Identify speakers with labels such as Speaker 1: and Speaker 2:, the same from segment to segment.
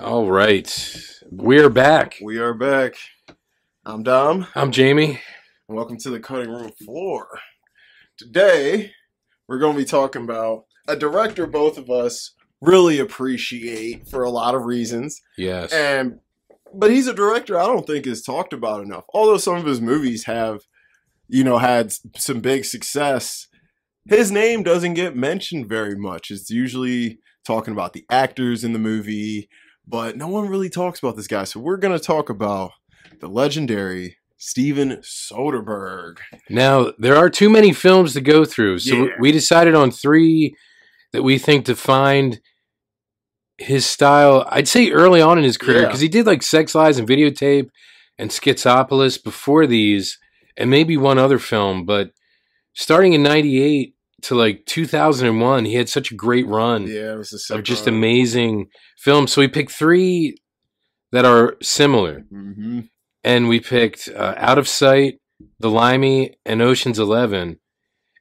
Speaker 1: All right. We're back.
Speaker 2: We are back. I'm Dom,
Speaker 1: I'm Jamie.
Speaker 2: and welcome to the cutting room floor. Today, we're going to be talking about a director both of us really appreciate for a lot of reasons.
Speaker 1: Yes.
Speaker 2: And but he's a director I don't think is talked about enough. Although some of his movies have, you know, had s- some big success, his name doesn't get mentioned very much. It's usually talking about the actors in the movie, but no one really talks about this guy. So we're going to talk about the legendary Steven Soderbergh.
Speaker 1: now, there are too many films to go through. So
Speaker 2: Yeah.
Speaker 1: we decided on three that we think defined his style. I'd say early on in his career,
Speaker 2: Yeah.
Speaker 1: because he did like Sex Lies and Videotape and Schizopolis before these, and maybe one other film. But starting in 98 to like 2001, he had such a great run.
Speaker 2: Yeah, it was a
Speaker 1: of
Speaker 2: sick
Speaker 1: Hmm. just
Speaker 2: run.
Speaker 1: amazing films. So we picked three that are similar,
Speaker 2: Mhm.
Speaker 1: and we picked uh, Out of Sight, The Limey, and Ocean's Eleven.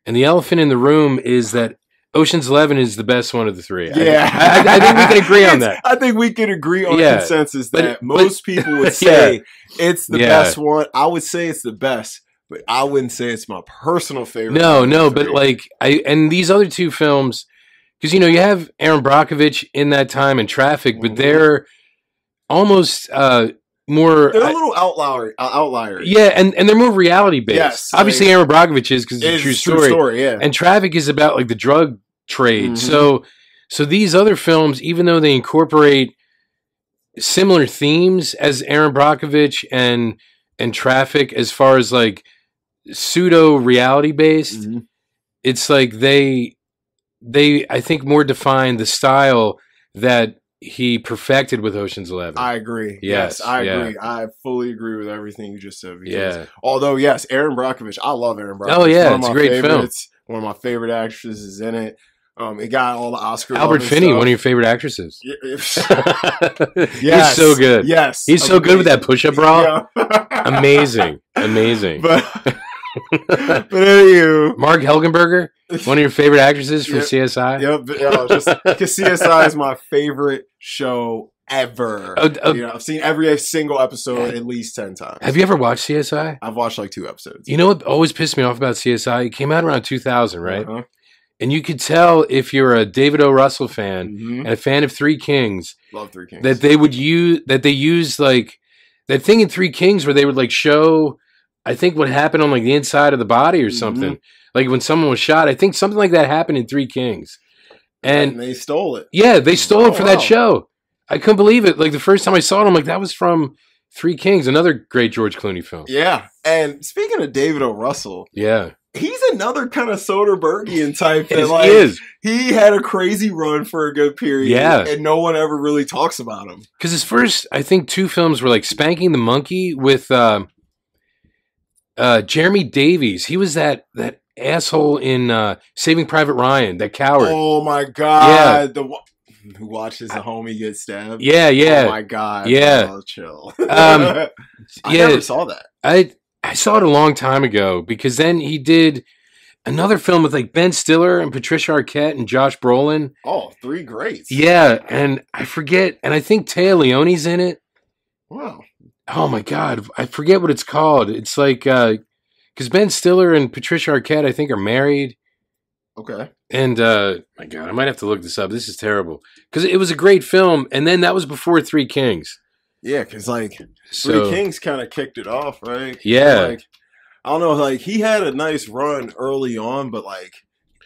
Speaker 1: And the elephant in the room is that Ocean's Eleven is the best one of the three. I-
Speaker 2: Yeah,
Speaker 1: I, I think we can agree on
Speaker 2: It's-
Speaker 1: that.
Speaker 2: I think we can agree on
Speaker 1: Yeah.
Speaker 2: consensus
Speaker 1: But-
Speaker 2: that
Speaker 1: but-
Speaker 2: most people would say it's the
Speaker 1: Yeah.
Speaker 2: best one. I would say it's the best, but I wouldn't say it's my personal favorite.
Speaker 1: No,
Speaker 2: of the
Speaker 1: no, but
Speaker 2: three.
Speaker 1: like I and these other two films, because you know you have Aaron Brockovich in that time and Traffic, but
Speaker 2: Mhm.
Speaker 1: they're almost uh, more
Speaker 2: they're
Speaker 1: I-
Speaker 2: a little outlier. Uh, outlier.
Speaker 1: Yeah, and, and they're more reality based.
Speaker 2: Yes,
Speaker 1: Obviously, Aaron Brockovich is because it's,
Speaker 2: it's
Speaker 1: a true story.
Speaker 2: Yeah,
Speaker 1: And Traffic is about like the drug trade.
Speaker 2: Mhm.
Speaker 1: So, so these other films, even though they incorporate similar themes as Aaron Brockovich and and Traffic, as far as like pseudo reality based,
Speaker 2: Mhm.
Speaker 1: it's like they they I think more define the style that he perfected with Ocean's Eleven.
Speaker 2: I agree.
Speaker 1: Yes,
Speaker 2: Yes, I
Speaker 1: yeah.
Speaker 2: agree. I fully agree with everything you just said. because-
Speaker 1: yeah,
Speaker 2: Although, yes, Aaron Brockovich. I love Aaron Brockovich.
Speaker 1: Oh, yeah,
Speaker 2: One of
Speaker 1: it's a
Speaker 2: my
Speaker 1: great film.
Speaker 2: favorites. One of my favorite actresses is in it. Um, it got all the Oscars.
Speaker 1: Albert Finney, one of your favorite actresses.
Speaker 2: Yes.
Speaker 1: He's so good.
Speaker 2: Yes.
Speaker 1: He's so good with that push-up bra.
Speaker 2: Yeah.
Speaker 1: Amazing, amazing.
Speaker 2: but but anywho,
Speaker 1: Mark Helgenberger, one of your favorite actresses from
Speaker 2: Yep.
Speaker 1: CSI.
Speaker 2: yep, but, yo, just because CSI is my favorite show ever.
Speaker 1: Oh, oh,
Speaker 2: you know, I've seen every single episode at least ten times.
Speaker 1: Have you ever watched CSI?
Speaker 2: I've watched like two episodes.
Speaker 1: You know what always pissed me off about CSI? It came out around 2000, right?
Speaker 2: Uh-huh.
Speaker 1: And you could tell if you're a David O. Russell fan
Speaker 2: Mhm.
Speaker 1: and a fan of Three Kings
Speaker 2: Love Three Kings.
Speaker 1: that they would use that they used like that thing in Three Kings where they would like show I think what happened on like the inside of the body or
Speaker 2: Mhm.
Speaker 1: something. Like when someone was shot, I think something like that happened in Three Kings. And
Speaker 2: they stole it.
Speaker 1: Yeah, they stole it
Speaker 2: Oh,
Speaker 1: for that
Speaker 2: wow.
Speaker 1: show. I couldn't believe it. Like the first time I saw it, I'm like, that was from Three Kings, another great George Clooney film.
Speaker 2: Yeah, and speaking of David O. Russell,
Speaker 1: Yeah,
Speaker 2: he's another kind of Soderberghian type that
Speaker 1: Yes,
Speaker 2: like
Speaker 1: he is
Speaker 2: he had a crazy run for a good period.
Speaker 1: Yeah.
Speaker 2: and no one ever really talks about him.
Speaker 1: because his first, I think, two films were like Spanking the Monkey with um uh, Jeremy Davies. He was that that asshole in uh, Saving Private Ryan, that coward.
Speaker 2: Oh my god! The wa- who watches a homie get stabbed?
Speaker 1: Yeah,
Speaker 2: Oh
Speaker 1: yeah,
Speaker 2: my god!
Speaker 1: Yeah.
Speaker 2: Oh, chill.
Speaker 1: Um,
Speaker 2: I
Speaker 1: yeah.
Speaker 2: never saw that.
Speaker 1: I I saw it a long time ago because then he did another film with like Ben Stiller and Patricia Arquette and Josh Brolin.
Speaker 2: Oh, three greats.
Speaker 1: Yeah, and I forget, and I think Taya Leone's in it.
Speaker 2: Wow.
Speaker 1: Oh my god, I forget what it's called. It's like uh because Ben Stiller and Patricia Arquette, I think, are married.
Speaker 2: Okay.
Speaker 1: And uh my god, I might have to look this up. This is terrible because it was a great film, and then that was before Three Kings.
Speaker 2: Yeah, because like
Speaker 1: So
Speaker 2: Three Kings kind of kicked it off, right?
Speaker 1: Yeah.
Speaker 2: Like, I don't know. Like he had a nice run early on, but like,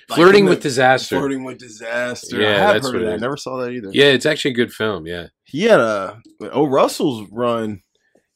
Speaker 2: like,
Speaker 1: flirting
Speaker 2: in the-
Speaker 1: with disaster.
Speaker 2: flirting with disaster.
Speaker 1: Yeah,
Speaker 2: I have
Speaker 1: that's what
Speaker 2: heard of
Speaker 1: it
Speaker 2: that. I
Speaker 1: is.
Speaker 2: never saw that either.
Speaker 1: Yeah, it's actually a good film. Yeah,
Speaker 2: He had a oh Russell's run.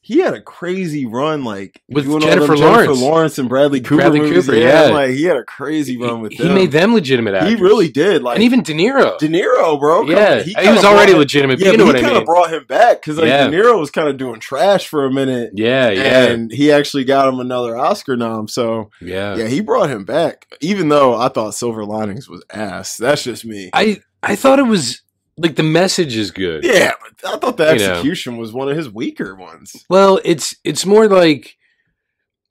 Speaker 2: He had a crazy run, like
Speaker 1: With
Speaker 2: doing all
Speaker 1: Jennifer
Speaker 2: them
Speaker 1: Lawrence.
Speaker 2: and Bradley Cooper.
Speaker 1: Bradley
Speaker 2: movies.
Speaker 1: Cooper, yeah.
Speaker 2: like he had a crazy
Speaker 1: he,
Speaker 2: run with
Speaker 1: he
Speaker 2: them.
Speaker 1: made them legitimate actors.
Speaker 2: He really did. Like
Speaker 1: and even De Niro.
Speaker 2: De Niro, bro. come
Speaker 1: yeah,
Speaker 2: on,
Speaker 1: he,
Speaker 2: kinda
Speaker 1: was already
Speaker 2: brought-
Speaker 1: legitimate. but
Speaker 2: Yeah,
Speaker 1: you know
Speaker 2: but
Speaker 1: what
Speaker 2: he
Speaker 1: I
Speaker 2: kind
Speaker 1: mean?
Speaker 2: of brought him back because like
Speaker 1: Yeah.
Speaker 2: De Niro was kind of doing trash for a minute,
Speaker 1: yeah, yeah,
Speaker 2: and he actually got him another Oscar nom. So
Speaker 1: yeah.
Speaker 2: yeah, he brought him back. Even though I thought Silver Linings was ass, that's just me.
Speaker 1: I I thought it was like the message is good.
Speaker 2: Yeah, but I thought the
Speaker 1: You know.
Speaker 2: execution was one of his weaker ones.
Speaker 1: Well, it's it's more like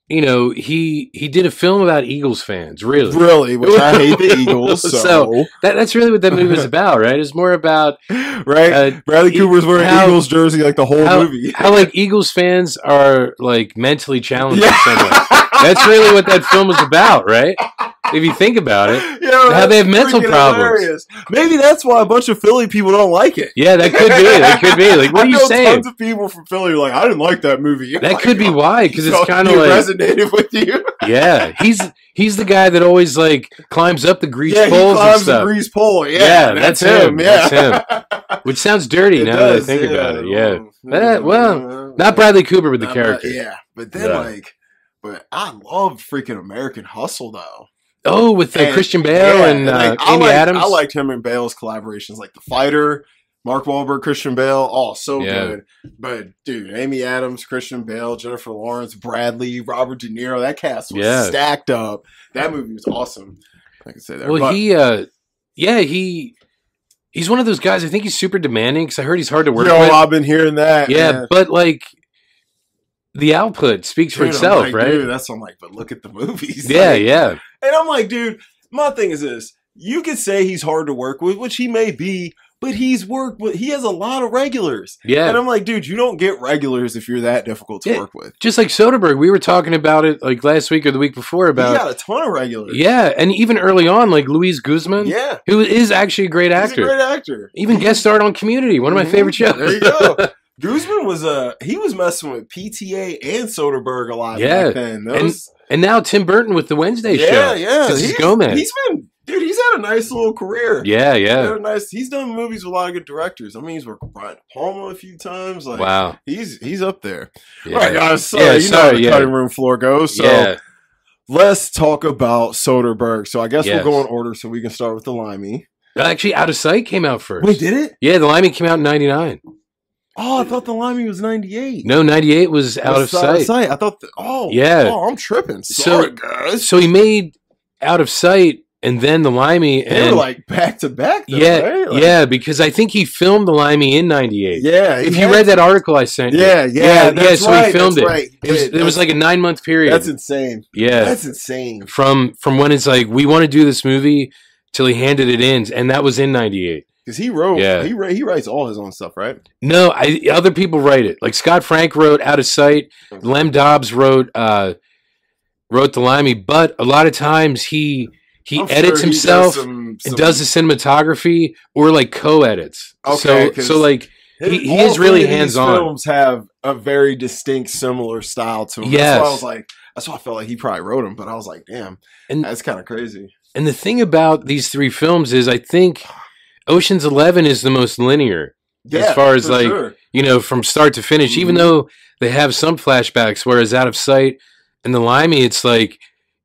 Speaker 1: you know, he he did a film about Eagles fans. Really,
Speaker 2: Really, which I hate the Eagles. So,
Speaker 1: So- that, that's really what that movie was about, right? It's more about
Speaker 2: right,
Speaker 1: uh,
Speaker 2: Bradley
Speaker 1: he-
Speaker 2: Cooper's wearing
Speaker 1: how-
Speaker 2: Eagles jersey like the whole
Speaker 1: how-
Speaker 2: movie.
Speaker 1: how like Eagles fans are like mentally challenged in some way.
Speaker 2: yeah,
Speaker 1: That's really what that film was about, right? If you think about it,
Speaker 2: that's
Speaker 1: they have mental
Speaker 2: freaking
Speaker 1: problems.
Speaker 2: hilarious. Maybe that's why a bunch of Philly people don't like it.
Speaker 1: yeah, that could be. That could be. Like, what
Speaker 2: I
Speaker 1: are you
Speaker 2: know
Speaker 1: saying?
Speaker 2: Tons of people from Philly are like, I didn't like that movie.
Speaker 1: That could be why, because it's kind of
Speaker 2: of
Speaker 1: like,
Speaker 2: resonated with you.
Speaker 1: yeah, he's he's the guy that always like climbs up the grease
Speaker 2: yeah, he
Speaker 1: poles and
Speaker 2: climbs the
Speaker 1: stuff,
Speaker 2: grease pole. Yeah,
Speaker 1: Yeah, that's him.
Speaker 2: Yeah,
Speaker 1: That's which sounds dirty
Speaker 2: It
Speaker 1: now
Speaker 2: does,
Speaker 1: that I think
Speaker 2: yeah.
Speaker 1: about it. Yeah,
Speaker 2: Mm,
Speaker 1: Eh, well, not
Speaker 2: mm,
Speaker 1: Bradley Cooper, but the
Speaker 2: not Brad-
Speaker 1: character.
Speaker 2: Yeah, but then
Speaker 1: Yeah.
Speaker 2: like, but I loved freaking American Hustle though.
Speaker 1: Oh, with uh,
Speaker 2: And-
Speaker 1: Christian Bale
Speaker 2: Yeah,
Speaker 1: and,
Speaker 2: like,
Speaker 1: uh,
Speaker 2: I
Speaker 1: Amy
Speaker 2: liked,
Speaker 1: Adams.
Speaker 2: I liked him and Bale's collaborations, like The Fighter, Mark Wahlberg, Christian Bale, all so
Speaker 1: Yeah.
Speaker 2: good. But dude, Amy Adams, Christian Bale, Jennifer Lawrence, Bradley, Robert De Niro, that cast was
Speaker 1: Yeah.
Speaker 2: stacked up. That movie was awesome. I can say that.
Speaker 1: well,
Speaker 2: But-
Speaker 1: he, uh, yeah, he he's one of those guys. I think he's super demanding because I heard he's hard to work
Speaker 2: yo,
Speaker 1: with.
Speaker 2: I've been hearing that.
Speaker 1: yeah,
Speaker 2: man.
Speaker 1: but like the output speaks for
Speaker 2: Dude, I'm
Speaker 1: itself,
Speaker 2: like,
Speaker 1: right?
Speaker 2: Dude, that's I'm like, but look at the movies.
Speaker 1: yeah,
Speaker 2: Like,
Speaker 1: yeah,
Speaker 2: And I'm like, dude, my thing is this. You could say he's hard to work with, which he may be, but he's worked with he has a lot of regulars. And
Speaker 1: yeah.
Speaker 2: I'm like, dude, you don't get regulars if you're that difficult to
Speaker 1: Yeah.
Speaker 2: work with.
Speaker 1: Just like Soderbergh, we were talking about it like last week or the week before
Speaker 2: he
Speaker 1: about
Speaker 2: got a ton of regulars.
Speaker 1: yeah, and even early on, like Luis Guzman,
Speaker 2: Yeah.
Speaker 1: who is actually a great
Speaker 2: He's
Speaker 1: actor,
Speaker 2: a great actor.
Speaker 1: even guest starred on Community, one of my
Speaker 2: Mhm.
Speaker 1: favorite shows.
Speaker 2: There you go. Guzman was uh he was messing with PTA and Soderbergh a lot
Speaker 1: Yeah.
Speaker 2: back then. Those,
Speaker 1: and now Tim Burton with the Wednesday
Speaker 2: yeah,
Speaker 1: show.
Speaker 2: yeah.
Speaker 1: This is
Speaker 2: He's-
Speaker 1: Gomez.
Speaker 2: He's been dude, he's had a nice little career.
Speaker 1: Yeah, yeah.
Speaker 2: He's had a nice he's done movies with a lot of good directors. I mean he's worked with Brian De Palma a few times. Like
Speaker 1: wow.
Speaker 2: he's he's up there.
Speaker 1: Yeah.
Speaker 2: All right, guys. Sorry,
Speaker 1: Yeah,
Speaker 2: you know how
Speaker 1: sorry,
Speaker 2: the
Speaker 1: yeah.
Speaker 2: cutting room floor goes. So
Speaker 1: yeah.
Speaker 2: let's talk about Soderbergh. So I guess
Speaker 1: Yes.
Speaker 2: we'll go in order so we can start with the limey.
Speaker 1: Actually, Out of Sight came out first.
Speaker 2: Wait, did it?
Speaker 1: yeah, The Limey came out in 99.
Speaker 2: Oh, I thought the limey was ninety eight.
Speaker 1: No, 98 was Out of Sight.
Speaker 2: I thought. The, oh,
Speaker 1: Yeah.
Speaker 2: Oh, I'm tripping.
Speaker 1: So-
Speaker 2: Sorry, guys.
Speaker 1: So he made Out of Sight and then The Limey.
Speaker 2: they were
Speaker 1: And
Speaker 2: like back to back. though,
Speaker 1: yeah,
Speaker 2: right? Like,
Speaker 1: yeah, because I think he filmed The Limey in 98.
Speaker 2: yeah.
Speaker 1: If
Speaker 2: he
Speaker 1: you
Speaker 2: had-
Speaker 1: read that article I sent you,
Speaker 2: yeah, yeah,
Speaker 1: yeah,
Speaker 2: that's
Speaker 1: yeah, so he
Speaker 2: right,
Speaker 1: filmed
Speaker 2: that's
Speaker 1: it.
Speaker 2: Right.
Speaker 1: it was,
Speaker 2: Yeah,
Speaker 1: it was
Speaker 2: that's-
Speaker 1: like a nine month period.
Speaker 2: that's insane.
Speaker 1: yeah.
Speaker 2: That's insane.
Speaker 1: from from when it's like, we want to do this movie till he handed it in. And that was in 98.
Speaker 2: Because he wrote.
Speaker 1: Yeah.
Speaker 2: He wri- he writes all his own stuff, right?
Speaker 1: No, I, other people write it. Like Scott Frank wrote Out of Sight. Lem Dobbs wrote uh, wrote the Limey, but a lot of times he he
Speaker 2: I'm sure
Speaker 1: edits
Speaker 2: does
Speaker 1: himself
Speaker 2: some-
Speaker 1: and
Speaker 2: some-
Speaker 1: does the cinematography or like co-edits.
Speaker 2: Okay,
Speaker 1: so
Speaker 2: 'cause-
Speaker 1: so like He- he
Speaker 2: all
Speaker 1: is really
Speaker 2: three of these
Speaker 1: hands-on.
Speaker 2: Films have a very distinct, similar style to him. That's why I
Speaker 1: Yes.
Speaker 2: was like, that's why I felt like he probably wrote him. But I was like, damn,
Speaker 1: And-
Speaker 2: that's kind of crazy.
Speaker 1: and the thing about these three films is I think Ocean's 11 is the most linear, far as,
Speaker 2: for
Speaker 1: like,
Speaker 2: sure.
Speaker 1: you know, from start to finish even
Speaker 2: Mhm.
Speaker 1: though they have some flashbacks whereas Out of Sight and the Limey it's like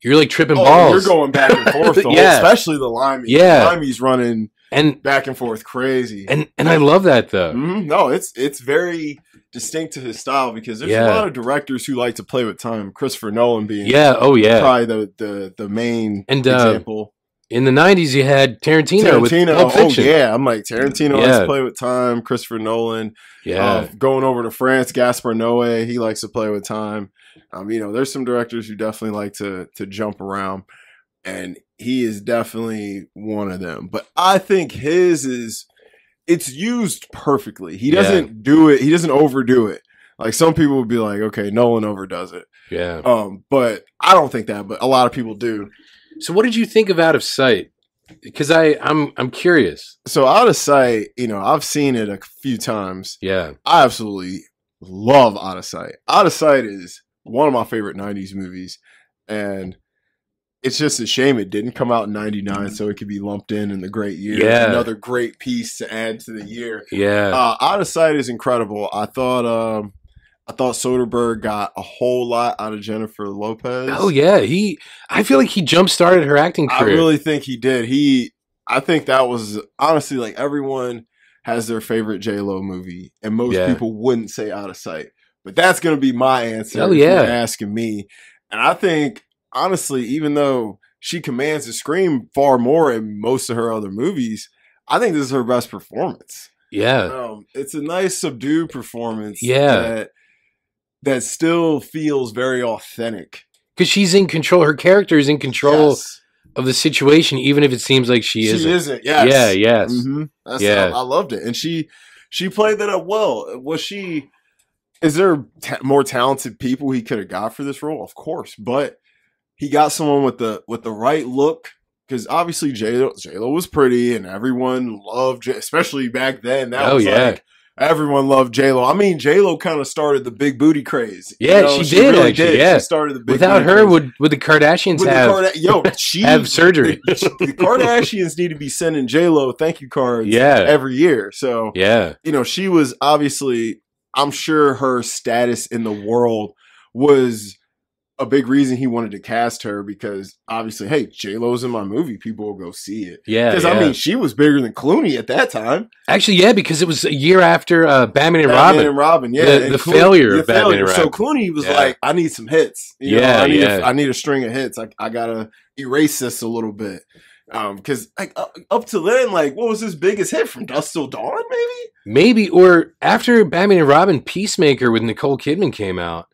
Speaker 1: you're like tripping
Speaker 2: Oh,
Speaker 1: balls.
Speaker 2: you're going back and forth, the whole-
Speaker 1: Yeah.
Speaker 2: especially the limey.
Speaker 1: Yeah.
Speaker 2: the limey's running
Speaker 1: and
Speaker 2: back and forth crazy.
Speaker 1: and and I love that though.
Speaker 2: Mhm. No, it's it's very distinct to his style because there's a
Speaker 1: Yeah.
Speaker 2: lot of directors who like to play with time. Christopher Nolan being
Speaker 1: Yeah, oh yeah.
Speaker 2: probably the, the the main
Speaker 1: And, uh,
Speaker 2: example.
Speaker 1: in the '90s, you had Tarantino, with Pulp
Speaker 2: oh
Speaker 1: Fiction.
Speaker 2: yeah, I'm like Tarantino likes to
Speaker 1: Yeah.
Speaker 2: play with time. Christopher Nolan,
Speaker 1: yeah,
Speaker 2: uh, going over to France, Gaspar Noé, he likes to play with time. Um, you know, there's some directors who definitely like to to jump around, and he is definitely one of them. But I think his is it's used perfectly. He
Speaker 1: Yeah.
Speaker 2: doesn't do it. He doesn't overdo it. Like some people would be like, okay, Nolan overdoes it.
Speaker 1: yeah.
Speaker 2: Um, but I don't think that. But a lot of people do.
Speaker 1: So, what did you think of Out of Sight? Because I, I'm, I'm curious.
Speaker 2: So out of sight, you know, I've seen it a few times.
Speaker 1: Yeah,
Speaker 2: I absolutely love Out of Sight. Out of Sight is one of my favorite 90s movies. And it's just a shame it didn't come out in 99 so it could be lumped in in the great year.
Speaker 1: Yeah.
Speaker 2: Another great piece to add to the year.
Speaker 1: yeah,
Speaker 2: Uh, out of Sight is incredible. I thought um, I thought Soderbergh got a whole lot out of Jennifer Lopez.
Speaker 1: oh yeah. He, I feel like he jump started her acting
Speaker 2: I
Speaker 1: career.
Speaker 2: really think he did. He, I think that was honestly like everyone has their favorite J Lo movie, and most
Speaker 1: Yeah.
Speaker 2: people wouldn't say Out of Sight. But that's gonna be my answer.
Speaker 1: Oh,
Speaker 2: if you're
Speaker 1: yeah.
Speaker 2: asking me, and I think honestly, even though she commands the screen far more in most of her other movies, I think this is her best performance.
Speaker 1: yeah,
Speaker 2: Um, it's a nice subdued performance.
Speaker 1: Yeah.
Speaker 2: That, that still feels very authentic
Speaker 1: because she's in control. Her character is in control
Speaker 2: Yes.
Speaker 1: of the situation, even if it seems like she,
Speaker 2: She
Speaker 1: isn't.
Speaker 2: isn't. Yes.
Speaker 1: Yeah, yes.
Speaker 2: hmm That's,
Speaker 1: Yeah.
Speaker 2: I, I loved it, and she she played that up well. Was she? Is there ta- more talented people he could have got for this role? Of course, but he got someone with the with the right look because obviously J Lo was pretty, and everyone loved, J- especially back then. That
Speaker 1: Oh,
Speaker 2: was
Speaker 1: yeah.
Speaker 2: like everyone loved J Lo. I mean, J Lo kind of started the big booty craze. you
Speaker 1: Yeah, she did, actually, yeah.
Speaker 2: she started the big
Speaker 1: Without
Speaker 2: booty
Speaker 1: her,
Speaker 2: craze.
Speaker 1: would would the Kardashians
Speaker 2: With the
Speaker 1: have
Speaker 2: Karda- yo, she
Speaker 1: have surgery?
Speaker 2: the, the Kardashians need to be sending J Lo thank you cards
Speaker 1: yeah,
Speaker 2: every year. So
Speaker 1: yeah,
Speaker 2: you know she was obviously. I'm sure her status in the world was a big reason he wanted to cast her because obviously, hey, J Lo's in my movie, people will go see it.
Speaker 1: yeah.
Speaker 2: Because
Speaker 1: yeah.
Speaker 2: I mean, she was bigger than Clooney at that time.
Speaker 1: actually, yeah, because it was a year after uh, Batman and
Speaker 2: Batman
Speaker 1: Robin.
Speaker 2: and Robin, yeah,
Speaker 1: The-
Speaker 2: and
Speaker 1: the failure
Speaker 2: the
Speaker 1: of Batman and
Speaker 2: So
Speaker 1: Robin.
Speaker 2: Clooney was
Speaker 1: Yeah.
Speaker 2: like, "I need some hits. You know,
Speaker 1: Yeah,
Speaker 2: I need
Speaker 1: yeah.
Speaker 2: A, I need a string of hits. I, I gotta erase this a little bit." Um, because like up, up to then, like, what was his biggest hit from Dust Till Dawn? Maybe
Speaker 1: Maybe or after Batman and Robin, Peacemaker with Nicole Kidman came out.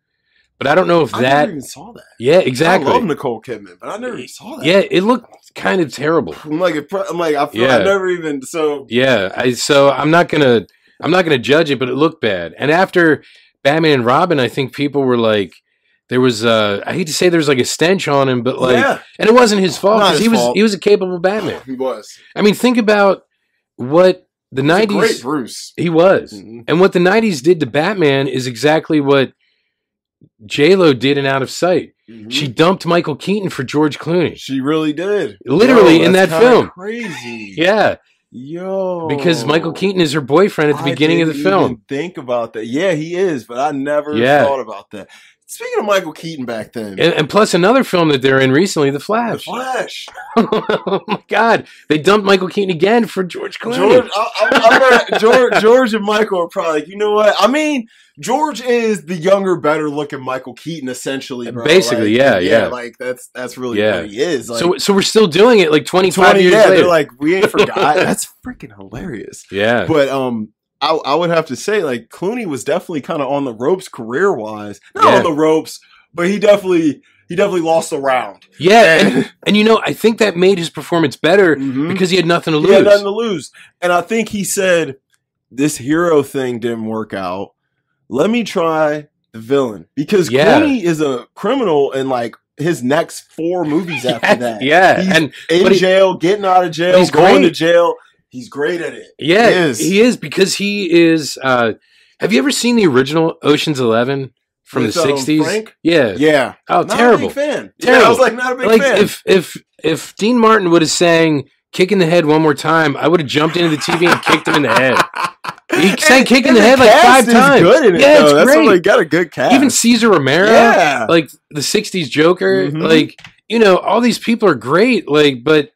Speaker 1: But I don't know if
Speaker 2: I never
Speaker 1: that.
Speaker 2: even saw that.
Speaker 1: Yeah,
Speaker 2: I love
Speaker 1: exactly.
Speaker 2: Nicole Kidman, but I never even saw that.
Speaker 1: Yeah, it looked kind of terrible.
Speaker 2: I'm like, it pro- I'm like, I feel
Speaker 1: Yeah.
Speaker 2: I never even so.
Speaker 1: Yeah, I, so I'm not gonna I'm not gonna judge it, but it looked bad. And after Batman and Robin, I think people were like, there was uh, I hate to say there was like a stench on him, but like,
Speaker 2: yeah,
Speaker 1: and it wasn't his fault
Speaker 2: Not
Speaker 1: 'cause
Speaker 2: his
Speaker 1: he was
Speaker 2: fault.
Speaker 1: he was a capable Batman.
Speaker 2: he was.
Speaker 1: I mean, think about what the
Speaker 2: He's a great
Speaker 1: '90s
Speaker 2: Bruce.
Speaker 1: he was,
Speaker 2: Mhm.
Speaker 1: and what the '90s did to Batman is exactly what J Lo did in Out of Sight. She
Speaker 2: Mhm.
Speaker 1: dumped Michael Keaton for George Clooney,
Speaker 2: she really did.
Speaker 1: literally
Speaker 2: Yo,
Speaker 1: in that
Speaker 2: that's kinda
Speaker 1: film.
Speaker 2: Crazy.
Speaker 1: Yeah,
Speaker 2: Yo,
Speaker 1: because Michael Keaton is her boyfriend at the
Speaker 2: Oh. I
Speaker 1: beginning of the
Speaker 2: didn't
Speaker 1: film.
Speaker 2: even think about that. Yeah, he is, but I never
Speaker 1: Yeah.
Speaker 2: thought about that. Speaking of Michael Keaton back then,
Speaker 1: And, and plus another film that they're in recently, The
Speaker 2: The
Speaker 1: Flash.
Speaker 2: Flash.
Speaker 1: oh my God, they dumped Michael Keaton again for George Clooney.
Speaker 2: George, I, I, I George, George and Michael are probably like, you know what? I mean, George is the younger, better looking Michael Keaton, essentially. bro.
Speaker 1: Basically,
Speaker 2: Like,
Speaker 1: yeah, yeah.
Speaker 2: Like that's that's really
Speaker 1: Yeah.
Speaker 2: what he is. Like,
Speaker 1: so, so we're still doing it like 25
Speaker 2: 20,
Speaker 1: years
Speaker 2: yeah,
Speaker 1: later.
Speaker 2: they're like, we ain't forgot. that's freaking hilarious.
Speaker 1: yeah,
Speaker 2: But um, I, I would have to say like Clooney was definitely kind of on the ropes career wise. Not
Speaker 1: Yeah.
Speaker 2: on the ropes, but he definitely he definitely lost a round.
Speaker 1: yeah, and, and you know, I think that made his performance better
Speaker 2: Mhm.
Speaker 1: because he had nothing to
Speaker 2: He
Speaker 1: lose.
Speaker 2: had nothing to lose, and I think he said this hero thing didn't work out. Let me try the villain because
Speaker 1: Yeah.
Speaker 2: Clooney is a criminal in like his next four movies after
Speaker 1: yeah,
Speaker 2: that.
Speaker 1: yeah,
Speaker 2: He's-
Speaker 1: and
Speaker 2: in
Speaker 1: but he-
Speaker 2: jail, getting out of jail,
Speaker 1: He's
Speaker 2: going to
Speaker 1: great.
Speaker 2: jail. He's great at it.
Speaker 1: yeah,
Speaker 2: he is.
Speaker 1: because he is. Uh, have you ever seen the original Ocean's Eleven from
Speaker 2: With,
Speaker 1: the
Speaker 2: um,
Speaker 1: 60s?
Speaker 2: Frank?
Speaker 1: Yeah.
Speaker 2: Yeah,
Speaker 1: Oh,
Speaker 2: not a
Speaker 1: terrible.
Speaker 2: big fan. Yeah, I
Speaker 1: Terrible.
Speaker 2: was like not a big
Speaker 1: like
Speaker 2: fan.
Speaker 1: if if if Dean Martin would have sang "Kick in the Head" one more time, I would have jumped into the TV and kicked him in the head. He sang
Speaker 2: And-
Speaker 1: kick in
Speaker 2: and
Speaker 1: the head, like,
Speaker 2: cast
Speaker 1: five
Speaker 2: is
Speaker 1: times.
Speaker 2: Good in it,
Speaker 1: Yeah,
Speaker 2: though.
Speaker 1: it's
Speaker 2: That's what
Speaker 1: great.
Speaker 2: they got a good cast.
Speaker 1: Even Caesar Romero,
Speaker 2: yeah,
Speaker 1: like the '60s Joker,
Speaker 2: Mhm.
Speaker 1: like you know, all these people are great, like, but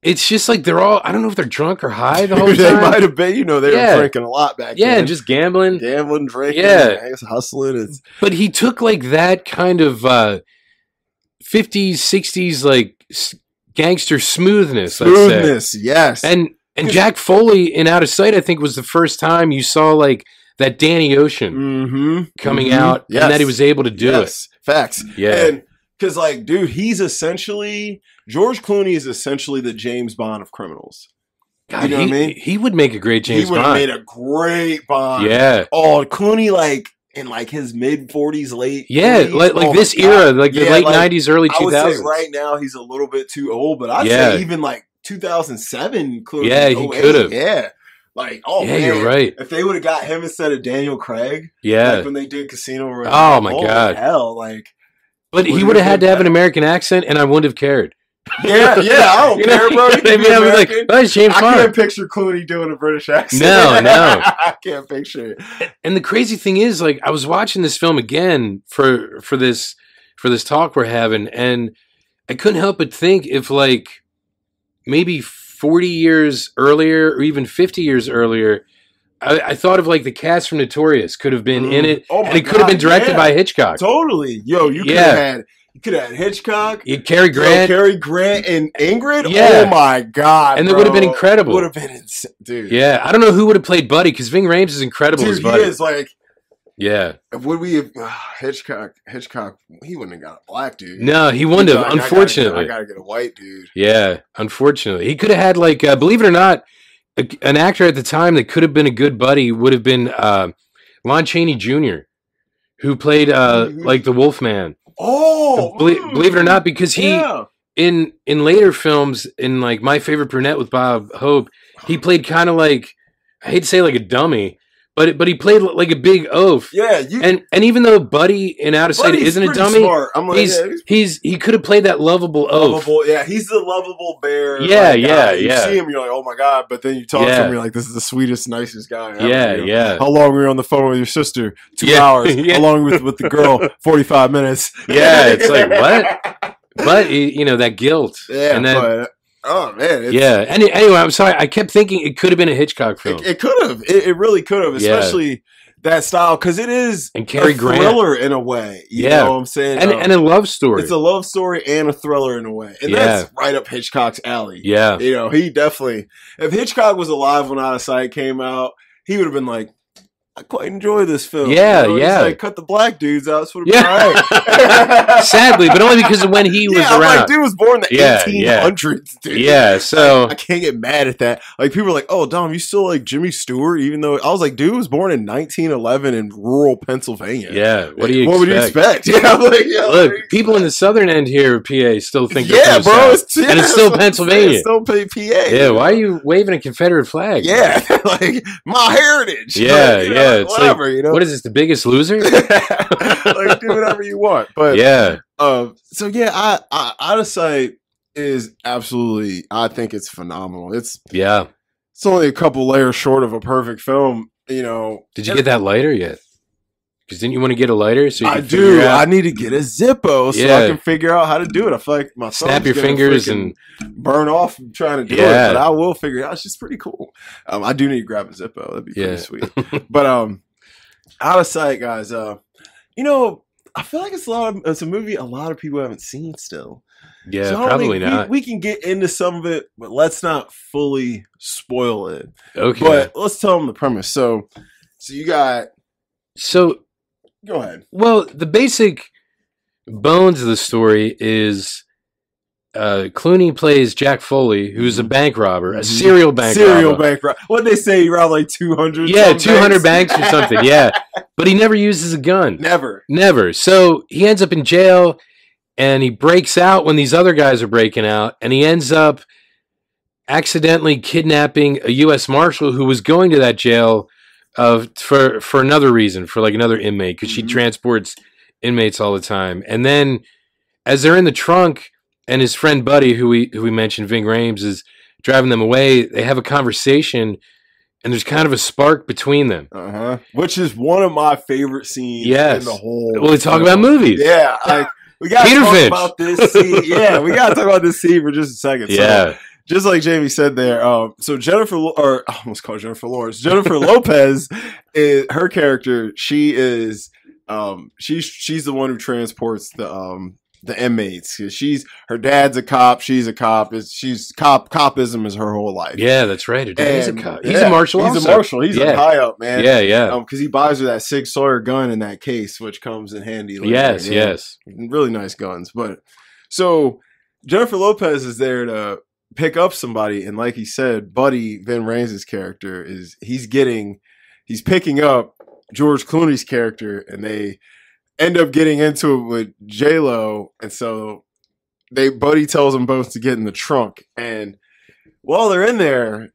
Speaker 1: it's just like they're all. I don't know if they're drunk or high the whole
Speaker 2: they
Speaker 1: time.
Speaker 2: might have been. You know, they
Speaker 1: Yeah.
Speaker 2: were drinking a lot back
Speaker 1: Yeah,
Speaker 2: then.
Speaker 1: and just gambling.
Speaker 2: gambling, drinking,
Speaker 1: Yeah.
Speaker 2: I guess hustling. It's
Speaker 1: But he took like that kind of uh, '50s, '60s like s- gangster smoothness, Let's say.
Speaker 2: smoothness. Yes,
Speaker 1: And and
Speaker 2: 'Cause-
Speaker 1: Jack Foley in Out of Sight, I think, was the first time you saw like that Danny Ocean
Speaker 2: mm-hmm.
Speaker 1: coming out and that he was able to do
Speaker 2: yes. Facts.
Speaker 1: it. Yeah.
Speaker 2: And because, like, dude, he's essentially George Clooney is essentially the James Bond of criminals.
Speaker 1: God,
Speaker 2: you know
Speaker 1: he,
Speaker 2: what I mean?
Speaker 1: he would make a great James
Speaker 2: he would have
Speaker 1: Bond.
Speaker 2: made a great Bond.
Speaker 1: yeah.
Speaker 2: Oh, Clooney, like in like his mid forties, late.
Speaker 1: Yeah,
Speaker 2: 40s.
Speaker 1: like, like
Speaker 2: Oh,
Speaker 1: this
Speaker 2: my God.
Speaker 1: era, like the
Speaker 2: Yeah,
Speaker 1: late
Speaker 2: like,
Speaker 1: '90s, early
Speaker 2: I would say
Speaker 1: 2000s.
Speaker 2: right now he's a little bit too old, but I'd
Speaker 1: Yeah.
Speaker 2: say even like 2007, Clooney.
Speaker 1: Yeah, he
Speaker 2: 08,
Speaker 1: could've.
Speaker 2: Yeah, like oh
Speaker 1: yeah,
Speaker 2: man.
Speaker 1: you're right.
Speaker 2: If they would have got him instead of Daniel Craig,
Speaker 1: Yeah,
Speaker 2: like when they did Casino Royale,
Speaker 1: Oh, my God.
Speaker 2: hell, like
Speaker 1: but he
Speaker 2: would've
Speaker 1: would have
Speaker 2: been
Speaker 1: had to have
Speaker 2: better.
Speaker 1: an American accent, and I wouldn't have cared.
Speaker 2: yeah, yeah, I don't
Speaker 1: You
Speaker 2: care,
Speaker 1: know?
Speaker 2: bro. You
Speaker 1: I
Speaker 2: can be
Speaker 1: mean, I was like,
Speaker 2: American.
Speaker 1: "Oh, it's James
Speaker 2: I
Speaker 1: Bond."
Speaker 2: can't picture Clooney doing a British accent.
Speaker 1: No, no.
Speaker 2: I can't picture it.
Speaker 1: and the crazy thing is like i was watching this film again for for this for this talk we're having and i couldn't help but think if like maybe 40 years earlier or even 50 years earlier i, I thought of like the cast from notorious could have been in it
Speaker 2: Oh
Speaker 1: and it could have been
Speaker 2: God,
Speaker 1: directed
Speaker 2: yeah.
Speaker 1: by hitchcock
Speaker 2: Totally, yo, you could
Speaker 1: Yeah.
Speaker 2: have had you could have had Hitchcock,
Speaker 1: yeah, Cary grant
Speaker 2: Yo, Cary Grant and Ingrid.
Speaker 1: Yeah.
Speaker 2: Oh my god!
Speaker 1: And they would've been
Speaker 2: bro.
Speaker 1: incredible.
Speaker 2: Would have been insane, dude.
Speaker 1: yeah i don't know who would have played buddy because ving rames is incredible
Speaker 2: dude,
Speaker 1: as
Speaker 2: he
Speaker 1: buddy
Speaker 2: is like
Speaker 1: Yeah.
Speaker 2: Would we have ah, Hitchcock? Hitchcock, he wouldn't have got a black dude.
Speaker 1: No, he wouldn't
Speaker 2: He's
Speaker 1: have,
Speaker 2: like, I gotta get-
Speaker 1: unfortunately.
Speaker 2: I gotta, get a white dude.
Speaker 1: Yeah, unfortunately, he could have had like, uh, believe it or not, a, an actor at the time that could have been a good buddy would have been uh, Lon Chaney Jr., who played uh,
Speaker 2: Mhm.
Speaker 1: like the Wolfman.
Speaker 2: Oh,
Speaker 1: Believe,
Speaker 2: mm,
Speaker 1: believe it or not, because he
Speaker 2: yeah.
Speaker 1: in in later films in like My Favorite Brunette with Bob Hope, he played kind of like I hate to say like a dummy, but but he played like a big oaf.
Speaker 2: yeah, you
Speaker 1: And and even though Buddy in Out of Sight
Speaker 2: Buddy's
Speaker 1: isn't a
Speaker 2: pretty
Speaker 1: dummy,
Speaker 2: Smart. I'm like,
Speaker 1: he's
Speaker 2: yeah, he's
Speaker 1: he's he could have played that lovable oaf.
Speaker 2: lovable. Yeah, he's the lovable bear. like,
Speaker 1: Yeah,
Speaker 2: guy.
Speaker 1: yeah,
Speaker 2: You
Speaker 1: yeah.
Speaker 2: see him, you're like, oh my god. But then you talk to
Speaker 1: Yeah.
Speaker 2: him, you're like, this is the sweetest, nicest guy. ever,
Speaker 1: Yeah,
Speaker 2: you know?
Speaker 1: yeah.
Speaker 2: How long were you on the phone with your sister? Two
Speaker 1: Yeah,
Speaker 2: hours.
Speaker 1: yeah.
Speaker 2: How long with with the girl? Forty five minutes.
Speaker 1: Yeah, it's like, what? But y- you know that guilt.
Speaker 2: Yeah,
Speaker 1: And then-
Speaker 2: but oh man, it's,
Speaker 1: yeah. Any, anyway, I'm sorry. I kept thinking it could have been a Hitchcock film.
Speaker 2: it, it could have. It, it really could have,
Speaker 1: Yeah.
Speaker 2: especially that style, because it is
Speaker 1: and Cary
Speaker 2: a
Speaker 1: Grant.
Speaker 2: thriller in a way. You
Speaker 1: Yeah.
Speaker 2: know what I'm saying?
Speaker 1: And,
Speaker 2: Um,
Speaker 1: and a love story.
Speaker 2: it's a love story and a thriller in a way, and that's right up Hitchcock's alley.
Speaker 1: yeah.
Speaker 2: You know, he definitely. If Hitchcock was alive when Out of Sight came out, he would have been like, "I quite enjoy this film."
Speaker 1: Yeah,
Speaker 2: You know, he's
Speaker 1: yeah.
Speaker 2: Like, cut the black dudes out. This would have been all
Speaker 1: Yeah.
Speaker 2: right.
Speaker 1: Sadly, but only because of when he was
Speaker 2: yeah, I'm like,
Speaker 1: around.
Speaker 2: dude was born in the
Speaker 1: Yeah, yeah.
Speaker 2: 1800s, dude.
Speaker 1: yeah. So
Speaker 2: I can't get mad at that. Like people are like, "Oh, Dom, you still like Jimmy Stewart?" Even though I was like, "Dude was born in 1911 in rural Pennsylvania."
Speaker 1: yeah. What do you?
Speaker 2: What would you
Speaker 1: expect?
Speaker 2: expect? Yeah, I'm like, yeah,
Speaker 1: Look, people in the southern end here of PA still think. they're
Speaker 2: yeah,
Speaker 1: from the
Speaker 2: bro,
Speaker 1: South.
Speaker 2: it's, yeah,
Speaker 1: And it's still
Speaker 2: that's what I'm
Speaker 1: Pennsylvania.
Speaker 2: saying, It's still P- PA.
Speaker 1: Yeah. Why are you waving a Confederate flag?
Speaker 2: yeah, like my heritage.
Speaker 1: Yeah,
Speaker 2: Like, you
Speaker 1: yeah,
Speaker 2: know,
Speaker 1: it's like,
Speaker 2: whatever you know.
Speaker 1: What is this? The biggest loser?
Speaker 2: like do whatever you want, but
Speaker 1: yeah.
Speaker 2: Um, so yeah, I, I out of sight is absolutely. I think it's phenomenal. It's
Speaker 1: Yeah.
Speaker 2: it's only a couple layers short of a perfect film. You know,
Speaker 1: Did you get that lighter yet? Because didn't you want to get a lighter? So you
Speaker 2: I
Speaker 1: could figure
Speaker 2: do.
Speaker 1: out-
Speaker 2: I need to get a Zippo so I
Speaker 1: Yeah.
Speaker 2: can figure out how to do it. I feel like my
Speaker 1: snap
Speaker 2: thumb's
Speaker 1: your
Speaker 2: gonna
Speaker 1: fingers
Speaker 2: freaking
Speaker 1: and
Speaker 2: burn off from trying to do
Speaker 1: Yeah.
Speaker 2: it, but I will figure it out. It's just pretty cool. Um, I do need to grab a Zippo. That'd be
Speaker 1: Yeah.
Speaker 2: pretty sweet. but um, out of sight, guys. Uh, you know, I feel like it's a lot. Of, it's a movie a lot of people haven't seen still.
Speaker 1: yeah,
Speaker 2: So I don't
Speaker 1: probably
Speaker 2: think- we-
Speaker 1: not.
Speaker 2: We, can get into some of it, but let's not fully spoil it.
Speaker 1: okay,
Speaker 2: But let's tell them the premise. So, so you got
Speaker 1: so
Speaker 2: go ahead.
Speaker 1: well, the basic bones of the story is uh, Clooney plays Jack Foley, who's a bank robber, a
Speaker 2: Mhm.
Speaker 1: serial bank
Speaker 2: serial
Speaker 1: robber.
Speaker 2: bank robber. What they say? You rob like two hundred.
Speaker 1: yeah, two hundred banks. or something. Yeah, but he never uses a gun,
Speaker 2: Never.
Speaker 1: never. So he ends up in jail, and he breaks out when these other guys are breaking out, and he ends up accidentally kidnapping a U.S. marshal who was going to that jail of for for another reason, for like another inmate, because she
Speaker 2: Mhm.
Speaker 1: transports inmates all the time. And then, as they're in the trunk, and his friend Buddy, who we who we mentioned, Ving Rames, is driving them away. They have a conversation, and there's kind of a spark between them.
Speaker 2: Uh huh. Which is one of my favorite scenes
Speaker 1: Yes.
Speaker 2: in the whole.
Speaker 1: Well, we talk
Speaker 2: film.
Speaker 1: about movies.
Speaker 2: Yeah, like we got to
Speaker 1: Peter
Speaker 2: talk
Speaker 1: Finch.
Speaker 2: about this scene. Yeah, we got to talk about this scene for just a second. So,
Speaker 1: Yeah,
Speaker 2: just like Jamie said there. Um, so Jennifer, Lo- or I almost called her Jennifer Lawrence. Jennifer Lopez is her character. She is, um, she's she's the one who transports the um the inmates. 'Cause She's her dad's a cop. She's a cop. It's, she's cop. Copism is her whole life.
Speaker 1: yeah, that's right. Her dad is a
Speaker 2: And, uh,
Speaker 1: cop. He's
Speaker 2: yeah,
Speaker 1: a marshal.
Speaker 2: He's
Speaker 1: also.
Speaker 2: a marshal. He's
Speaker 1: Yeah.
Speaker 2: a high up man.
Speaker 1: Yeah, yeah,
Speaker 2: Um, because he buys her that Sig Sawyer gun in that case, which comes in handy. later.
Speaker 1: yes,
Speaker 2: Yeah
Speaker 1: yes.
Speaker 2: really nice guns. But so Jennifer Lopez is there to pick up somebody, and like he said, Buddy Van Rames' character is he's getting he's picking up George Clooney's character, and they end up getting into it with J Lo, and so they Buddy tells them both to get in the trunk, and while they're in there,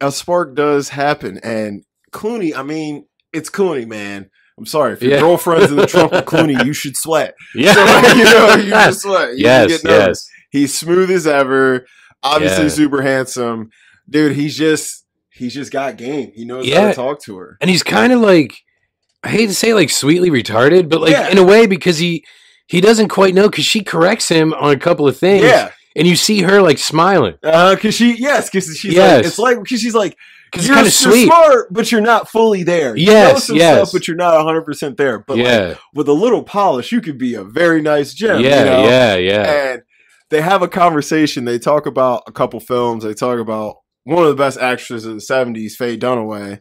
Speaker 2: a spark does happen, and Clooney, I mean, it's Clooney, man. I'm sorry. If your
Speaker 1: Yeah.
Speaker 2: girlfriend's in the trunk with Clooney, you should sweat.
Speaker 1: Yeah.
Speaker 2: So, you know, you just like, you
Speaker 1: yes,
Speaker 2: get nervous.
Speaker 1: yes.
Speaker 2: He's smooth as ever. Obviously
Speaker 1: Yeah.
Speaker 2: super handsome. Dude, he's just he's just got game. He knows how
Speaker 1: Yeah.
Speaker 2: to talk to her.
Speaker 1: And he's kind of like I hate to say like sweetly retarded, but like
Speaker 2: Yeah.
Speaker 1: in a way because he he doesn't quite know cuz she corrects him on a couple of things
Speaker 2: Yeah.
Speaker 1: and you see her like smiling
Speaker 2: Uh, cause she yes, cause she's like
Speaker 1: Yes.
Speaker 2: it's like cause she's like
Speaker 1: cuz it's
Speaker 2: you're,
Speaker 1: kind
Speaker 2: you're
Speaker 1: of sweet.
Speaker 2: smart, but you're not fully there. You
Speaker 1: Yes,
Speaker 2: know some
Speaker 1: yes.
Speaker 2: stuff, but you're not hundred percent there. But like,
Speaker 1: yeah.
Speaker 2: with a little polish, you could be a very nice
Speaker 1: Yeah,
Speaker 2: gem. you know?
Speaker 1: yeah, yeah.
Speaker 2: and they have a conversation. They talk about a couple films. They talk about one of the best actresses of the '70s, Faye Dunaway,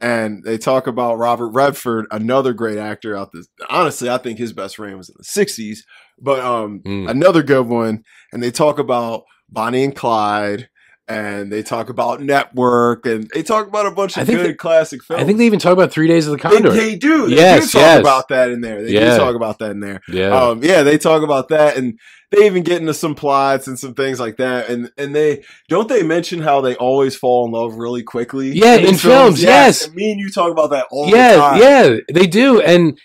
Speaker 2: and they talk about Robert Redford, another great actor out this. Honestly, I think his best reign was in the '60s, but um,
Speaker 1: Mm.
Speaker 2: another good one. And they talk about Bonnie and Clyde, and they talk about Network, and they talk about a bunch
Speaker 1: I
Speaker 2: of
Speaker 1: think
Speaker 2: good
Speaker 1: they-
Speaker 2: classic films.
Speaker 1: I think they even talk about Three Days of the
Speaker 2: they,
Speaker 1: Condor.
Speaker 2: they do. They
Speaker 1: Yes,
Speaker 2: do talk
Speaker 1: yes.
Speaker 2: about that in there. They
Speaker 1: Yeah.
Speaker 2: do talk about that in there.
Speaker 1: yeah.
Speaker 2: Um, yeah, they talk about that, and they even get into some plots and some things like that. And and they don't they mention how they always fall in love really quickly.
Speaker 1: Yeah, in
Speaker 2: these
Speaker 1: films, yes.
Speaker 2: And me and you talk about that all the
Speaker 1: yeah,
Speaker 2: time.
Speaker 1: yeah, they do. And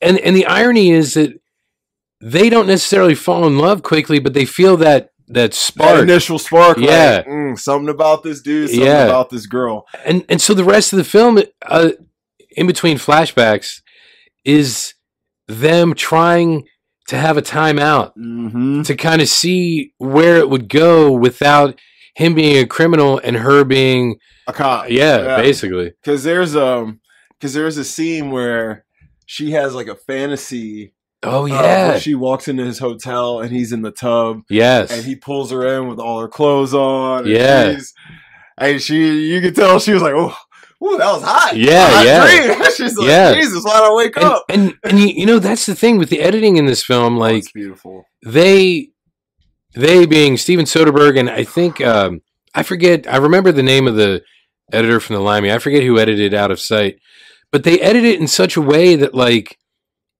Speaker 1: and and the irony is that they don't necessarily fall in love quickly, but they feel that that
Speaker 2: That
Speaker 1: spark.
Speaker 2: initial spark. like,
Speaker 1: Yeah.
Speaker 2: mm, something about this dude. Something
Speaker 1: Yeah.
Speaker 2: about this girl.
Speaker 1: And and so the rest of the film, uh, in between flashbacks, is them trying to have a timeout
Speaker 2: Mm-hmm.
Speaker 1: to kind of see where it would go without him being a criminal and her being
Speaker 2: A cop.
Speaker 1: yeah,
Speaker 2: Yeah.
Speaker 1: basically
Speaker 2: Because there's um, because there's a scene where she has like a fantasy.
Speaker 1: oh
Speaker 2: uh,
Speaker 1: yeah
Speaker 2: where she walks into his hotel and he's in the tub.
Speaker 1: yes
Speaker 2: and he pulls her in with all her clothes on. and
Speaker 1: Yeah.
Speaker 2: she's- and she, you could tell she was like, "Oh, ooh, that was hot."
Speaker 1: Yeah,
Speaker 2: Hot
Speaker 1: yeah.
Speaker 2: dream." she's like,
Speaker 1: Yeah.
Speaker 2: "Jesus, why don't I wake
Speaker 1: and,
Speaker 2: up?"
Speaker 1: and and you, you know that's the thing with the editing in this film
Speaker 2: Oh,
Speaker 1: like
Speaker 2: it's beautiful.
Speaker 1: they they being Steven Soderbergh and I think um, I forget I remember the name of the editor from the Limey. I forget who edited Out of Sight, but they edit it in such a way that like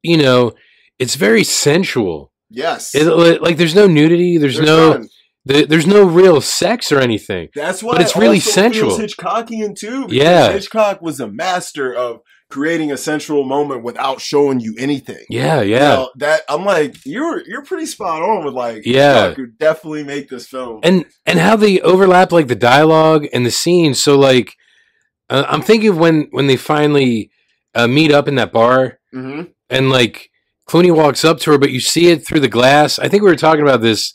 Speaker 1: you know it's very sensual.
Speaker 2: Yes,
Speaker 1: It, li- like there's no nudity, there's,
Speaker 2: There's
Speaker 1: no
Speaker 2: none.
Speaker 1: th- there's no real sex or anything.
Speaker 2: That's why
Speaker 1: but it's really
Speaker 2: also
Speaker 1: sensual.
Speaker 2: Feels Hitchcockian too. because
Speaker 1: Yeah.
Speaker 2: Hitchcock was a master of creating a sensual moment without showing you anything.
Speaker 1: Yeah, yeah.
Speaker 2: Now, that I'm like, you're you're pretty spot on with like,
Speaker 1: Yeah.
Speaker 2: Hitchcock could definitely make this film.
Speaker 1: and and how they overlap like the dialogue and the scenes. So like, uh, I'm thinking of when when they finally uh, meet up in that bar,
Speaker 2: Mhm.
Speaker 1: and like Clooney walks up to her, but you see it through the glass. I think we were talking about this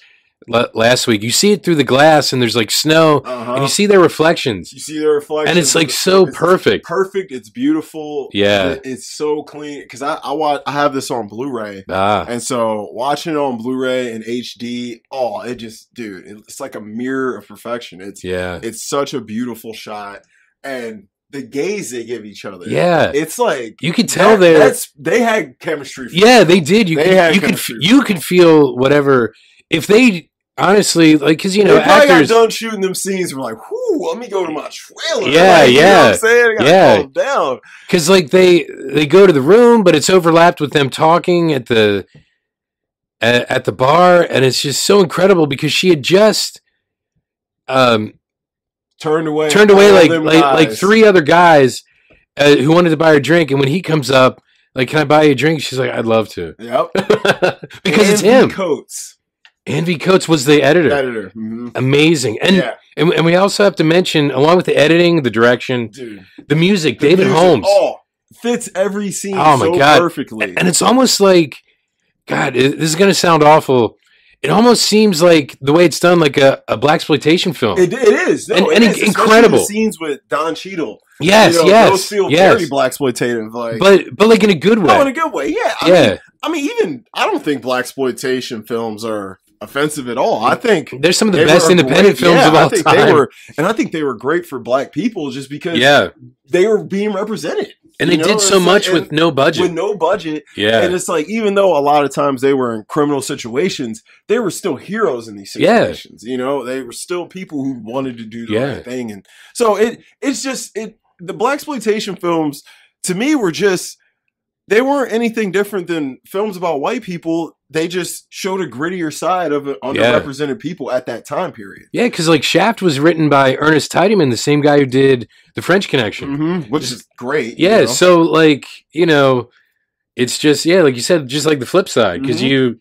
Speaker 1: la- last week. You see it through the glass, and there's like snow,
Speaker 2: uh-huh.
Speaker 1: and you see their reflections,
Speaker 2: You see the reflection,
Speaker 1: and it's like
Speaker 2: the-
Speaker 1: so
Speaker 2: it's-
Speaker 1: perfect.
Speaker 2: perfect. It's beautiful.
Speaker 1: Yeah.
Speaker 2: It- it's so clean because I I, watch, I have this on Blu-ray,
Speaker 1: Ah,
Speaker 2: and so watching it on Blu-ray and HD, oh, it just dude, it's like a mirror of perfection. It's
Speaker 1: yeah,
Speaker 2: it's such a beautiful shot, and the gaze they give each other,
Speaker 1: yeah.
Speaker 2: it's like
Speaker 1: You could tell
Speaker 2: that-
Speaker 1: there.
Speaker 2: that's they had chemistry. for
Speaker 1: Yeah,
Speaker 2: sure.
Speaker 1: they did. You
Speaker 2: They
Speaker 1: could,
Speaker 2: had
Speaker 1: you could f-
Speaker 2: chemistry.
Speaker 1: you could feel whatever if they honestly like because you know
Speaker 2: they probably
Speaker 1: actors.
Speaker 2: got done shooting them scenes. We're like, "Whoo, let me go to my trailer."
Speaker 1: Yeah,
Speaker 2: Like, you know what
Speaker 1: yeah.
Speaker 2: I'm saying, I gotta
Speaker 1: Yeah.
Speaker 2: calm down.
Speaker 1: because like they they go to the room but it's overlapped with them talking at the at, at the bar and it's just so incredible because she had just um
Speaker 2: Turned away.
Speaker 1: turned away
Speaker 2: all
Speaker 1: like
Speaker 2: them
Speaker 1: like, like
Speaker 2: guys.
Speaker 1: three other guys uh, who wanted to buy her a drink and when he comes up like can i buy you a drink she's like i'd love to
Speaker 2: Yep.
Speaker 1: because it's
Speaker 2: Anthony
Speaker 1: him
Speaker 2: Coates.
Speaker 1: andy coates was the editor
Speaker 2: editor. Mhm.
Speaker 1: amazing and,
Speaker 2: yeah,
Speaker 1: and and we also have to mention along with the editing the direction
Speaker 2: dude.
Speaker 1: the music
Speaker 2: The
Speaker 1: david
Speaker 2: music,
Speaker 1: holmes
Speaker 2: Oh, fits every scene
Speaker 1: Oh my
Speaker 2: so
Speaker 1: God.
Speaker 2: perfectly.
Speaker 1: and it's almost like god i- this is going to sound awful it almost seems like the way it's done like a, a black exploitation film
Speaker 2: it, it is. No,
Speaker 1: And-
Speaker 2: it
Speaker 1: and
Speaker 2: is, especially
Speaker 1: incredible.
Speaker 2: the scenes with Don Cheadle.
Speaker 1: yes
Speaker 2: you know, Those
Speaker 1: yes
Speaker 2: feel very
Speaker 1: yes
Speaker 2: black exploitative. Like,
Speaker 1: but but like in a good way
Speaker 2: no, in a good way. Yeah. I
Speaker 1: yeah
Speaker 2: Mean, I mean, even I don't think black exploitation films are offensive at all. I think
Speaker 1: they're some of the
Speaker 2: they
Speaker 1: best
Speaker 2: were
Speaker 1: independent
Speaker 2: great-
Speaker 1: films
Speaker 2: yeah,
Speaker 1: of
Speaker 2: I
Speaker 1: all
Speaker 2: think
Speaker 1: time
Speaker 2: They were, and I think they were great for black people just because
Speaker 1: yeah
Speaker 2: they were being represented
Speaker 1: and
Speaker 2: you
Speaker 1: they
Speaker 2: know,
Speaker 1: did
Speaker 2: it's
Speaker 1: so
Speaker 2: like-
Speaker 1: much with
Speaker 2: and
Speaker 1: no budget
Speaker 2: with no budget. And
Speaker 1: yeah
Speaker 2: it's like, even though a lot of times they were in criminal situations, they were still heroes in these
Speaker 1: Yeah.
Speaker 2: situations. You know, they were still people who wanted to do the
Speaker 1: Yeah.
Speaker 2: right thing. And so it it's just it the black exploitation films to me were just they weren't anything different than films about white people. They just showed a grittier side of underrepresented people at that time period.
Speaker 1: yeah because like shaft was written by ernest tidyman the same guy who did the french connection
Speaker 2: Mm-hmm. Which is great. you
Speaker 1: yeah
Speaker 2: know?
Speaker 1: so like you know it's just yeah like you said just like the flip side because
Speaker 2: Mhm.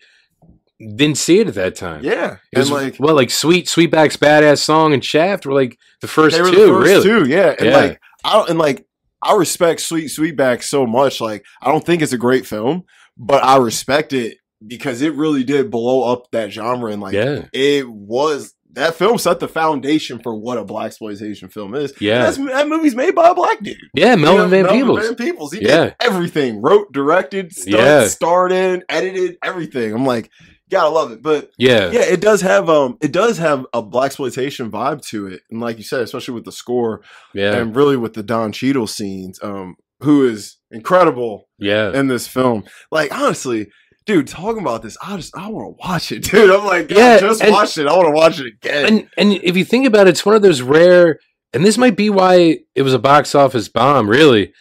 Speaker 1: you didn't see it at that time
Speaker 2: Yeah.
Speaker 1: It was,
Speaker 2: and like
Speaker 1: well, like Sweet Sweetback's badass song and Shaft were like the first
Speaker 2: They
Speaker 1: two,
Speaker 2: were the
Speaker 1: really.
Speaker 2: first two, yeah. And
Speaker 1: Yeah.
Speaker 2: like I don't and like I respect Sweet Sweetback so much. Like I don't think it's a great film, but I respect it because it really did blow up that genre and like
Speaker 1: yeah,
Speaker 2: it was that film set the foundation for what a black exploitation film is.
Speaker 1: yeah,
Speaker 2: That's, that movie's made by a black dude.
Speaker 1: yeah.
Speaker 2: You know,
Speaker 1: Melvin Van Peebles.
Speaker 2: Van Peebles. He
Speaker 1: Yeah.
Speaker 2: did everything. Wrote, directed, stunt,
Speaker 1: Yeah.
Speaker 2: starred in, edited, everything. I'm like, gotta love it. But
Speaker 1: Yeah.
Speaker 2: yeah, it does have um, it does have a black exploitation vibe to it, and like you said, especially with the score
Speaker 1: Yeah.
Speaker 2: and really with the Don Cheadle scenes, um, who is incredible
Speaker 1: yeah.
Speaker 2: in this film. Like honestly. Dude, talking about this, I just I want to watch it, dude. I'm like, God,
Speaker 1: Yeah,
Speaker 2: just
Speaker 1: and-
Speaker 2: watched it. I want to watch it again.
Speaker 1: and and if you think about it, it's one of those rare, and this might be why it was a box office bomb, really.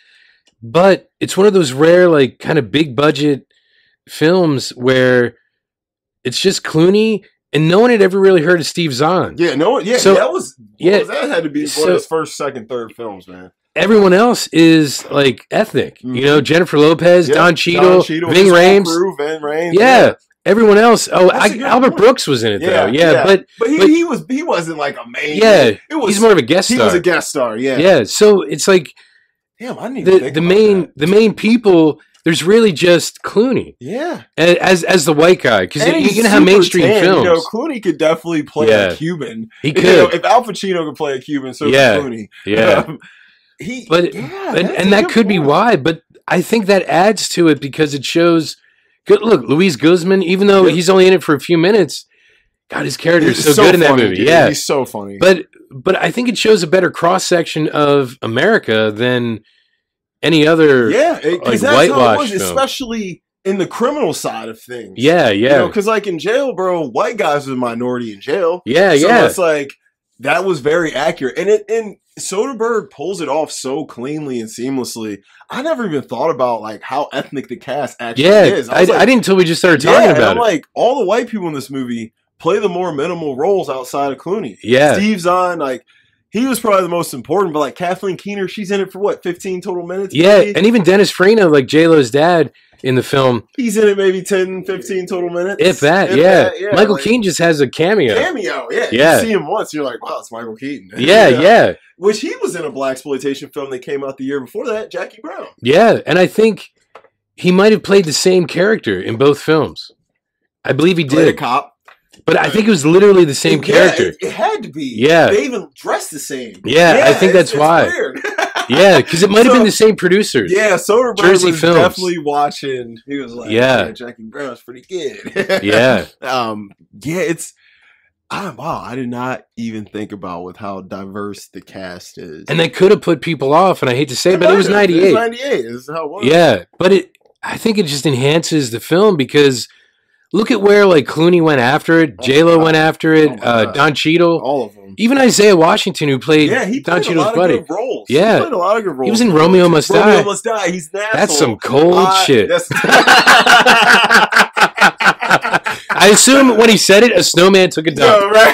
Speaker 1: But it's one of those rare, like kind of big budget films where it's just Clooney, and no one had ever really heard of Steve Zahn.
Speaker 2: yeah, no, yeah,
Speaker 1: So-
Speaker 2: that was
Speaker 1: Yeah.
Speaker 2: yeah that had to be one
Speaker 1: So-
Speaker 2: of his first, second, third films, man.
Speaker 1: Everyone else is like ethnic,
Speaker 2: Mhm.
Speaker 1: you know, Jennifer Lopez,
Speaker 2: Yeah,
Speaker 1: Don Cheadle, Ving
Speaker 2: his whole
Speaker 1: Rhames.
Speaker 2: crew, Ving Rhames,
Speaker 1: Yeah, everyone else. Oh,
Speaker 2: That's
Speaker 1: I,
Speaker 2: a good
Speaker 1: Albert
Speaker 2: point.
Speaker 1: Brooks was in it though.
Speaker 2: Yeah,
Speaker 1: Yeah,
Speaker 2: yeah.
Speaker 1: but
Speaker 2: But he,
Speaker 1: But-
Speaker 2: he was he wasn't like a main.
Speaker 1: yeah,
Speaker 2: It was
Speaker 1: he's more of a guest
Speaker 2: he
Speaker 1: star.
Speaker 2: was a guest star. Yeah.
Speaker 1: yeah, so it's like
Speaker 2: Damn, I didn't even
Speaker 1: the
Speaker 2: think
Speaker 1: the
Speaker 2: about
Speaker 1: main
Speaker 2: that.
Speaker 1: the main people there's really just Clooney
Speaker 2: Yeah,
Speaker 1: a- as as the white guy because
Speaker 2: And
Speaker 1: you
Speaker 2: he's
Speaker 1: can have
Speaker 2: super
Speaker 1: mainstream
Speaker 2: tan,
Speaker 1: films.
Speaker 2: You know, Clooney could definitely play
Speaker 1: Yeah.
Speaker 2: a Cuban.
Speaker 1: he
Speaker 2: You
Speaker 1: could,
Speaker 2: know, if Al Pacino could play a Cuban, so
Speaker 1: Yeah.
Speaker 2: could Clooney.
Speaker 1: yeah,
Speaker 2: Um, he,
Speaker 1: But-
Speaker 2: yeah,
Speaker 1: and,
Speaker 2: that's a
Speaker 1: and that
Speaker 2: good
Speaker 1: could be
Speaker 2: point.
Speaker 1: why. But I think that adds to it because it shows. Good look, Luis Guzman. Even though
Speaker 2: Yeah.
Speaker 1: he's only in it for a few minutes, God, his character
Speaker 2: He's
Speaker 1: is so, good in that
Speaker 2: funny,
Speaker 1: movie.
Speaker 2: dude.
Speaker 1: Yeah,
Speaker 2: he's so funny.
Speaker 1: but but I think it shows a better cross section of America than any other.
Speaker 2: yeah,
Speaker 1: like,
Speaker 2: it- 'cause that's how it
Speaker 1: whitewash
Speaker 2: was,
Speaker 1: film.
Speaker 2: especially in the criminal side of things.
Speaker 1: yeah, yeah,
Speaker 2: you know, because like in jail, bro, white guys are the minority in jail.
Speaker 1: yeah,
Speaker 2: so
Speaker 1: yeah.
Speaker 2: it's like that was very accurate, and it and Soderbergh pulls it off so cleanly and seamlessly. I never even thought about like how ethnic the cast actually
Speaker 1: Yeah,
Speaker 2: is.
Speaker 1: I,
Speaker 2: was like,
Speaker 1: I didn't until we just started
Speaker 2: yeah,
Speaker 1: talking
Speaker 2: and
Speaker 1: about
Speaker 2: I'm
Speaker 1: it.
Speaker 2: like all the white people in this movie play the more minimal roles outside of Clooney.
Speaker 1: yeah,
Speaker 2: Steve Zahn, like he was probably the most important, but like Kathleen Keener, she's in it for what 15 total minutes.
Speaker 1: Yeah,
Speaker 2: maybe?
Speaker 1: and even Dennis Farina, like J Lo's dad in the film,
Speaker 2: he's in it maybe 10, 15 total minutes.
Speaker 1: if that, yeah. Michael
Speaker 2: like,
Speaker 1: Keane just has a cameo.
Speaker 2: cameo. Yeah,
Speaker 1: Yeah.
Speaker 2: You see him once, you're like, wow, it's Michael Keaton.
Speaker 1: yeah, yeah,
Speaker 2: Which he was in a black exploitation film that came out the year before that, Jackie Brown.
Speaker 1: yeah. And I think he might have played the same character in both films. I believe he
Speaker 2: Played a
Speaker 1: did,
Speaker 2: cop.
Speaker 1: but I think it was literally the same
Speaker 2: Yeah,
Speaker 1: character.
Speaker 2: It, it had to be.
Speaker 1: Yeah.
Speaker 2: They even dressed the same.
Speaker 1: Yeah, I think that's
Speaker 2: it's- it's
Speaker 1: why.
Speaker 2: weird.
Speaker 1: Yeah, because it might have
Speaker 2: So-
Speaker 1: been the same producers.
Speaker 2: yeah, Soderbergh
Speaker 1: Jersey
Speaker 2: was
Speaker 1: Films.
Speaker 2: definitely watching. He was like,
Speaker 1: Yeah.
Speaker 2: yeah, Jackie Brown's pretty good.
Speaker 1: yeah,
Speaker 2: um, yeah, it's. I, wow, I did not even think about with how diverse the cast is.
Speaker 1: and they could have put people off, and I hate to say, it, but it was
Speaker 2: might have.
Speaker 1: '98.
Speaker 2: 98 is how it was.
Speaker 1: Yeah, but it I think it just enhances the film because look at where like Clooney went after it,
Speaker 2: Oh my
Speaker 1: J Lo
Speaker 2: God.
Speaker 1: went after
Speaker 2: Oh
Speaker 1: it,
Speaker 2: my
Speaker 1: uh,
Speaker 2: God.
Speaker 1: Don Cheadle,
Speaker 2: all of them.
Speaker 1: even Isaiah Washington who played
Speaker 2: Yeah, he
Speaker 1: Don
Speaker 2: played a
Speaker 1: Cheadle's
Speaker 2: lot
Speaker 1: buddy.
Speaker 2: of good roles.
Speaker 1: Yeah.
Speaker 2: he played a lot of good roles.
Speaker 1: He was in Romeo Must
Speaker 2: Romeo
Speaker 1: Die.
Speaker 2: Must Die. He's an asshole.
Speaker 1: That's some cold
Speaker 2: Uh,
Speaker 1: shit.
Speaker 2: that's-
Speaker 1: I assume when he said it, a snowman took a dump.
Speaker 2: no, right?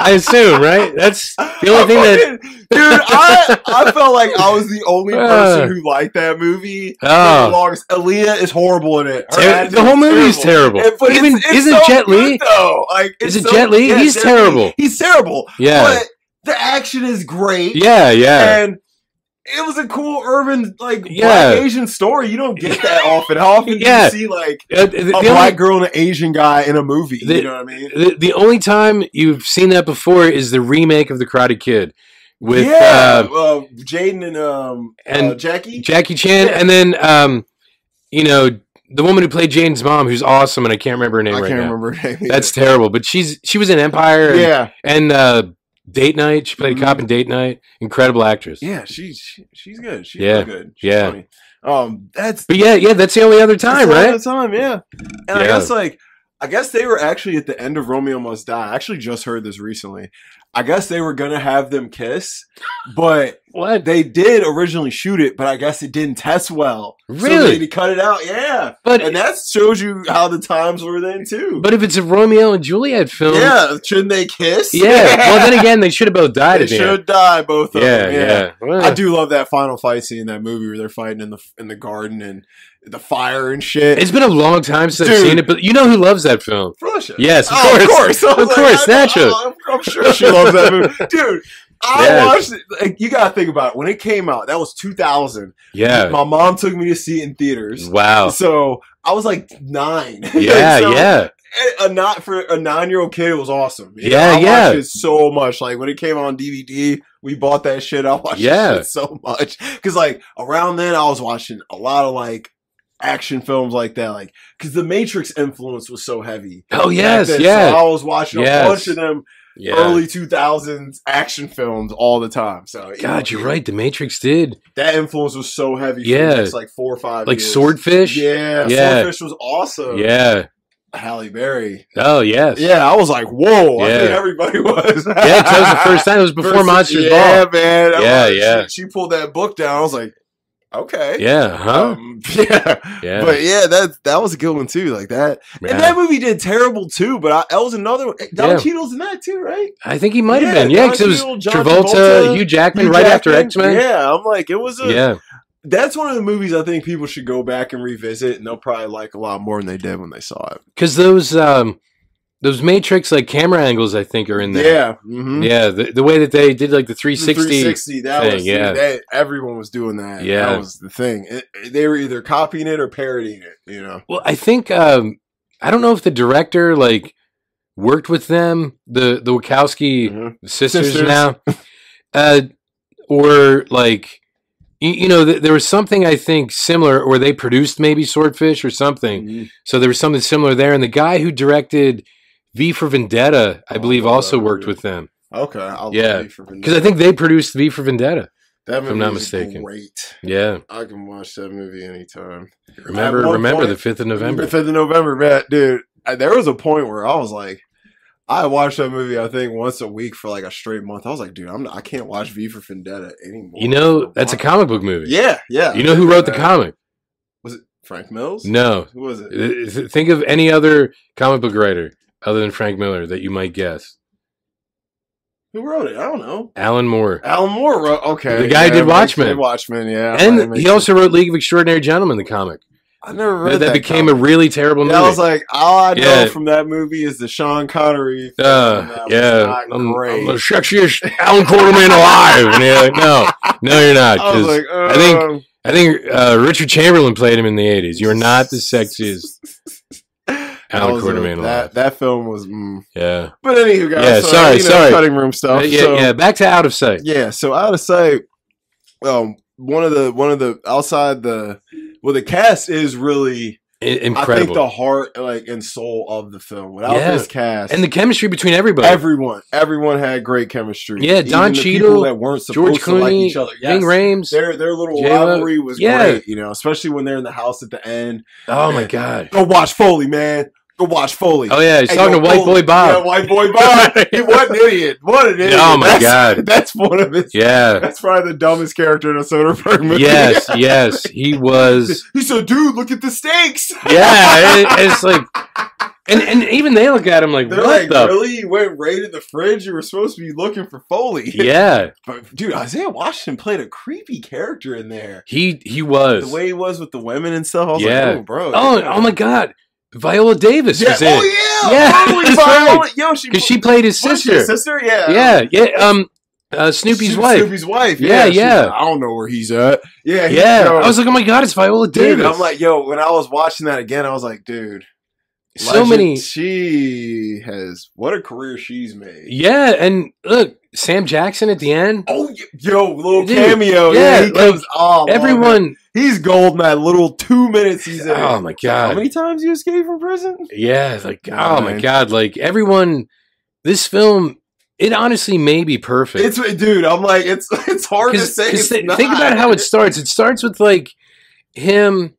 Speaker 1: I assume, right? That's The only thing that-
Speaker 2: Fucking- dude, I I felt like I was the only person who liked that movie.
Speaker 1: Uh. Oh.
Speaker 2: for the longest. Aaliyah is horrible in it. Her
Speaker 1: ter-
Speaker 2: acting
Speaker 1: the whole
Speaker 2: is
Speaker 1: movie is terrible.
Speaker 2: And- but
Speaker 1: Even
Speaker 2: it's- it's
Speaker 1: isn't
Speaker 2: so
Speaker 1: Jet
Speaker 2: good,
Speaker 1: Li?
Speaker 2: though. Like,
Speaker 1: Is
Speaker 2: it's
Speaker 1: it
Speaker 2: so-
Speaker 1: Jet Li?
Speaker 2: yeah,
Speaker 1: He's
Speaker 2: Jet
Speaker 1: terrible.
Speaker 2: He's terrible.
Speaker 1: Yeah,
Speaker 2: But the action is great.
Speaker 1: yeah, yeah.
Speaker 2: and it was a cool urban like
Speaker 1: Yeah.
Speaker 2: black Asian story. You don't get that often. How often do
Speaker 1: Yeah.
Speaker 2: you see like
Speaker 1: Uh, the- the
Speaker 2: a
Speaker 1: only-
Speaker 2: black girl and an Asian guy in a movie?
Speaker 1: The-
Speaker 2: you know what I mean?
Speaker 1: the, the only time you've seen that before is the remake of the Karate Kid with
Speaker 2: yeah,
Speaker 1: uh,
Speaker 2: uh, Jaden and um
Speaker 1: and
Speaker 2: uh, Jackie.
Speaker 1: Jackie Chan,
Speaker 2: Yeah.
Speaker 1: and then um, you know the woman who played Jane's mom, who's awesome, and I can't remember her
Speaker 2: I
Speaker 1: name
Speaker 2: can't
Speaker 1: right now.
Speaker 2: remember her name. either.
Speaker 1: That's terrible, but she's she was in Empire and,
Speaker 2: yeah,
Speaker 1: and uh, Date Night. She played a cop
Speaker 2: Mhm.
Speaker 1: in Date Night. Incredible actress.
Speaker 2: yeah. She's she, she's good. She's
Speaker 1: Yeah.
Speaker 2: good. She's
Speaker 1: Yeah.
Speaker 2: funny. Um, that's
Speaker 1: But yeah, yeah, that's the only other time,
Speaker 2: It's all
Speaker 1: right?
Speaker 2: the time, yeah. And I
Speaker 1: Yeah.
Speaker 2: guess like I guess they were actually at the end of Romeo Must Die. I actually just heard this recently. I guess they were gonna have them kiss, but
Speaker 1: What?
Speaker 2: they did originally shoot it, but I guess it didn't test well. So they
Speaker 1: Really?
Speaker 2: had to cut it out, yeah.
Speaker 1: but
Speaker 2: And that shows you how the times were then too.
Speaker 1: but if it's a Romeo and Juliet film,
Speaker 2: yeah, shouldn't they kiss?
Speaker 1: yeah. Well, then again, they should have both died
Speaker 2: they
Speaker 1: at the end.
Speaker 2: should die both of
Speaker 1: Yeah,
Speaker 2: them.
Speaker 1: yeah. Well,
Speaker 2: I do love that final fight scene in that movie where they're fighting in the in the garden and the fire and shit.
Speaker 1: It's been a long time since I've
Speaker 2: Dude.
Speaker 1: seen it, but you know who loves that film?
Speaker 2: Russia.
Speaker 1: Yes, of
Speaker 2: Oh,
Speaker 1: course.
Speaker 2: I was
Speaker 1: Of course,
Speaker 2: I-
Speaker 1: naturally.
Speaker 2: I- I'm, I'm sure she loves that movie, dude. I
Speaker 1: Yes.
Speaker 2: watched it. Like, you gotta think about it. When it came out, that was 2000.
Speaker 1: Yeah.
Speaker 2: My mom took me to see it in theaters,
Speaker 1: Wow.
Speaker 2: so I was like nine.
Speaker 1: Yeah,
Speaker 2: So,
Speaker 1: yeah.
Speaker 2: a- A not for a nine year old kid, it was awesome. You
Speaker 1: Yeah,
Speaker 2: know, I
Speaker 1: yeah.
Speaker 2: Watched it so much. Like when it came out on DVD, we bought that shit. I watched
Speaker 1: Yeah.
Speaker 2: yeah. shit so much because like around then, I was watching a lot of like action films like that, like because the Matrix influence was so heavy.
Speaker 1: Oh yes,
Speaker 2: Back then,
Speaker 1: yeah,
Speaker 2: so I was watching
Speaker 1: Yes.
Speaker 2: a bunch of them
Speaker 1: yeah.
Speaker 2: early two thousands action films all the time. So you
Speaker 1: God,
Speaker 2: know,
Speaker 1: you're right. The Matrix did
Speaker 2: That influence was so heavy.
Speaker 1: Yeah.
Speaker 2: for just like four or five,
Speaker 1: like
Speaker 2: years.
Speaker 1: Swordfish.
Speaker 2: Yeah,
Speaker 1: Yeah.
Speaker 2: Swordfish was awesome.
Speaker 1: Yeah.
Speaker 2: Halle Berry.
Speaker 1: Oh yes.
Speaker 2: Yeah, I was like, whoa. I think
Speaker 1: Yeah.
Speaker 2: everybody was. yeah,
Speaker 1: Yeah, 'cause that was the first time. It was before Monsters
Speaker 2: yeah,
Speaker 1: Ball.
Speaker 2: man. I'm
Speaker 1: Yeah,
Speaker 2: like, she-
Speaker 1: yeah.
Speaker 2: She, pulled that book down. I was like, okay.
Speaker 1: Yeah. Huh.
Speaker 2: Um, yeah.
Speaker 1: Yeah.
Speaker 2: But yeah, that that was a good one too. Like that,
Speaker 1: Yeah.
Speaker 2: and that movie did terrible too. But I, that was another one. Don
Speaker 1: Yeah.
Speaker 2: Cheadle's in that too, right?
Speaker 1: I think he might have
Speaker 2: Yeah,
Speaker 1: been. Yeah,
Speaker 2: Don
Speaker 1: because it was
Speaker 2: Cheadle, John
Speaker 1: Travolta,
Speaker 2: Travolta,
Speaker 1: Hugh Jackman
Speaker 2: Hugh
Speaker 1: right after
Speaker 2: Jackman?
Speaker 1: X Men.
Speaker 2: Yeah, I'm like, it was a.
Speaker 1: Yeah.
Speaker 2: That's one of the movies I think people should go back and revisit, and they'll probably like a lot more than they did when they saw it.
Speaker 1: Because those um, those Matrix like camera angles, I think, are in there.
Speaker 2: Yeah, mhm.
Speaker 1: Yeah. The, the way that they did like the 360.
Speaker 2: 360 that
Speaker 1: thing,
Speaker 2: was
Speaker 1: yeah.
Speaker 2: that everyone was doing that
Speaker 1: Yeah.
Speaker 2: that was the thing It- it- they were either copying it or parodying it you know
Speaker 1: Well, I think um, I don't know if the director like worked with them, the the Wachowski sisters,
Speaker 2: Mm-hmm. Sisters.
Speaker 1: now, uh, or like you, you know, th- there was something I think similar, or they produced maybe Swordfish or something.
Speaker 2: Mhm.
Speaker 1: So there was something similar there, and the guy who directed V for Vendetta, I
Speaker 2: Oh,
Speaker 1: believe,
Speaker 2: I love
Speaker 1: also
Speaker 2: that
Speaker 1: worked
Speaker 2: movie.
Speaker 1: with them
Speaker 2: okay I'll
Speaker 1: Yeah.
Speaker 2: leave for
Speaker 1: because I think they produced V for Vendetta.
Speaker 2: that
Speaker 1: I'm not
Speaker 2: movie is
Speaker 1: mistaken.
Speaker 2: great
Speaker 1: Yeah,
Speaker 2: I can watch that movie anytime
Speaker 1: remember,
Speaker 2: one
Speaker 1: remember
Speaker 2: point-
Speaker 1: the fifth of November.
Speaker 2: the 5th of November man, dude I- there was a point where I was like I watched that movie I think once a week for like a straight month I was like dude I'm not, I can't watch V for Vendetta anymore
Speaker 1: You know, that's a comic
Speaker 2: comic.
Speaker 1: book movie.
Speaker 2: yeah yeah
Speaker 1: You know who wrote the comic?
Speaker 2: was it Frank Mills
Speaker 1: No,
Speaker 2: who was it
Speaker 1: Th- Think of any other comic book writer other than Frank Miller that you might guess.
Speaker 2: who wrote it I don't know
Speaker 1: Alan Moore.
Speaker 2: Alan Moore wrote okay.
Speaker 1: The guy who did
Speaker 2: makes-
Speaker 1: Watchmen.
Speaker 2: Did Watchmen, yeah. Right,
Speaker 1: and
Speaker 2: makes
Speaker 1: he also wrote League of Extraordinary Gentlemen, the comic.
Speaker 2: I never read
Speaker 1: That,
Speaker 2: that.
Speaker 1: that became a
Speaker 2: comic.
Speaker 1: really terrible
Speaker 2: Yeah,
Speaker 1: movie.
Speaker 2: I was like, all I know
Speaker 1: Yeah.
Speaker 2: from that movie is the Sean Connery. thing, and
Speaker 1: uh,
Speaker 2: that was
Speaker 1: yeah,
Speaker 2: not
Speaker 1: I'm,
Speaker 2: great.
Speaker 1: I'm the sexiest Alan Quarterman alive. And you're like, no, no, you're not.
Speaker 2: I was
Speaker 1: 'cause
Speaker 2: like,
Speaker 1: I think-
Speaker 2: um,
Speaker 1: I think uh, Richard Chamberlain played him in the 80s. You are not the sexiest.
Speaker 2: That was a-
Speaker 1: Quarterman alive.
Speaker 2: That that film was. Mm.
Speaker 1: Yeah.
Speaker 2: But anywho, guys,
Speaker 1: Yeah,
Speaker 2: so,
Speaker 1: sorry,
Speaker 2: you know,
Speaker 1: sorry.
Speaker 2: cutting room stuff.
Speaker 1: Uh, yeah,
Speaker 2: so,
Speaker 1: yeah. Back to Out of Sight.
Speaker 2: Yeah, so out of sight, um, one of the one of the outside the well, the cast is really
Speaker 1: I-
Speaker 2: I think
Speaker 1: incredible.
Speaker 2: the heart like and soul of the film. Without
Speaker 1: Yeah.
Speaker 2: this cast,
Speaker 1: and the chemistry between everybody.
Speaker 2: Everyone, everyone had great chemistry.
Speaker 1: Yeah, Don
Speaker 2: the
Speaker 1: Cheadle,
Speaker 2: people that weren't supposed
Speaker 1: George
Speaker 2: to like
Speaker 1: Clooney,
Speaker 2: each other.
Speaker 1: Ving
Speaker 2: Yes.
Speaker 1: Rhames.
Speaker 2: Their their little
Speaker 1: J-Lo.
Speaker 2: rivalry was
Speaker 1: Yeah.
Speaker 2: great, you know, especially when they're in the house at the end.
Speaker 1: Oh, my God.
Speaker 2: Go watch Foley, man. Go watch Foley.
Speaker 1: Oh, yeah. He's
Speaker 2: Hey,
Speaker 1: talking
Speaker 2: yo,
Speaker 1: to White
Speaker 2: Foley.
Speaker 1: Boy Bob.
Speaker 2: Yeah, White Boy Bob. he, what an idiot. What an idiot.
Speaker 1: Oh, my
Speaker 2: That's-
Speaker 1: God.
Speaker 2: That's one of his.
Speaker 1: Yeah.
Speaker 2: That's probably the dumbest character in a Soderbergh movie.
Speaker 1: yes. Yes. He was.
Speaker 2: He said, dude, look at the stakes.
Speaker 1: Yeah. it- it's like, and and even they look at him like,
Speaker 2: They're
Speaker 1: what
Speaker 2: like,
Speaker 1: the?
Speaker 2: really? You went right in the fridge? You were supposed to be looking for Foley.
Speaker 1: Yeah.
Speaker 2: But dude, Isaiah Washington played a creepy character in there.
Speaker 1: He he was.
Speaker 2: The way he was with the women and stuff, I was
Speaker 1: Yeah.
Speaker 2: like, oh, bro.
Speaker 1: oh
Speaker 2: yeah.
Speaker 1: oh my God, Viola Davis
Speaker 2: Yeah.
Speaker 1: was in it
Speaker 2: Oh yeah,
Speaker 1: Yeah,
Speaker 2: Totally
Speaker 1: that's
Speaker 2: Viola.
Speaker 1: right.
Speaker 2: Yo, she
Speaker 1: because she played his
Speaker 2: was she
Speaker 1: sister.
Speaker 2: his sister. Yeah,
Speaker 1: Yeah. Yeah. Um. Uh, Snoopy's
Speaker 2: Snoop-
Speaker 1: wife.
Speaker 2: Snoopy's wife.
Speaker 1: Yeah,
Speaker 2: she's
Speaker 1: yeah.
Speaker 2: like, I don't know where he's at. Yeah, he-
Speaker 1: yeah.
Speaker 2: yo,
Speaker 1: I was like, oh my God, it's Viola
Speaker 2: dude.
Speaker 1: Davis.
Speaker 2: I'm like, yo, when I was watching that again, I was like, dude,
Speaker 1: so
Speaker 2: legend-
Speaker 1: many.
Speaker 2: She has what a career she's made.
Speaker 1: Yeah. And look, Sam Jackson at the end.
Speaker 2: Oh, y- yo, little
Speaker 1: Dude,
Speaker 2: cameo. Yeah,
Speaker 1: yeah,
Speaker 2: he
Speaker 1: like,
Speaker 2: comes. Oh, man.
Speaker 1: Everyone.
Speaker 2: he's gold in that little two minutes he's in.
Speaker 1: Oh my
Speaker 2: How
Speaker 1: God.
Speaker 2: many times you escaped from prison?
Speaker 1: Yeah, like oh my
Speaker 2: God.
Speaker 1: god, like everyone, this film, it honestly may be perfect.
Speaker 2: It's dude. I'm like, it's it's hard to
Speaker 1: 'Cause-
Speaker 2: say.
Speaker 1: 'cause
Speaker 2: it's
Speaker 1: thi-
Speaker 2: not.
Speaker 1: think about how it starts. It starts with like him,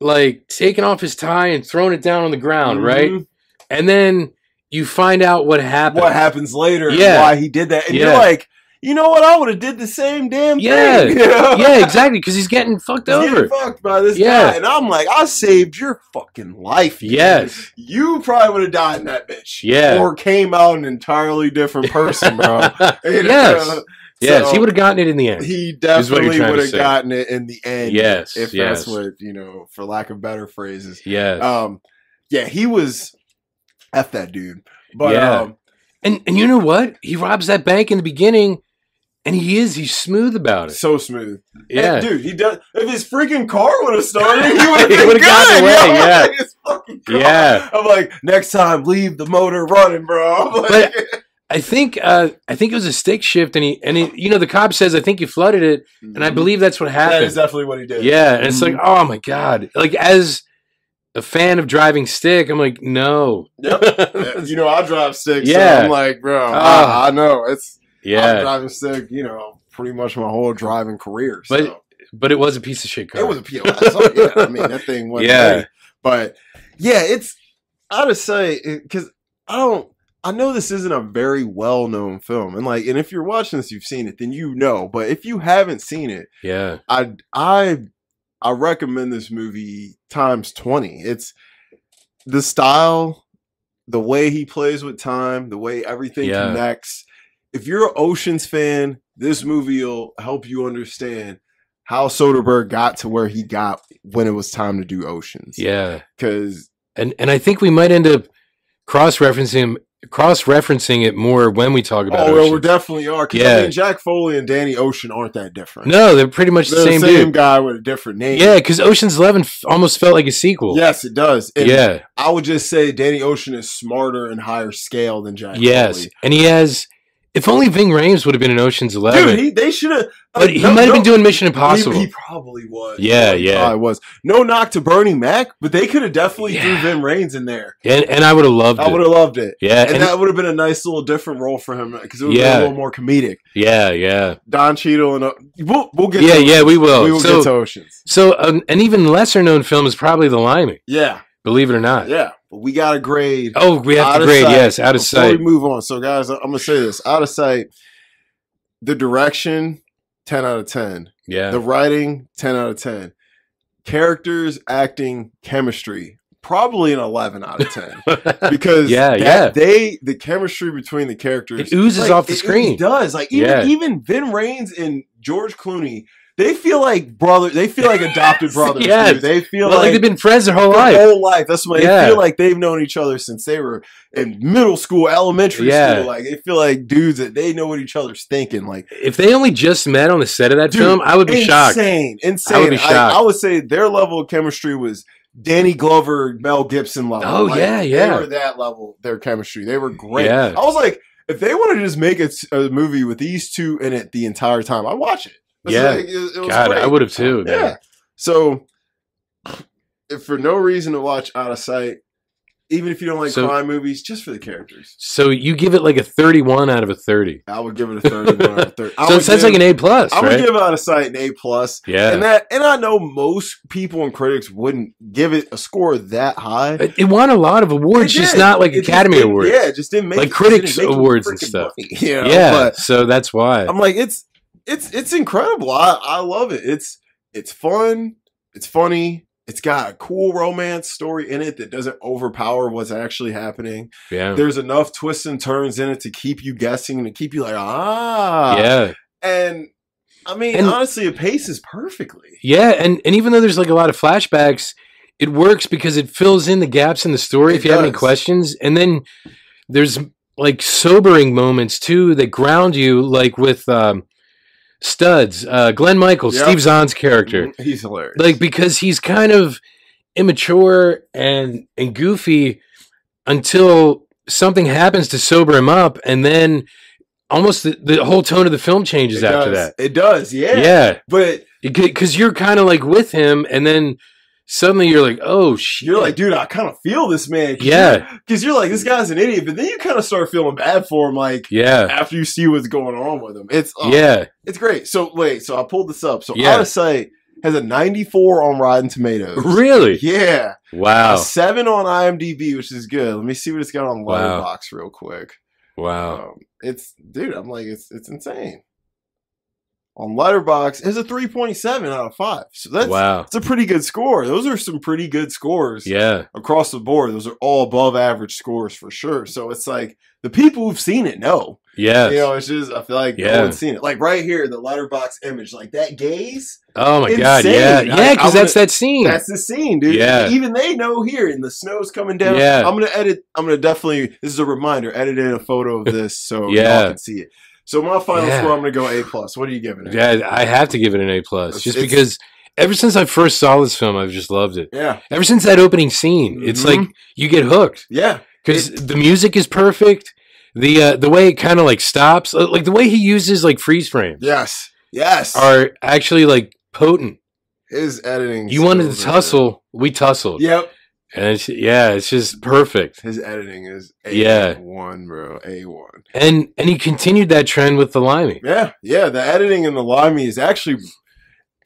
Speaker 1: like taking off his tie and throwing it down on the ground, right?
Speaker 2: Mhm.
Speaker 1: And then you find out what happened.
Speaker 2: What happens later? Yeah,
Speaker 1: Yeah.
Speaker 2: why he did that? And you're
Speaker 1: Yeah.
Speaker 2: like, you know what? I would have did the same damn
Speaker 1: Yeah.
Speaker 2: thing. You know?
Speaker 1: yeah, exactly, because he's getting fucked
Speaker 2: He's getting
Speaker 1: over.
Speaker 2: fucked by this
Speaker 1: Yeah.
Speaker 2: guy, and I'm like, I saved your fucking life. dude.
Speaker 1: Yes,
Speaker 2: you probably would have died in that bitch.
Speaker 1: Yeah.
Speaker 2: or came out an entirely different person, bro. You know?
Speaker 1: yes, yes,
Speaker 2: So-
Speaker 1: he would have gotten it in the end.
Speaker 2: He
Speaker 1: Is what you're
Speaker 2: definitely
Speaker 1: trying
Speaker 2: would
Speaker 1: to
Speaker 2: have
Speaker 1: say.
Speaker 2: gotten it in the end.
Speaker 1: Yes,
Speaker 2: if
Speaker 1: yes.
Speaker 2: that's what you know, for lack of better phrases.
Speaker 1: yes,
Speaker 2: Um, yeah, he was f that dude. But
Speaker 1: Yeah.
Speaker 2: um,
Speaker 1: and and you know what? He robs that bank in the beginning, and he is he's smooth about it.
Speaker 2: so smooth,
Speaker 1: Yeah,
Speaker 2: And, dude. He does. If his freaking car would have started, he would have
Speaker 1: He
Speaker 2: been
Speaker 1: would've gotten
Speaker 2: good,
Speaker 1: away,
Speaker 2: yo.
Speaker 1: yeah.
Speaker 2: Like, his fucking car.
Speaker 1: Yeah.
Speaker 2: I'm like, next time, leave the motor running, bro. I'm like,
Speaker 1: But- I think uh, I think it was a stick shift, and he and he, you know the cop says I think you flooded it, and I believe that's what
Speaker 2: that is
Speaker 1: happened.
Speaker 2: definitely what he did.
Speaker 1: yeah, and it's like
Speaker 2: Mhm.
Speaker 1: oh my god, like as a fan of driving stick, I'm like no,
Speaker 2: Yep. you know, I drive stick.
Speaker 1: Yeah.
Speaker 2: So I'm like, bro,
Speaker 1: Ah.
Speaker 2: I, I know it's. I'm
Speaker 1: yeah,
Speaker 2: driving stick. You know, pretty much my whole driving career. So.
Speaker 1: But- but it was a piece of shit car.
Speaker 2: It was a POS. Oh, yeah, I mean that thing was.
Speaker 1: Yeah.
Speaker 2: Yeah, but yeah, it's. I just say because I don't. I know this isn't a very well known film, and like, and if you're watching this, you've seen it, then you know. But if you haven't seen it,
Speaker 1: yeah,
Speaker 2: I I I recommend this movie times twenty. It's the style, the way he plays with time, the way everything
Speaker 1: Yeah.
Speaker 2: connects. If you're an Ocean's fan, this movie will help you understand how Soderbergh got to where he got when it was time to do Oceans.
Speaker 1: yeah.
Speaker 2: because
Speaker 1: and and I think we might end up cross referencing cross referencing it more when we talk about.
Speaker 2: oh, well, we
Speaker 1: Ocean.
Speaker 2: definitely are. 'Cause,
Speaker 1: Yeah.
Speaker 2: I mean, Jack Foley and Danny Ocean aren't that different.
Speaker 1: no, they're pretty much
Speaker 2: They're
Speaker 1: the same, dude.
Speaker 2: guy with a different name.
Speaker 1: Yeah, because Ocean's Eleven f- almost felt like a sequel.
Speaker 2: Yes, it does. And
Speaker 1: yeah,
Speaker 2: I would just say Danny Ocean is smarter and higher scale than Jack.
Speaker 1: yes,
Speaker 2: Foley.
Speaker 1: and he has. If only Ving Rhames would have been in Ocean's Eleven,
Speaker 2: dude, he, they should have.
Speaker 1: but he might have been doing Mission Impossible.
Speaker 2: He, he probably was. Uh,
Speaker 1: Yeah,
Speaker 2: He
Speaker 1: yeah.
Speaker 2: probably was. No knock to Bernie Mac, but they could have definitely
Speaker 1: Yeah.
Speaker 2: threw Vin Rains in there.
Speaker 1: and and I would have loved
Speaker 2: I would
Speaker 1: it.
Speaker 2: have loved it,
Speaker 1: Yeah,
Speaker 2: and,
Speaker 1: and-
Speaker 2: that would have been a nice little different role for him because it would have
Speaker 1: Yeah.
Speaker 2: been a little more comedic.
Speaker 1: yeah, yeah,
Speaker 2: Don Cheadle and uh, we'll we'll get
Speaker 1: yeah,
Speaker 2: to,
Speaker 1: yeah. We will.
Speaker 2: we will
Speaker 1: so,
Speaker 2: get to Oceans.
Speaker 1: so um, an, an even lesser known film is probably The Limey.
Speaker 2: Yeah,
Speaker 1: Believe it or not.
Speaker 2: yeah. But we got a grade.
Speaker 1: Oh, we have
Speaker 2: Out
Speaker 1: to
Speaker 2: of
Speaker 1: grade.
Speaker 2: sight.
Speaker 1: Yes, out of
Speaker 2: before
Speaker 1: sight.
Speaker 2: we move on, so guys, I'm gonna say this: out of sight, the direction, ten out of ten.
Speaker 1: yeah,
Speaker 2: The writing, 10 out of 10. Characters, acting, chemistry, probably an 11 out of 10. Because
Speaker 1: Yeah,
Speaker 2: that-
Speaker 1: yeah.
Speaker 2: they the chemistry between the characters
Speaker 1: It oozes
Speaker 2: like,
Speaker 1: off the
Speaker 2: it- it
Speaker 1: screen.
Speaker 2: does. Like even
Speaker 1: Yeah.
Speaker 2: even Vin Rains and George Clooney, they feel like brother. They feel like adopted brothers.
Speaker 1: Yes.
Speaker 2: dude. They feel
Speaker 1: well, like,
Speaker 2: like,
Speaker 1: they've been friends their whole
Speaker 2: their
Speaker 1: life.
Speaker 2: whole life. That's what
Speaker 1: Yeah.
Speaker 2: they feel like they've known each other since they were in middle school, elementary
Speaker 1: Yeah.
Speaker 2: school. Like they feel like dudes that they know what each other's thinking. Like
Speaker 1: If they only just met on the set of that
Speaker 2: Dude,
Speaker 1: film, I would be shocked.
Speaker 2: Insane, insane.
Speaker 1: I would be shocked.
Speaker 2: I, would say their level of chemistry was Danny Glover, Mel Gibson level.
Speaker 1: Oh, yeah, yeah.
Speaker 2: They were that level. Their chemistry, they were great.
Speaker 1: Yeah.
Speaker 2: I was like, if they wanted to just make a, s- a movie with these two in it the entire time, I'd watch it. It's
Speaker 1: Yeah.
Speaker 2: like, it- it was
Speaker 1: God,
Speaker 2: great.
Speaker 1: I would have too.
Speaker 2: Yeah.
Speaker 1: Man.
Speaker 2: So, if for no reason to watch Out of Sight, even if you don't like
Speaker 1: So-
Speaker 2: crime movies, just for the characters,
Speaker 1: So you give it like a thirty-one out of a thirty.
Speaker 2: I would give it a thirty-one. out of 30. I
Speaker 1: so
Speaker 2: would
Speaker 1: it sounds
Speaker 2: give-
Speaker 1: like an A plus,
Speaker 2: I would
Speaker 1: right?
Speaker 2: give Out of Sight an A plus.
Speaker 1: yeah.
Speaker 2: And that, and I know most people and critics wouldn't give it a score that high.
Speaker 1: it, it won a lot of awards,
Speaker 2: It
Speaker 1: just
Speaker 2: did.
Speaker 1: not like
Speaker 2: It just
Speaker 1: Academy
Speaker 2: didn't-
Speaker 1: Awards.
Speaker 2: Yeah, it just didn't make
Speaker 1: Like
Speaker 2: it- it
Speaker 1: critics
Speaker 2: didn't make
Speaker 1: awards and
Speaker 2: freaking
Speaker 1: stuff.
Speaker 2: money, you know?
Speaker 1: Yeah,
Speaker 2: but
Speaker 1: so that's why.
Speaker 2: I'm like, it's it's it's incredible. I I love it. It's it's fun. It's funny. It's got a cool romance story in it that doesn't overpower what's actually happening.
Speaker 1: yeah,
Speaker 2: There's enough twists and turns in it to keep you guessing and to keep you like, ah,
Speaker 1: yeah,
Speaker 2: And I mean,
Speaker 1: And-
Speaker 2: honestly, it paces perfectly.
Speaker 1: yeah. And and even though there's like a lot of flashbacks, it works because it fills in the gaps in the story.
Speaker 2: It
Speaker 1: if you have any
Speaker 2: does.
Speaker 1: questions, and then there's like sobering moments too that ground you, like with um, Studs, uh, Glenn Michaels,
Speaker 2: Yep. Mm-hmm.
Speaker 1: Steve Zahn's character.
Speaker 2: Mm, He's hilarious.
Speaker 1: like because he's kind of immature and and goofy until something happens to sober him up and then almost the, the whole tone of the film changes
Speaker 2: It
Speaker 1: after
Speaker 2: does.
Speaker 1: that
Speaker 2: It does, yeah.
Speaker 1: yeah
Speaker 2: But
Speaker 1: because you're kind of like with him and then suddenly you're like oh shit
Speaker 2: you're like, dude, I kind of feel this man.
Speaker 1: yeah
Speaker 2: Because you're like, this guy's an idiot. But then you kind of start feeling bad for him, like,
Speaker 1: yeah
Speaker 2: after you see what's going on with him. It's oh,
Speaker 1: yeah
Speaker 2: it's great. So, wait, so I pulled this up. So,
Speaker 1: Yeah.
Speaker 2: Out of Sight has a 94 on Rotten Tomatoes.
Speaker 1: really
Speaker 2: Yeah. A
Speaker 1: wow
Speaker 2: 7 on IMDb, which is good. Let me see what it's got on
Speaker 1: Wow. Oh.
Speaker 2: Letterboxd real quick.
Speaker 1: wow
Speaker 2: Um, it's, dude, I'm like, it's it's insane. On Letterboxd, it's a 3.7 out of 5. So, that's.
Speaker 1: wow
Speaker 2: It's a pretty good score. Those are some pretty good scores
Speaker 1: yeah
Speaker 2: across the board. Those are all above average scores for sure. So it's like the people who've seen it know.
Speaker 1: yes
Speaker 2: You know, it's just I feel like
Speaker 1: Yeah.
Speaker 2: no one's seen it. Like right here, the letterbox image, like that gaze.
Speaker 1: oh my
Speaker 2: insane.
Speaker 1: god yeah
Speaker 2: I-
Speaker 1: yeah because
Speaker 2: I
Speaker 1: that's that scene
Speaker 2: That's the scene, dude.
Speaker 1: Hmm. Yeah.
Speaker 2: Even they know here, and the snow's coming down.
Speaker 1: Yeah.
Speaker 2: I'm gonna edit. I'm gonna definitely. This is a reminder. Edit in a photo of this so
Speaker 1: Yeah.
Speaker 2: y'all can see it. So my final
Speaker 1: Yeah.
Speaker 2: score, I'm gonna go A plus. What are you giving it?
Speaker 1: Yeah, I have to give it an A plus
Speaker 2: It's-
Speaker 1: just
Speaker 2: it's-
Speaker 1: because ever since I first saw this film, I've just loved it.
Speaker 2: Yeah.
Speaker 1: Ever since that opening scene, it's like
Speaker 2: Mhm.
Speaker 1: you get hooked
Speaker 2: Yeah.
Speaker 1: because the music is perfect. the uh, the way it kind of like stops, uh, like the way he uses like freeze frames
Speaker 2: Yes. Yes.
Speaker 1: are actually like potent.
Speaker 2: His editing.
Speaker 1: You wanted to
Speaker 2: skills are-
Speaker 1: tussle, we tussled,
Speaker 2: Yep.
Speaker 1: and it's, yeah, it's just perfect.
Speaker 2: His editing is A
Speaker 1: Yeah.
Speaker 2: one, bro. A one.
Speaker 1: And and he continued that trend with the limey.
Speaker 2: Yeah, yeah. The editing in the limey is actually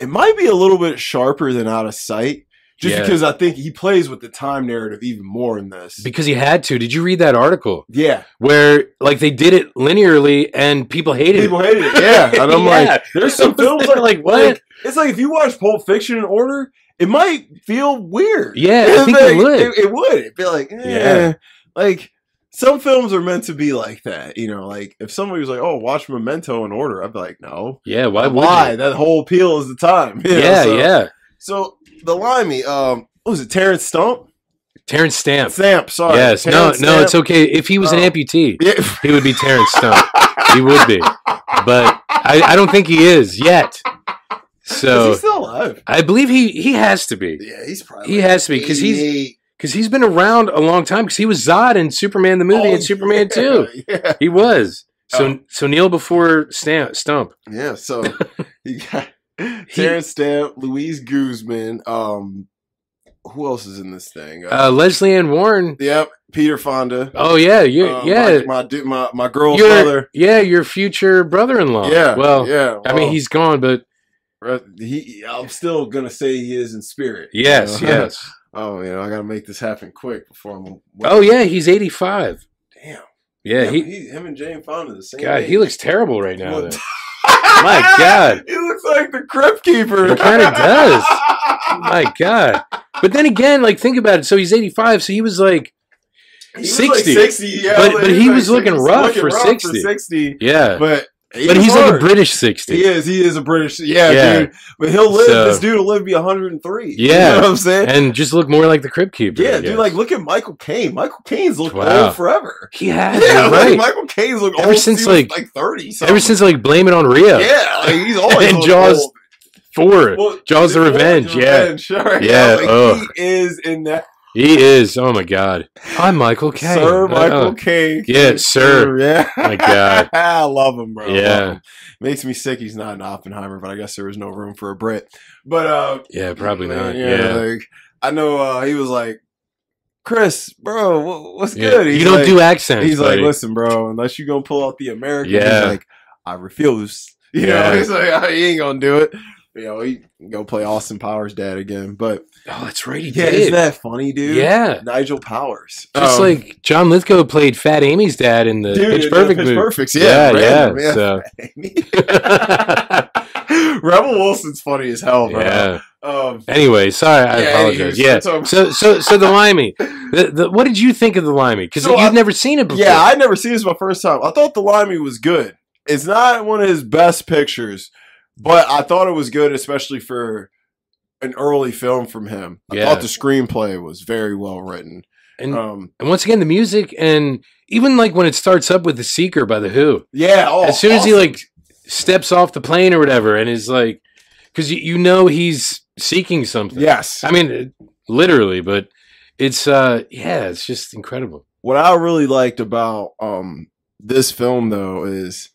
Speaker 2: it might be a little bit sharper than out of sight. Just
Speaker 1: Yeah.
Speaker 2: because I think he plays with the time narrative even more in this.
Speaker 1: because he had to. Did you read that article
Speaker 2: yeah.
Speaker 1: where like they did it linearly and people hated
Speaker 2: People
Speaker 1: it?
Speaker 2: hated it. Yeah. And I'm like, there's some films
Speaker 1: They're
Speaker 2: like,
Speaker 1: like what?
Speaker 2: like, it's like if you watch Pulp Fiction in order, it might feel weird.
Speaker 1: Yeah, I think it would.
Speaker 2: It, it would. It'd be like, eh.
Speaker 1: Yeah.
Speaker 2: Like some films are meant to be like that. You know, like if somebody was like, "Oh, watch Memento in order," I'd be like, "No,
Speaker 1: yeah, why? Would
Speaker 2: why?
Speaker 1: you?
Speaker 2: That whole appeal is the time." you know,
Speaker 1: yeah,
Speaker 2: so-
Speaker 1: yeah.
Speaker 2: So the limey, um, what was it Terrence Stump?
Speaker 1: Terrence Stamp.
Speaker 2: Stamp, sorry.
Speaker 1: yes. No.
Speaker 2: Terrence
Speaker 1: No. It's
Speaker 2: Stamp.
Speaker 1: okay. If he was an
Speaker 2: Oh.
Speaker 1: amputee,
Speaker 2: Yeah.
Speaker 1: he would be Terrence Stamp. he would be, but I, I don't think he is yet.
Speaker 2: Is
Speaker 1: So
Speaker 2: he still alive?
Speaker 1: I believe he he has to be
Speaker 2: Yeah, he's probably.
Speaker 1: He has to be, 'cause he's-
Speaker 2: 88.
Speaker 1: because he's been around a long time because he was Zod in Superman the movie
Speaker 2: Oh,
Speaker 1: and Superman
Speaker 2: yeah,
Speaker 1: Two.
Speaker 2: Yeah,
Speaker 1: He was. So
Speaker 2: Oh.
Speaker 1: so kneel before Stamp Stump.
Speaker 2: yeah. So you got Terrence Stamp, Louise Guzman. Um, who else is in this thing?
Speaker 1: Uh, Leslie Ann Warren.
Speaker 2: yep, Peter Fonda.
Speaker 1: Oh yeah, you
Speaker 2: Um,
Speaker 1: yeah.
Speaker 2: my my du- my, my girl's
Speaker 1: your,
Speaker 2: brother.
Speaker 1: Yeah, your future brother-in-law.
Speaker 2: Yeah,
Speaker 1: Oh, Well,
Speaker 2: yeah. Oh.
Speaker 1: I mean,
Speaker 2: well,
Speaker 1: he's gone, but
Speaker 2: he. I'm still gonna say he is in spirit. you
Speaker 1: yes,
Speaker 2: know?
Speaker 1: yes.
Speaker 2: Oh, you know, I gotta make this happen quick before I'm.
Speaker 1: Oh yeah, he's 85.
Speaker 2: damn.
Speaker 1: Yeah,
Speaker 2: him,
Speaker 1: he.
Speaker 2: him and Jane Fonda the same.
Speaker 1: God,
Speaker 2: age.
Speaker 1: he looks terrible right now.
Speaker 2: Look-
Speaker 1: though. My God.
Speaker 2: he looks like the Crypt Keeper.
Speaker 1: He kinda does. My God. But then again, like think about it. So he's 85. So he was like,
Speaker 2: He was
Speaker 1: 60.
Speaker 2: like sixty, yeah,
Speaker 1: But-
Speaker 2: like,
Speaker 1: but he was looking
Speaker 2: 60.
Speaker 1: rough for 60.
Speaker 2: sixty,
Speaker 1: yeah. But,
Speaker 2: but he
Speaker 1: he's like a
Speaker 2: British.
Speaker 1: British 60.
Speaker 2: He is. He is a British. Yeah,
Speaker 1: Yeah.
Speaker 2: dude. But he'll live.
Speaker 1: So-
Speaker 2: this dude will live to be one hundred and three.
Speaker 1: Yeah.
Speaker 2: you know what I'm saying.
Speaker 1: And just look more like the Crib Keeper. I
Speaker 2: yeah,
Speaker 1: guess.
Speaker 2: dude. Like, look at Michael Caine. Michael Caine's looked
Speaker 1: Wow.
Speaker 2: old forever.
Speaker 1: he had.
Speaker 2: Yeah,
Speaker 1: you're
Speaker 2: like,
Speaker 1: right.
Speaker 2: Michael Caine's looked
Speaker 1: Ever
Speaker 2: old
Speaker 1: since,
Speaker 2: he was,
Speaker 1: like-
Speaker 2: like thirty.
Speaker 1: Ever
Speaker 2: something.
Speaker 1: since like Blame It on Rio.
Speaker 2: yeah, like, he's always
Speaker 1: And
Speaker 2: looked
Speaker 1: Jaws
Speaker 2: old.
Speaker 1: Four.
Speaker 2: Well,
Speaker 1: Jaws the
Speaker 2: Jaws
Speaker 1: Revenge,
Speaker 2: the
Speaker 1: yeah.
Speaker 2: Revenge, right.
Speaker 1: Yeah, oh.
Speaker 2: Like,
Speaker 1: ugh.
Speaker 2: he is in that.
Speaker 1: He is. Oh my God. I'm Michael Caine.
Speaker 2: Sir Michael
Speaker 1: Uh,
Speaker 2: Caine.
Speaker 1: Yeah, sir.
Speaker 2: Yeah.
Speaker 1: My God.
Speaker 2: I love him, bro. I love
Speaker 1: Yeah.
Speaker 2: him. Makes me sick he's not an Oppenheimer, but I guess there was no room for a Brit. But uh
Speaker 1: Yeah, probably
Speaker 2: man,
Speaker 1: not.
Speaker 2: yeah,
Speaker 1: Yeah.
Speaker 2: like, I know uh, he was like, Chris, bro, wha- what's
Speaker 1: Yeah.
Speaker 2: good? He's
Speaker 1: You don't
Speaker 2: like-
Speaker 1: do accents.
Speaker 2: He's
Speaker 1: buddy.
Speaker 2: like, listen, bro, unless you gonna pull out the American, he's
Speaker 1: Yeah.
Speaker 2: like, I refuse. You
Speaker 1: Yeah.
Speaker 2: know, he's like, he ain't gonna do it. You know, he can go play Austin Powers dad again. But
Speaker 1: Oh, that's right. He
Speaker 2: yeah,
Speaker 1: did.
Speaker 2: isn't that funny, dude?
Speaker 1: yeah.
Speaker 2: Nigel Powers.
Speaker 1: Just
Speaker 2: Um,
Speaker 1: like John Lithgow played Fat Amy's dad in the
Speaker 2: Dude,
Speaker 1: Pitch
Speaker 2: in the
Speaker 1: Perfect
Speaker 2: Pitch
Speaker 1: movie.
Speaker 2: Perfects, yeah,
Speaker 1: yeah,
Speaker 2: random, yeah.
Speaker 1: So,
Speaker 2: Rebel Wilson's funny as hell, bro.
Speaker 1: yeah.
Speaker 2: Um,
Speaker 1: Anyway, sorry, I
Speaker 2: Yeah,
Speaker 1: apologize.
Speaker 2: anyways,
Speaker 1: Yeah.
Speaker 2: so-
Speaker 1: So, so, so the limey. The, the, what did you think of the limey? Because
Speaker 2: So
Speaker 1: you've
Speaker 2: I-
Speaker 1: never seen it before.
Speaker 2: yeah, I never seen this my first time. I thought the Limey was good. It's not one of his best pictures, but I thought it was good, especially for an early film from him. I
Speaker 1: Yeah.
Speaker 2: thought the screenplay was very well written.
Speaker 1: and,
Speaker 2: Um,
Speaker 1: and once again, the music and even like when it starts up with the Seeker by the Who.
Speaker 2: yeah, oh,
Speaker 1: as soon as he
Speaker 2: awesome.
Speaker 1: like steps off the plane or whatever, and is like, because you, you know he's seeking something.
Speaker 2: yes,
Speaker 1: I mean, it- literally, but it's uh, yeah, it's just incredible.
Speaker 2: what I really liked about um this film though is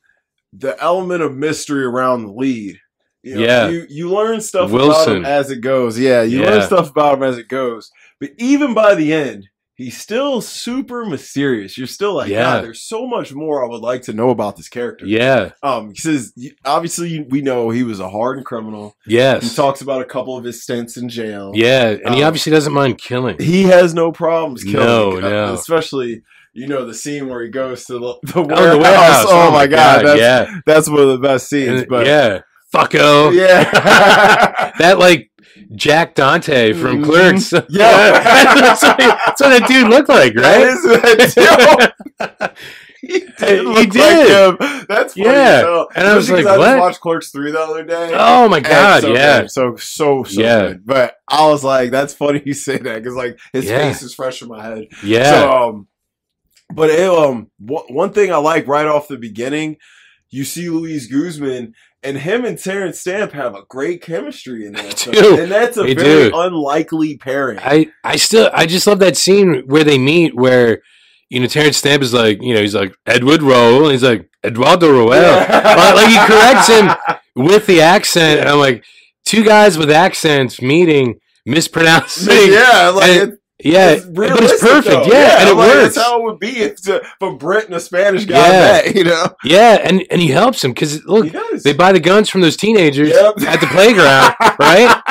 Speaker 2: the element of mystery around the lead. You know,
Speaker 1: Yeah.
Speaker 2: you you learn stuff about
Speaker 1: Wilson.
Speaker 2: him as it goes. Yeah, you learn
Speaker 1: Yeah.
Speaker 2: stuff about him as it goes. But even by the end, he's still super mysterious. You're still like,
Speaker 1: Yeah.
Speaker 2: God, there's so much more I would like to know about this character.
Speaker 1: Yeah.
Speaker 2: Um, because you- obviously we know he was a hardened criminal. He
Speaker 1: Yes.
Speaker 2: talks about a couple of his stints in jail.
Speaker 1: yeah, and he
Speaker 2: Um,
Speaker 1: obviously doesn't mind killing.
Speaker 2: He has no problems killing.
Speaker 1: No,
Speaker 2: uh,
Speaker 1: no.
Speaker 2: Especially, you know, the scene where he goes to the, the
Speaker 1: Oh,
Speaker 2: warehouse.
Speaker 1: the warehouse.
Speaker 2: Oh, my god, that's,
Speaker 1: yeah,
Speaker 2: that's one of the best scenes.
Speaker 1: And-
Speaker 2: But yeah,
Speaker 1: yeah, oh. fucko.
Speaker 2: yeah,
Speaker 1: That like Jack Dante from
Speaker 2: Mhm.
Speaker 1: Clerks.
Speaker 2: Yeah.
Speaker 1: that's, what, that's what that dude looked like,
Speaker 2: that
Speaker 1: right?
Speaker 2: is that He
Speaker 1: He
Speaker 2: did. look like
Speaker 1: did.
Speaker 2: him. That's funny
Speaker 1: Yeah.
Speaker 2: as hell.
Speaker 1: And I was
Speaker 2: Especially
Speaker 1: like,
Speaker 2: 'cause I
Speaker 1: what?
Speaker 2: just watched Clerks three the other day.
Speaker 1: Oh my
Speaker 2: And
Speaker 1: god,
Speaker 2: so
Speaker 1: yeah.
Speaker 2: good. so so so
Speaker 1: Yeah.
Speaker 2: good. But I was like, that's funny you say that because like his
Speaker 1: Yeah.
Speaker 2: face is fresh in my head.
Speaker 1: Yeah.
Speaker 2: So, um, but it, um, wha- one thing I like right off the beginning, you see Luis Guzman and him and Terrence Stamp have a great chemistry in that,
Speaker 1: They
Speaker 2: film.
Speaker 1: do.
Speaker 2: and that's a
Speaker 1: They
Speaker 2: very
Speaker 1: do.
Speaker 2: unlikely pairing.
Speaker 1: I I still I just love that scene where they meet where you know, Terrence Stamp is like, you know, he's like Edward Rowe, and he's like Eduardo Roel But, like, he corrects him. with the accent. And I'm like, two guys with accents meeting, mispronouncing. Yeah,
Speaker 2: Yeah, like
Speaker 1: And-
Speaker 2: it-
Speaker 1: it's, but it's
Speaker 2: realistic,
Speaker 1: perfect.
Speaker 2: though.
Speaker 1: Yeah, and it
Speaker 2: I'm like,
Speaker 1: works.
Speaker 2: That's how it would be if, to, if a Brit and a Spanish guy
Speaker 1: Yeah.
Speaker 2: met, you know?
Speaker 1: yeah, and and he helps him because look,
Speaker 2: He does.
Speaker 1: they buy the guns from those teenagers
Speaker 2: Yep.
Speaker 1: at the playground, right?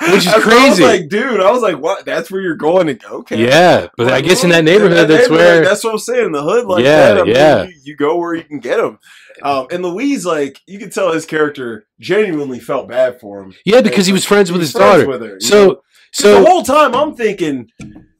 Speaker 1: Which is
Speaker 2: That's what
Speaker 1: crazy.
Speaker 2: I was like, dude, I was like, what? That's where you're going to okay.
Speaker 1: Yeah, but I guess in that neighborhood,
Speaker 2: that
Speaker 1: that's
Speaker 2: neighborhood,
Speaker 1: where.
Speaker 2: that's what I'm saying. The hood, like
Speaker 1: Yeah,
Speaker 2: that, I mean,
Speaker 1: yeah.
Speaker 2: you, you go where you can get them. Um, and Louise, like, you could tell his character genuinely felt bad for him.
Speaker 1: yeah, because he was friends with
Speaker 2: He's
Speaker 1: his daughter.
Speaker 2: with her, you know?
Speaker 1: So, so
Speaker 2: the whole time I'm thinking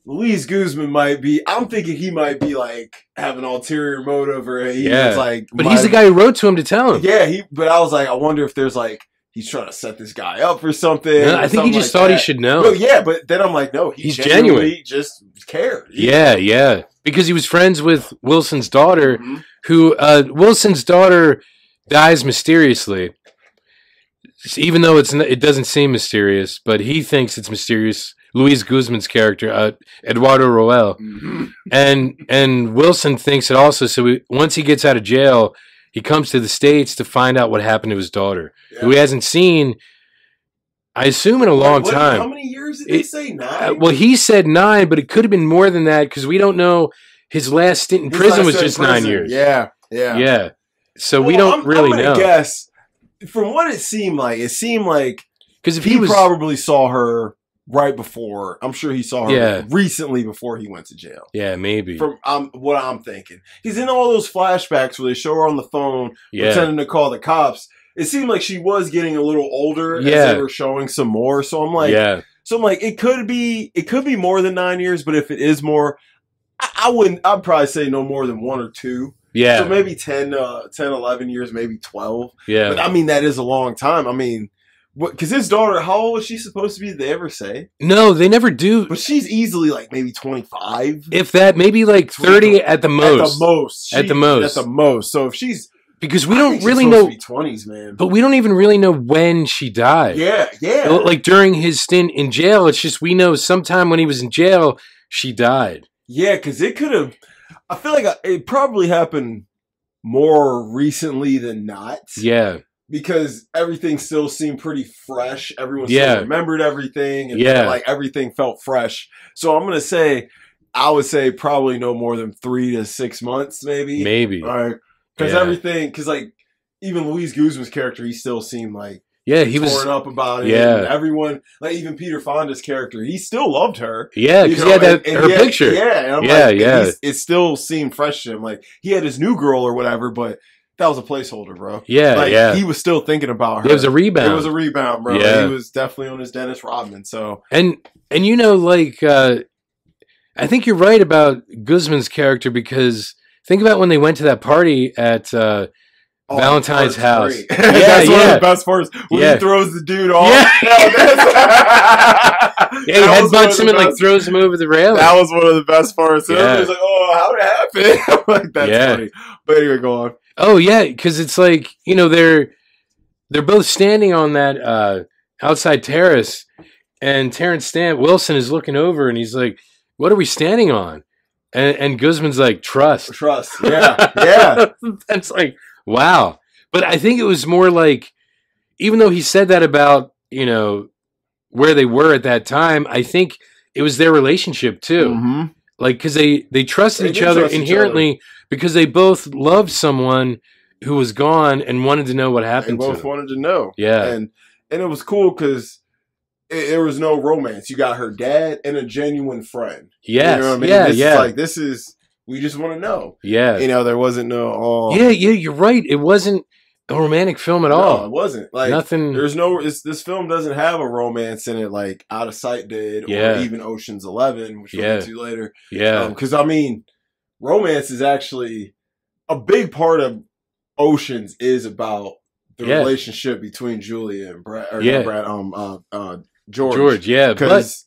Speaker 2: Luis Guzman might be. I'm thinking he might be like have an ulterior motive or he's
Speaker 1: Yeah.
Speaker 2: like.
Speaker 1: but
Speaker 2: might-
Speaker 1: he's the guy who wrote to him to tell him.
Speaker 2: Yeah, he. But I was like, I wonder if there's like he's trying to set this guy up for something.
Speaker 1: No,
Speaker 2: or
Speaker 1: I think he
Speaker 2: something
Speaker 1: just
Speaker 2: like
Speaker 1: thought
Speaker 2: that.
Speaker 1: he should
Speaker 2: No,
Speaker 1: know.
Speaker 2: yeah, but then I'm like, no, he
Speaker 1: He's
Speaker 2: genuinely Just cared. He-
Speaker 1: Yeah, yeah, because he was friends with Wilson's daughter,
Speaker 2: Mhm.
Speaker 1: who uh, Wilson's daughter dies mysteriously. Even though it's n- it doesn't seem mysterious, but he thinks it's mysterious. Luis Guzman's character, uh, Eduardo Roel,
Speaker 2: Mhm.
Speaker 1: and and Wilson thinks it also. So we, once he gets out of jail, he comes to the states to find out what happened to his daughter, who he
Speaker 2: Yeah.
Speaker 1: hasn't seen. I assume in a long
Speaker 2: What-
Speaker 1: time.
Speaker 2: How many years did they
Speaker 1: It-
Speaker 2: say? Nine.
Speaker 1: Uh, well, he said nine, but it could have been more than that because we don't know. His last stint in
Speaker 2: His
Speaker 1: prison
Speaker 2: last
Speaker 1: was
Speaker 2: time in
Speaker 1: just nine
Speaker 2: prison.
Speaker 1: years.
Speaker 2: Yeah, yeah,
Speaker 1: Yeah. So we
Speaker 2: Well,
Speaker 1: don't
Speaker 2: I'm-
Speaker 1: really
Speaker 2: I'm gonna
Speaker 1: know.
Speaker 2: Guess from what it seemed like, it seemed like
Speaker 1: Because if
Speaker 2: he,
Speaker 1: he, was.
Speaker 2: probably saw her right before. I'm sure he saw her
Speaker 1: Yeah.
Speaker 2: recently before he went to jail.
Speaker 1: yeah, maybe.
Speaker 2: From um, what I'm thinking, he's in all those flashbacks where they show her on the phone
Speaker 1: yeah.
Speaker 2: pretending to call the cops. It seemed like she was getting a little older as
Speaker 1: Yeah.
Speaker 2: they were showing some more. So I'm like,
Speaker 1: yeah.
Speaker 2: so I'm like, it could be, it could be more than nine years, but if it is more, I, I wouldn't. I'd probably say no more than one or two.
Speaker 1: Yeah.
Speaker 2: So maybe 10, uh, 10, 11 years, maybe twelve.
Speaker 1: yeah.
Speaker 2: But I mean, that is a long time. I mean, because his daughter, how old was she supposed to be? Did they ever say?
Speaker 1: no, they never do.
Speaker 2: But she's easily like maybe 25.
Speaker 1: If that, maybe like 30 at the most.
Speaker 2: At the most.
Speaker 1: At the most.
Speaker 2: At the most. So if she's.
Speaker 1: Because we
Speaker 2: I
Speaker 1: don't
Speaker 2: think she's
Speaker 1: really
Speaker 2: supposed
Speaker 1: know.
Speaker 2: to be 20s, man.
Speaker 1: But we don't even really know when she died.
Speaker 2: yeah, yeah.
Speaker 1: Like during his stint in jail, it's just we know sometime when he was in jail, she died.
Speaker 2: yeah, because it could have. I feel like I- it probably happened more recently than not.
Speaker 1: Yeah.
Speaker 2: because everything still seemed pretty fresh. Everyone
Speaker 1: Yeah.
Speaker 2: still remembered everything, and
Speaker 1: Yeah.
Speaker 2: like everything felt fresh. So I'm gonna say, I would say probably no more than three to six months, maybe.
Speaker 1: Maybe.
Speaker 2: All right, because
Speaker 1: Yeah.
Speaker 2: everything, because like even Louise Guzman's character, he still seemed like
Speaker 1: Yeah, he
Speaker 2: torn
Speaker 1: was.
Speaker 2: up about it.
Speaker 1: yeah.
Speaker 2: and everyone, like even Peter Fonda's character, he still loved her.
Speaker 1: Yeah,
Speaker 2: you
Speaker 1: because
Speaker 2: know,
Speaker 1: he had that
Speaker 2: and- and
Speaker 1: her
Speaker 2: he had-
Speaker 1: picture.
Speaker 2: Yeah, and I'm
Speaker 1: Yeah,
Speaker 2: like,
Speaker 1: yeah.
Speaker 2: he's- It still seemed fresh to him. Like he had his new girl or whatever, but that was a placeholder, bro.
Speaker 1: Yeah,
Speaker 2: Like
Speaker 1: yeah.
Speaker 2: he was still thinking about her.
Speaker 1: it was a rebound.
Speaker 2: It was a rebound, bro.
Speaker 1: Yeah.
Speaker 2: He was definitely on his Dennis Rodman. So
Speaker 1: and and you know, like uh I think you're right about Guzman's character because think about when they went to that party at uh
Speaker 2: oh,
Speaker 1: Valentine's
Speaker 2: that's
Speaker 1: house.
Speaker 2: great.
Speaker 1: Yeah,
Speaker 2: that's one of
Speaker 1: yeah.
Speaker 2: the best parts when
Speaker 1: Yeah.
Speaker 2: he throws the dude off.
Speaker 1: Yeah. Yeah, he
Speaker 2: That was one of
Speaker 1: headbutts
Speaker 2: the
Speaker 1: him and like
Speaker 2: best-
Speaker 1: throws him over the railing.
Speaker 2: That was one of the best parts.
Speaker 1: Yeah.
Speaker 2: Everybody's like, "Oh, how'd it happen?" I'm like that's
Speaker 1: Yeah.
Speaker 2: funny. But anyway, go on.
Speaker 1: oh yeah, because it's like you know they're they're both standing on that uh outside terrace, and Terrence Stamp Wilson is looking over and he's like, "What are we standing on?" And, and Guzman's like, "Trust."
Speaker 2: Trust. Yeah, yeah.
Speaker 1: That's like, wow. But I think it was more like, even though he said that about, you know, where they were at that time, I think it was their relationship too.
Speaker 2: Mhm.
Speaker 1: Like, because they, they trusted
Speaker 2: They
Speaker 1: each
Speaker 2: did
Speaker 1: other
Speaker 2: trust each
Speaker 1: inherently because they both loved someone who was gone and wanted to know what
Speaker 2: They
Speaker 1: happened to
Speaker 2: both
Speaker 1: them.
Speaker 2: wanted to know.
Speaker 1: Yeah.
Speaker 2: and and it was cool because there was no romance. You got her dad and a genuine friend.
Speaker 1: Yes.
Speaker 2: you know what I mean?
Speaker 1: Yeah.
Speaker 2: This is
Speaker 1: Yeah.
Speaker 2: like this is we just want to know.
Speaker 1: yeah.
Speaker 2: You know, there wasn't no all.
Speaker 1: yeah. Yeah. You're right. It wasn't a romantic film at
Speaker 2: no,
Speaker 1: all.
Speaker 2: it wasn't like
Speaker 1: Nothing.
Speaker 2: there's no. It's, this film doesn't have a romance in it, like Out of Sight did,
Speaker 1: Yeah.
Speaker 2: or even Ocean's Eleven, which we'll
Speaker 1: Yeah.
Speaker 2: get to later.
Speaker 1: yeah.
Speaker 2: Because I mean, romance is actually a big part of Ocean's is about the
Speaker 1: Yeah.
Speaker 2: relationship between Julia and Brad. Or
Speaker 1: Yeah.
Speaker 2: not Brad. Um. Uh. uh
Speaker 1: George.
Speaker 2: George.
Speaker 1: Yeah. But
Speaker 2: Because.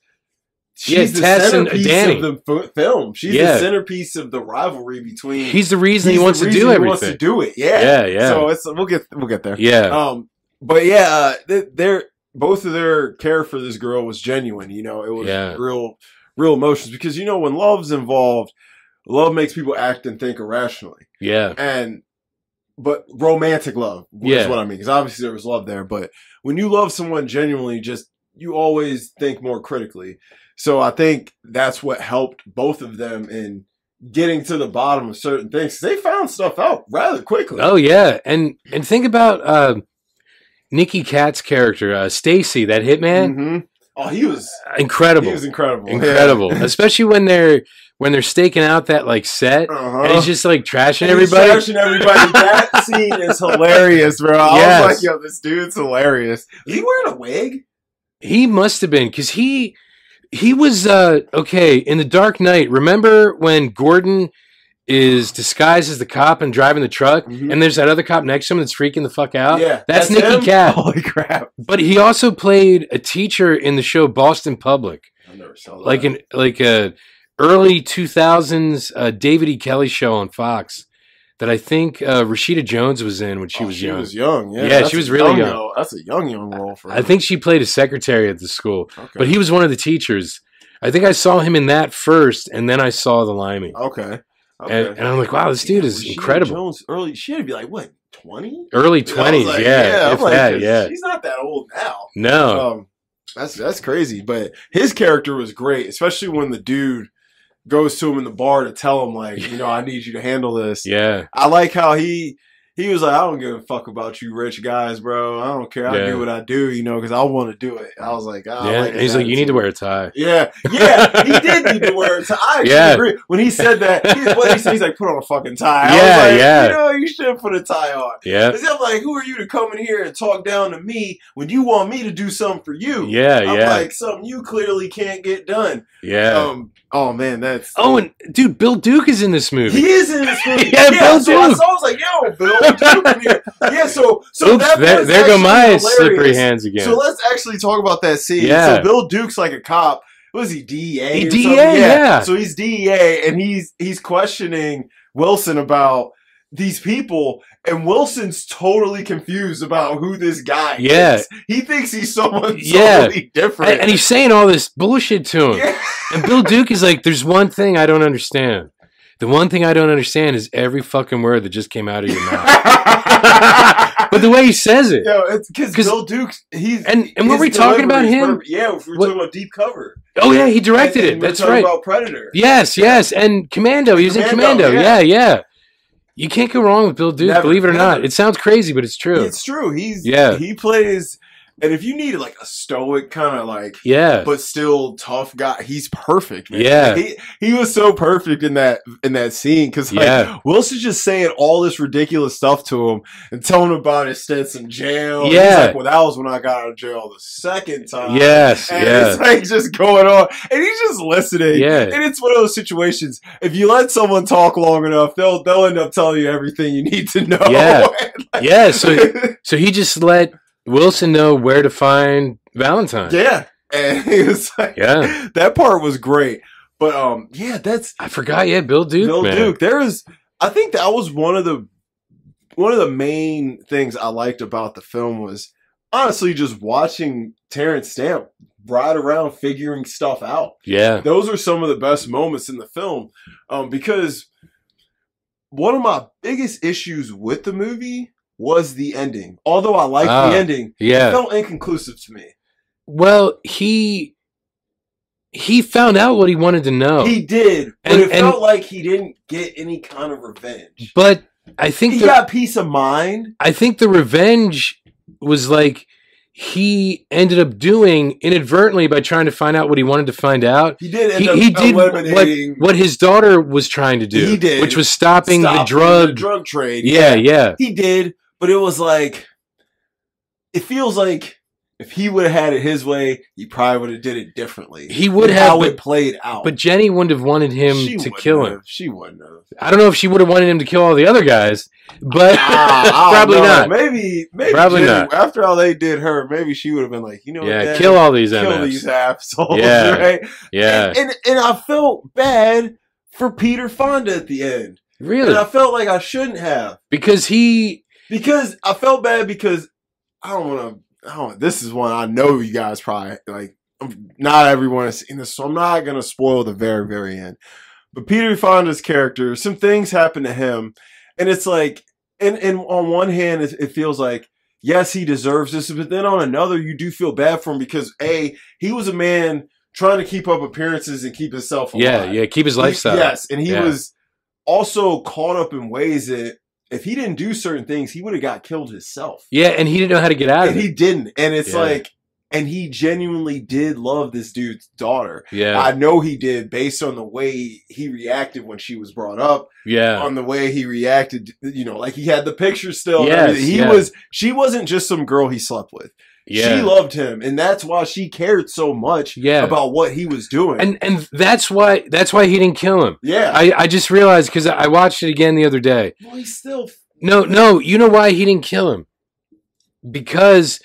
Speaker 1: Yeah,
Speaker 2: She's the
Speaker 1: Tess and
Speaker 2: centerpiece
Speaker 1: Danny.
Speaker 2: of the f- film. She's
Speaker 1: Yeah.
Speaker 2: the centerpiece of the rivalry between
Speaker 1: he's the reason
Speaker 2: He's
Speaker 1: he
Speaker 2: the
Speaker 1: wants to
Speaker 2: reason
Speaker 1: do
Speaker 2: he
Speaker 1: everything.
Speaker 2: Wants to do it, yeah.
Speaker 1: Yeah, yeah,
Speaker 2: So it's we'll get we'll get there.
Speaker 1: yeah,
Speaker 2: Um, but yeah, uh, th- their both of their care for this girl was genuine. You know, it was
Speaker 1: Yeah.
Speaker 2: real, real emotions because you know when love's involved, love makes people act and think irrationally.
Speaker 1: Yeah.
Speaker 2: And but romantic love is
Speaker 1: Yeah.
Speaker 2: what I mean. Because obviously there was love there, but when you love someone genuinely, just you always think more critically. So I think that's what helped both of them in getting to the bottom of certain things. They found stuff out rather quickly.
Speaker 1: Oh yeah, and and think about uh, Nikki Katz character, uh, Stacy, that hitman,
Speaker 2: Mhm. Oh, he was
Speaker 1: incredible,
Speaker 2: He was incredible.
Speaker 1: incredible. Especially when they're when they're staking out that like set,
Speaker 2: Yeah. Uh-huh.
Speaker 1: and it's just like trashing
Speaker 2: And he's
Speaker 1: everybody.
Speaker 2: trashing everybody. That scene is hilarious, bro. I was
Speaker 1: Yes.
Speaker 2: like, yo, this dude's hilarious. Is he wearing a wig?
Speaker 1: He must have been because he he was uh okay in the Dark Knight. Remember when Gordon is disguised as the cop and driving the truck,
Speaker 2: Mhm.
Speaker 1: and uh, there's that other cop next to him that's freaking the fuck out.
Speaker 2: yeah.
Speaker 1: That's, Nikki Katz.
Speaker 2: Mm-hmm. Holy crap.
Speaker 1: But he also played a teacher in the show Boston Public,
Speaker 2: I never saw that.
Speaker 1: like an like a early two thousands uh, David E. Kelly show on Fox that I think uh, Rashida Jones was in when she
Speaker 2: Oh,
Speaker 1: was
Speaker 2: she
Speaker 1: young.
Speaker 2: was young. Yeah,
Speaker 1: Yeah,
Speaker 2: That's
Speaker 1: she
Speaker 2: a
Speaker 1: was really young.
Speaker 2: though. That's a young, young role for her.
Speaker 1: I think she played a secretary at the school.
Speaker 2: Okay.
Speaker 1: But he was one of the teachers. I think I saw him in that first, and then I saw the Limey,
Speaker 2: okay. Oh, Okay.
Speaker 1: and, and I'm like, wow, this dude
Speaker 2: Yeah,
Speaker 1: is
Speaker 2: Rashida
Speaker 1: incredible.
Speaker 2: Jones early, she had to be like, what, 20?
Speaker 1: Early twenties, yeah,
Speaker 2: I'm
Speaker 1: if
Speaker 2: like,
Speaker 1: that, yeah.
Speaker 2: She's not that old now.
Speaker 1: No,
Speaker 2: um, that's that's crazy. But his character was great, especially when the dude goes to him in the bar to tell him like, you know, I need you to handle this.
Speaker 1: yeah,
Speaker 2: I like how he he was like, I don't give a fuck about you rich guys, bro. I don't care. I
Speaker 1: Yeah.
Speaker 2: do what I do, you know, because I want to do it. I was like, ah, I
Speaker 1: yeah.
Speaker 2: like
Speaker 1: and he's
Speaker 2: his
Speaker 1: like, you need to
Speaker 2: attitude."
Speaker 1: wear a tie.
Speaker 2: Yeah, yeah, he did need to wear a tie. I actually
Speaker 1: Yeah.
Speaker 2: agree. When he said that, he, what he said, he's like, put on a fucking
Speaker 1: Yeah,
Speaker 2: tie. I was like,
Speaker 1: yeah.
Speaker 2: You know, you should put a tie on.
Speaker 1: Yeah,
Speaker 2: 'Cause I'm like, who are you to come in here and talk down to me when you want me to do something for you?
Speaker 1: yeah,
Speaker 2: I'm
Speaker 1: yeah,
Speaker 2: like something you clearly can't get done.
Speaker 1: yeah.
Speaker 2: Um, oh man, that's
Speaker 1: oh, and dude, Bill Duke is in this movie.
Speaker 2: he is in this movie.
Speaker 1: Yeah, Bill
Speaker 2: so I,
Speaker 1: Duke.
Speaker 2: saw, I was like, yo, Bill Duke. in here. yeah, so so
Speaker 1: Oops,
Speaker 2: that
Speaker 1: there,
Speaker 2: was
Speaker 1: there go
Speaker 2: actually
Speaker 1: my
Speaker 2: hilarious.
Speaker 1: slippery hands again.
Speaker 2: So let's actually talk about that scene.
Speaker 1: Yeah.
Speaker 2: So Bill Duke's like a cop. What is he DEA?
Speaker 1: He
Speaker 2: or
Speaker 1: DEA,
Speaker 2: something?
Speaker 1: yeah.
Speaker 2: So he's DEA, and he's he's questioning Wilson about these people, and Wilson's totally confused about who this guy
Speaker 1: Yeah.
Speaker 2: is. He thinks he's someone
Speaker 1: Yeah.
Speaker 2: totally different.
Speaker 1: and, and he's saying all this bullshit to him,
Speaker 2: Yeah.
Speaker 1: and Bill Duke is like, "There's one thing I don't understand. The one thing I don't understand is every fucking word that just came out of your mouth." but the way he says it,
Speaker 2: Yo, it's because
Speaker 1: 'Cause-
Speaker 2: Bill Duke's he's
Speaker 1: and and were
Speaker 2: his
Speaker 1: we talking about
Speaker 2: delivery is
Speaker 1: him?
Speaker 2: perfect. Yeah, if we were
Speaker 1: What-
Speaker 2: talking about deep cover.
Speaker 1: Oh yeah, he directed
Speaker 2: And-
Speaker 1: it.
Speaker 2: and we were
Speaker 1: That's
Speaker 2: talking
Speaker 1: right.
Speaker 2: About Predator.
Speaker 1: yes, yes, and Commando. He was in
Speaker 2: Commando,
Speaker 1: Commando. Yeah.
Speaker 2: yeah.
Speaker 1: yeah, You can't go wrong with Bill Duke.
Speaker 2: Never,
Speaker 1: believe it or not,
Speaker 2: never.
Speaker 1: it sounds crazy, but it's true.
Speaker 2: It's true. He's
Speaker 1: Yeah.
Speaker 2: He plays, and if you need like a stoic kind of like,
Speaker 1: yeah,
Speaker 2: but still tough guy, he's perfect. Man.
Speaker 1: Yeah.
Speaker 2: he he was so perfect in that in that scene because like
Speaker 1: Yeah.
Speaker 2: Wilson's just saying all this ridiculous stuff to him and telling him about his stints in jail. And
Speaker 1: Yeah.
Speaker 2: he's like, well, that was when I got out of jail the second time.
Speaker 1: yes,
Speaker 2: uh, and
Speaker 1: yeah,
Speaker 2: it's like just going on, and he's just listening.
Speaker 1: yeah.
Speaker 2: And it's one of those situations. If you let someone talk long enough, they'll they'll end up telling you everything you need to know.
Speaker 1: Yeah. Yeah, so so he just let Wilson know where to find Valentine. Yeah.
Speaker 2: yeah. And it was like, that part was great. But um, yeah, that's
Speaker 1: I forgot. Yeah, Bill Duke.
Speaker 2: Bill
Speaker 1: man.
Speaker 2: Duke. There is, I think that was one of the one of the main things I liked about the film was honestly just watching Terrence Stamp ride around figuring stuff out.
Speaker 1: Yeah,
Speaker 2: those are some of the best moments in the film um, because one of my biggest issues with the movie was the ending. Although I liked
Speaker 1: Ah.
Speaker 2: the ending, it
Speaker 1: yeah.
Speaker 2: felt inconclusive to me.
Speaker 1: Well, he he found out what he wanted to know,
Speaker 2: He did, but
Speaker 1: Oh. And-
Speaker 2: it felt like he didn't get any kind of revenge.
Speaker 1: but I think
Speaker 2: He
Speaker 1: the-
Speaker 2: got peace of mind.
Speaker 1: I think the revenge was like he ended up doing inadvertently by trying to find out what he wanted to find out.
Speaker 2: He did end
Speaker 1: He,
Speaker 2: up
Speaker 1: he did what,
Speaker 2: eliminating
Speaker 1: what his daughter was trying to do,
Speaker 2: He did.
Speaker 1: which was stopping, the
Speaker 2: stopping
Speaker 1: drug.
Speaker 2: drug trade.
Speaker 1: yeah, yeah,
Speaker 2: he did, but it was like it feels like if he would have had it his way, he probably would have did it differently.
Speaker 1: He would
Speaker 2: how
Speaker 1: have,
Speaker 2: it played out.
Speaker 1: But Jenny wouldn't have wanted him
Speaker 2: She
Speaker 1: to
Speaker 2: wouldn't
Speaker 1: kill
Speaker 2: have.
Speaker 1: him.
Speaker 2: She wouldn't have.
Speaker 1: I don't know if she would have wanted him to kill all the other guys, but
Speaker 2: Ah, I don't
Speaker 1: probably
Speaker 2: know.
Speaker 1: not.
Speaker 2: Maybe, maybe
Speaker 1: Probably
Speaker 2: Jenny-
Speaker 1: not.
Speaker 2: After all they did her, maybe she would have been like, you know,
Speaker 1: yeah,
Speaker 2: what, Dad?
Speaker 1: kill all these
Speaker 2: Kill
Speaker 1: MFs.
Speaker 2: these assholes,
Speaker 1: Yeah.
Speaker 2: right?
Speaker 1: Yeah,
Speaker 2: and, and and I felt bad for Peter Fonda at the end, and I
Speaker 1: really,
Speaker 2: felt like I shouldn't have.
Speaker 1: because he.
Speaker 2: because I felt bad because I don't want to. I don't. This is one I know you um, guys probably like. Not everyone has seen this, so I'm not gonna spoil the very very end. But Peter Fonda's character, some things happen to him, and it's like, and and on one hand, it, it feels like yes, he deserves this, but then on another, you do feel bad for him because a he was a man trying to keep up appearances and keep himself alive.
Speaker 1: Yeah, yeah. Keep his lifestyle.
Speaker 2: He- yes, and he
Speaker 1: Yeah.
Speaker 2: was also caught up in ways that if he didn't do certain things, he would have got killed himself.
Speaker 1: Yeah, and he didn't know how to get out of
Speaker 2: and
Speaker 1: it.
Speaker 2: he didn't. And it's
Speaker 1: Yeah.
Speaker 2: like, and he genuinely did love this dude's daughter.
Speaker 1: yeah,
Speaker 2: I know he did based on the way he reacted when she was brought up,
Speaker 1: yeah,
Speaker 2: on the way he reacted, you know, like he had the picture still. and
Speaker 1: Yes,
Speaker 2: everything. he
Speaker 1: yes.
Speaker 2: was, she wasn't just some girl he slept with.
Speaker 1: yeah.
Speaker 2: She loved him. And that's why she cared so much
Speaker 1: Yeah.
Speaker 2: about what he was doing.
Speaker 1: and and that's why that's why he didn't kill him.
Speaker 2: yeah.
Speaker 1: I, I just realized because I watched it again the other day.
Speaker 2: well, he's still,
Speaker 1: No, no, you know why he didn't kill him? Because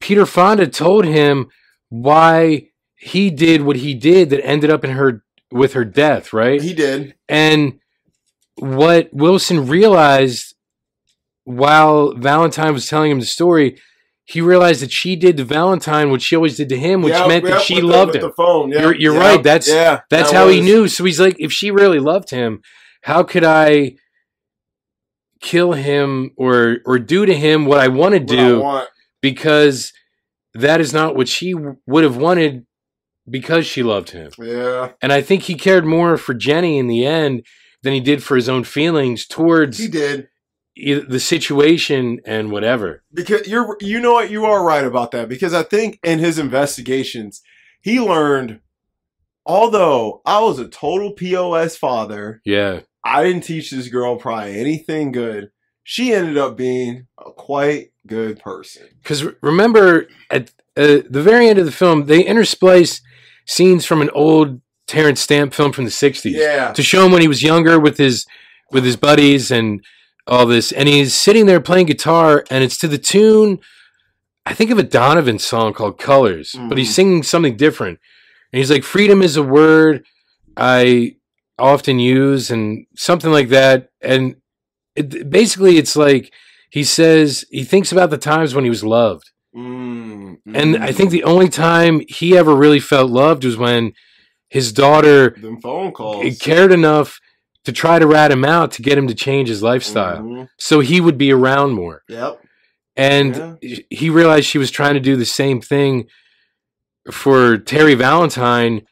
Speaker 1: Peter Fonda told him why he did what he did that ended up in her with her death, right?
Speaker 2: he did.
Speaker 1: And what Wilson realized while Valentine was telling him the story, he realized that she did to Valentine what she always did to him, which
Speaker 2: Yeah,
Speaker 1: meant
Speaker 2: yeah,
Speaker 1: that she
Speaker 2: with the-
Speaker 1: loved him.
Speaker 2: with The phone. Yeah,
Speaker 1: You're- you're
Speaker 2: yeah,
Speaker 1: right. That's-
Speaker 2: yeah,
Speaker 1: That's
Speaker 2: that
Speaker 1: how he
Speaker 2: was-
Speaker 1: knew. So he's like, if she really loved him, how could I kill him or or do to him what I want to
Speaker 2: what I
Speaker 1: do
Speaker 2: want.
Speaker 1: because that is not what she w- would have wanted because she loved him.
Speaker 2: Yeah.
Speaker 1: And I think he cared more for Jenny in the end than he did for his own feelings
Speaker 2: He
Speaker 1: towards
Speaker 2: did
Speaker 1: e- the situation and whatever.
Speaker 2: because you're you know what you are right about that because I think in his investigations he learned although I was a total POS father,
Speaker 1: Yeah.
Speaker 2: I didn't teach this girl probably anything good. She ended up being a quite good person.
Speaker 1: Because remember, at uh, the very end of the film, they intersplice scenes from an old Terrence Stamp film from the 60s.
Speaker 2: Yeah.
Speaker 1: to show him when he was younger with his with his buddies and all this and he's sitting there playing guitar and it's to the tune i think of a donovan song called colors but
Speaker 2: Mhm.
Speaker 1: he's singing something different and he's like freedom is a word i often use and something like that and it, basically it's like he says he thinks about the times when he was loved
Speaker 2: Mm,
Speaker 1: and
Speaker 2: mm.
Speaker 1: i think the only time he ever really felt loved was when his daughter
Speaker 2: them phone calls
Speaker 1: it cared enough to try to rat him out to get him to change his lifestyle
Speaker 2: Mhm.
Speaker 1: so he would be around more
Speaker 2: Yep.
Speaker 1: and he realized she was trying to do the same thing for terry valentine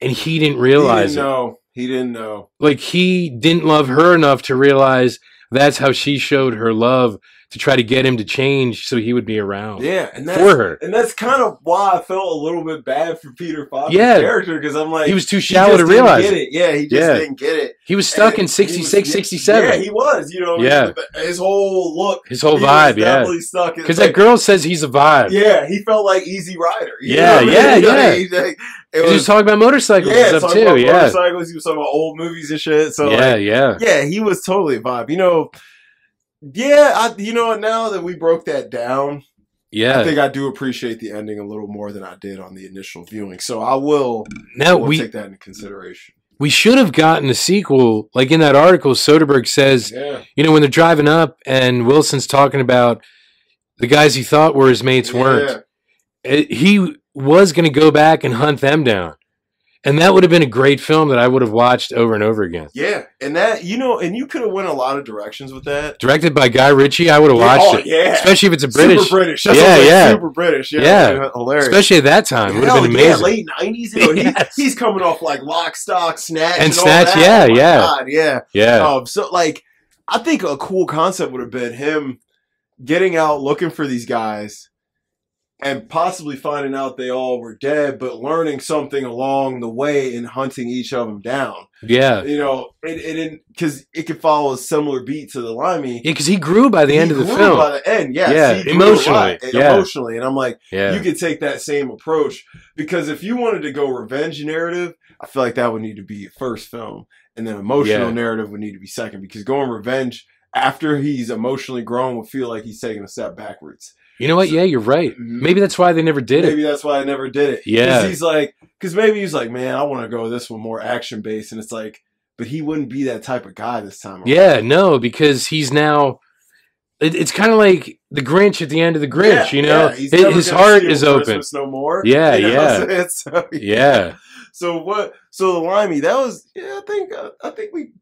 Speaker 1: and he didn't
Speaker 2: he
Speaker 1: realize
Speaker 2: didn't
Speaker 1: it
Speaker 2: know. He didn't know.
Speaker 1: like he didn't love her enough to realize that's how she showed her love to try to get him to change so he would be around
Speaker 2: Yeah, and that's
Speaker 1: for her
Speaker 2: And that's kind of why I felt a little bit bad for Peter Fonda's
Speaker 1: Yeah.
Speaker 2: character because I'm like
Speaker 1: he was too
Speaker 2: he
Speaker 1: shallow
Speaker 2: just
Speaker 1: to
Speaker 2: didn't
Speaker 1: realize
Speaker 2: get
Speaker 1: it.
Speaker 2: it. Yeah, he just
Speaker 1: Yeah.
Speaker 2: didn't get it.
Speaker 1: he was stuck
Speaker 2: And
Speaker 1: in
Speaker 2: he
Speaker 1: 66
Speaker 2: was-
Speaker 1: 67
Speaker 2: Yeah, he was. You know,
Speaker 1: Yeah.
Speaker 2: his whole look,
Speaker 1: his whole
Speaker 2: he was
Speaker 1: vibe yeah
Speaker 2: definitely stuck in-
Speaker 1: because that girl says he's a vibe
Speaker 2: Yeah, he felt like Easy Rider. you
Speaker 1: Yeah,
Speaker 2: know what I mean?
Speaker 1: yeah,
Speaker 2: You know what I
Speaker 1: yeah.
Speaker 2: mean? Like, it
Speaker 1: He was
Speaker 2: was,
Speaker 1: just talking about motorcycles
Speaker 2: yeah,
Speaker 1: and stuff
Speaker 2: talking
Speaker 1: too.
Speaker 2: about
Speaker 1: Yeah,
Speaker 2: motorcycles. He was talking about old movies and shit. So like,
Speaker 1: yeah, yeah,
Speaker 2: yeah, he was totally a vibe. You know, yeah, I, you know what? Now that we broke that down, I
Speaker 1: yeah.
Speaker 2: think I do appreciate the ending a little more than I did on the initial viewing. So I will
Speaker 1: Now
Speaker 2: we'll
Speaker 1: Oh, we
Speaker 2: take that into consideration.
Speaker 1: we should have gotten a sequel. Like in that article, Soderbergh says,
Speaker 2: Yeah.
Speaker 1: you know, when they're driving up and Wilson's talking about the guys he thought were his mates weren't. It- he was going to go back and hunt them down, and that would have been a great film that I would have watched over and over again.
Speaker 2: Yeah. And that, you know, and you could have went a lot of directions with that.
Speaker 1: Directed by Guy Ritchie, I would have watched
Speaker 2: oh,
Speaker 1: it,
Speaker 2: Yeah.
Speaker 1: especially if it's a
Speaker 2: Super
Speaker 1: British.
Speaker 2: British. That's
Speaker 1: Yeah,
Speaker 2: what I'm saying,
Speaker 1: yeah.
Speaker 2: Super British. Yeah.
Speaker 1: Yeah.
Speaker 2: yeah, Hilarious.
Speaker 1: Especially at that time, it would have
Speaker 2: Hell
Speaker 1: been
Speaker 2: yeah,
Speaker 1: amazing.
Speaker 2: late 90s. You know, he-
Speaker 1: Yes.
Speaker 2: he's coming off like lock, stock, snatch.
Speaker 1: And
Speaker 2: And,
Speaker 1: Snatch,
Speaker 2: all
Speaker 1: yeah,
Speaker 2: that. Oh, my
Speaker 1: yeah.
Speaker 2: God, yeah.
Speaker 1: yeah,
Speaker 2: Um, so, like, I think a cool concept would have been him getting out looking for these guys and possibly finding out they all were dead, but learning something along the way and hunting each of them down.
Speaker 1: yeah,
Speaker 2: you know, it, it didn't because it could follow a similar beat to the Limey.
Speaker 1: because he grew by the end
Speaker 2: He
Speaker 1: of the
Speaker 2: grew
Speaker 1: film.
Speaker 2: By the end, yes,
Speaker 1: Yeah,
Speaker 2: he grew a lot,
Speaker 1: emotionally,
Speaker 2: and
Speaker 1: yeah.
Speaker 2: emotionally, and I'm like,
Speaker 1: yeah,
Speaker 2: you could take that same approach because if you wanted to go revenge narrative, I feel like that would need to be first film, and then emotional
Speaker 1: Yeah.
Speaker 2: narrative would need to be second because going revenge after he's emotionally grown would feel like he's taking a step backwards.
Speaker 1: You know what? Yeah, you're right. Maybe that's why they never did it.
Speaker 2: Maybe that's why I never did it.
Speaker 1: Yeah.
Speaker 2: Because he's like, because maybe he's like, man, I want to go this one more action based. And it's like, but he wouldn't be that type of guy this time around.
Speaker 1: Yeah, no, because he's now. It, it's kind of like the Grinch at the end of the Grinch.
Speaker 2: Yeah,
Speaker 1: you know,
Speaker 2: yeah, he's
Speaker 1: Hi-
Speaker 2: never
Speaker 1: his
Speaker 2: gonna
Speaker 1: heart
Speaker 2: steal
Speaker 1: is open.
Speaker 2: Christmas No more.
Speaker 1: Yeah,
Speaker 2: You know
Speaker 1: yeah.
Speaker 2: what I'm saying? So,
Speaker 1: Yeah,
Speaker 2: So what? So the limey that was yeah. I think uh, I think we.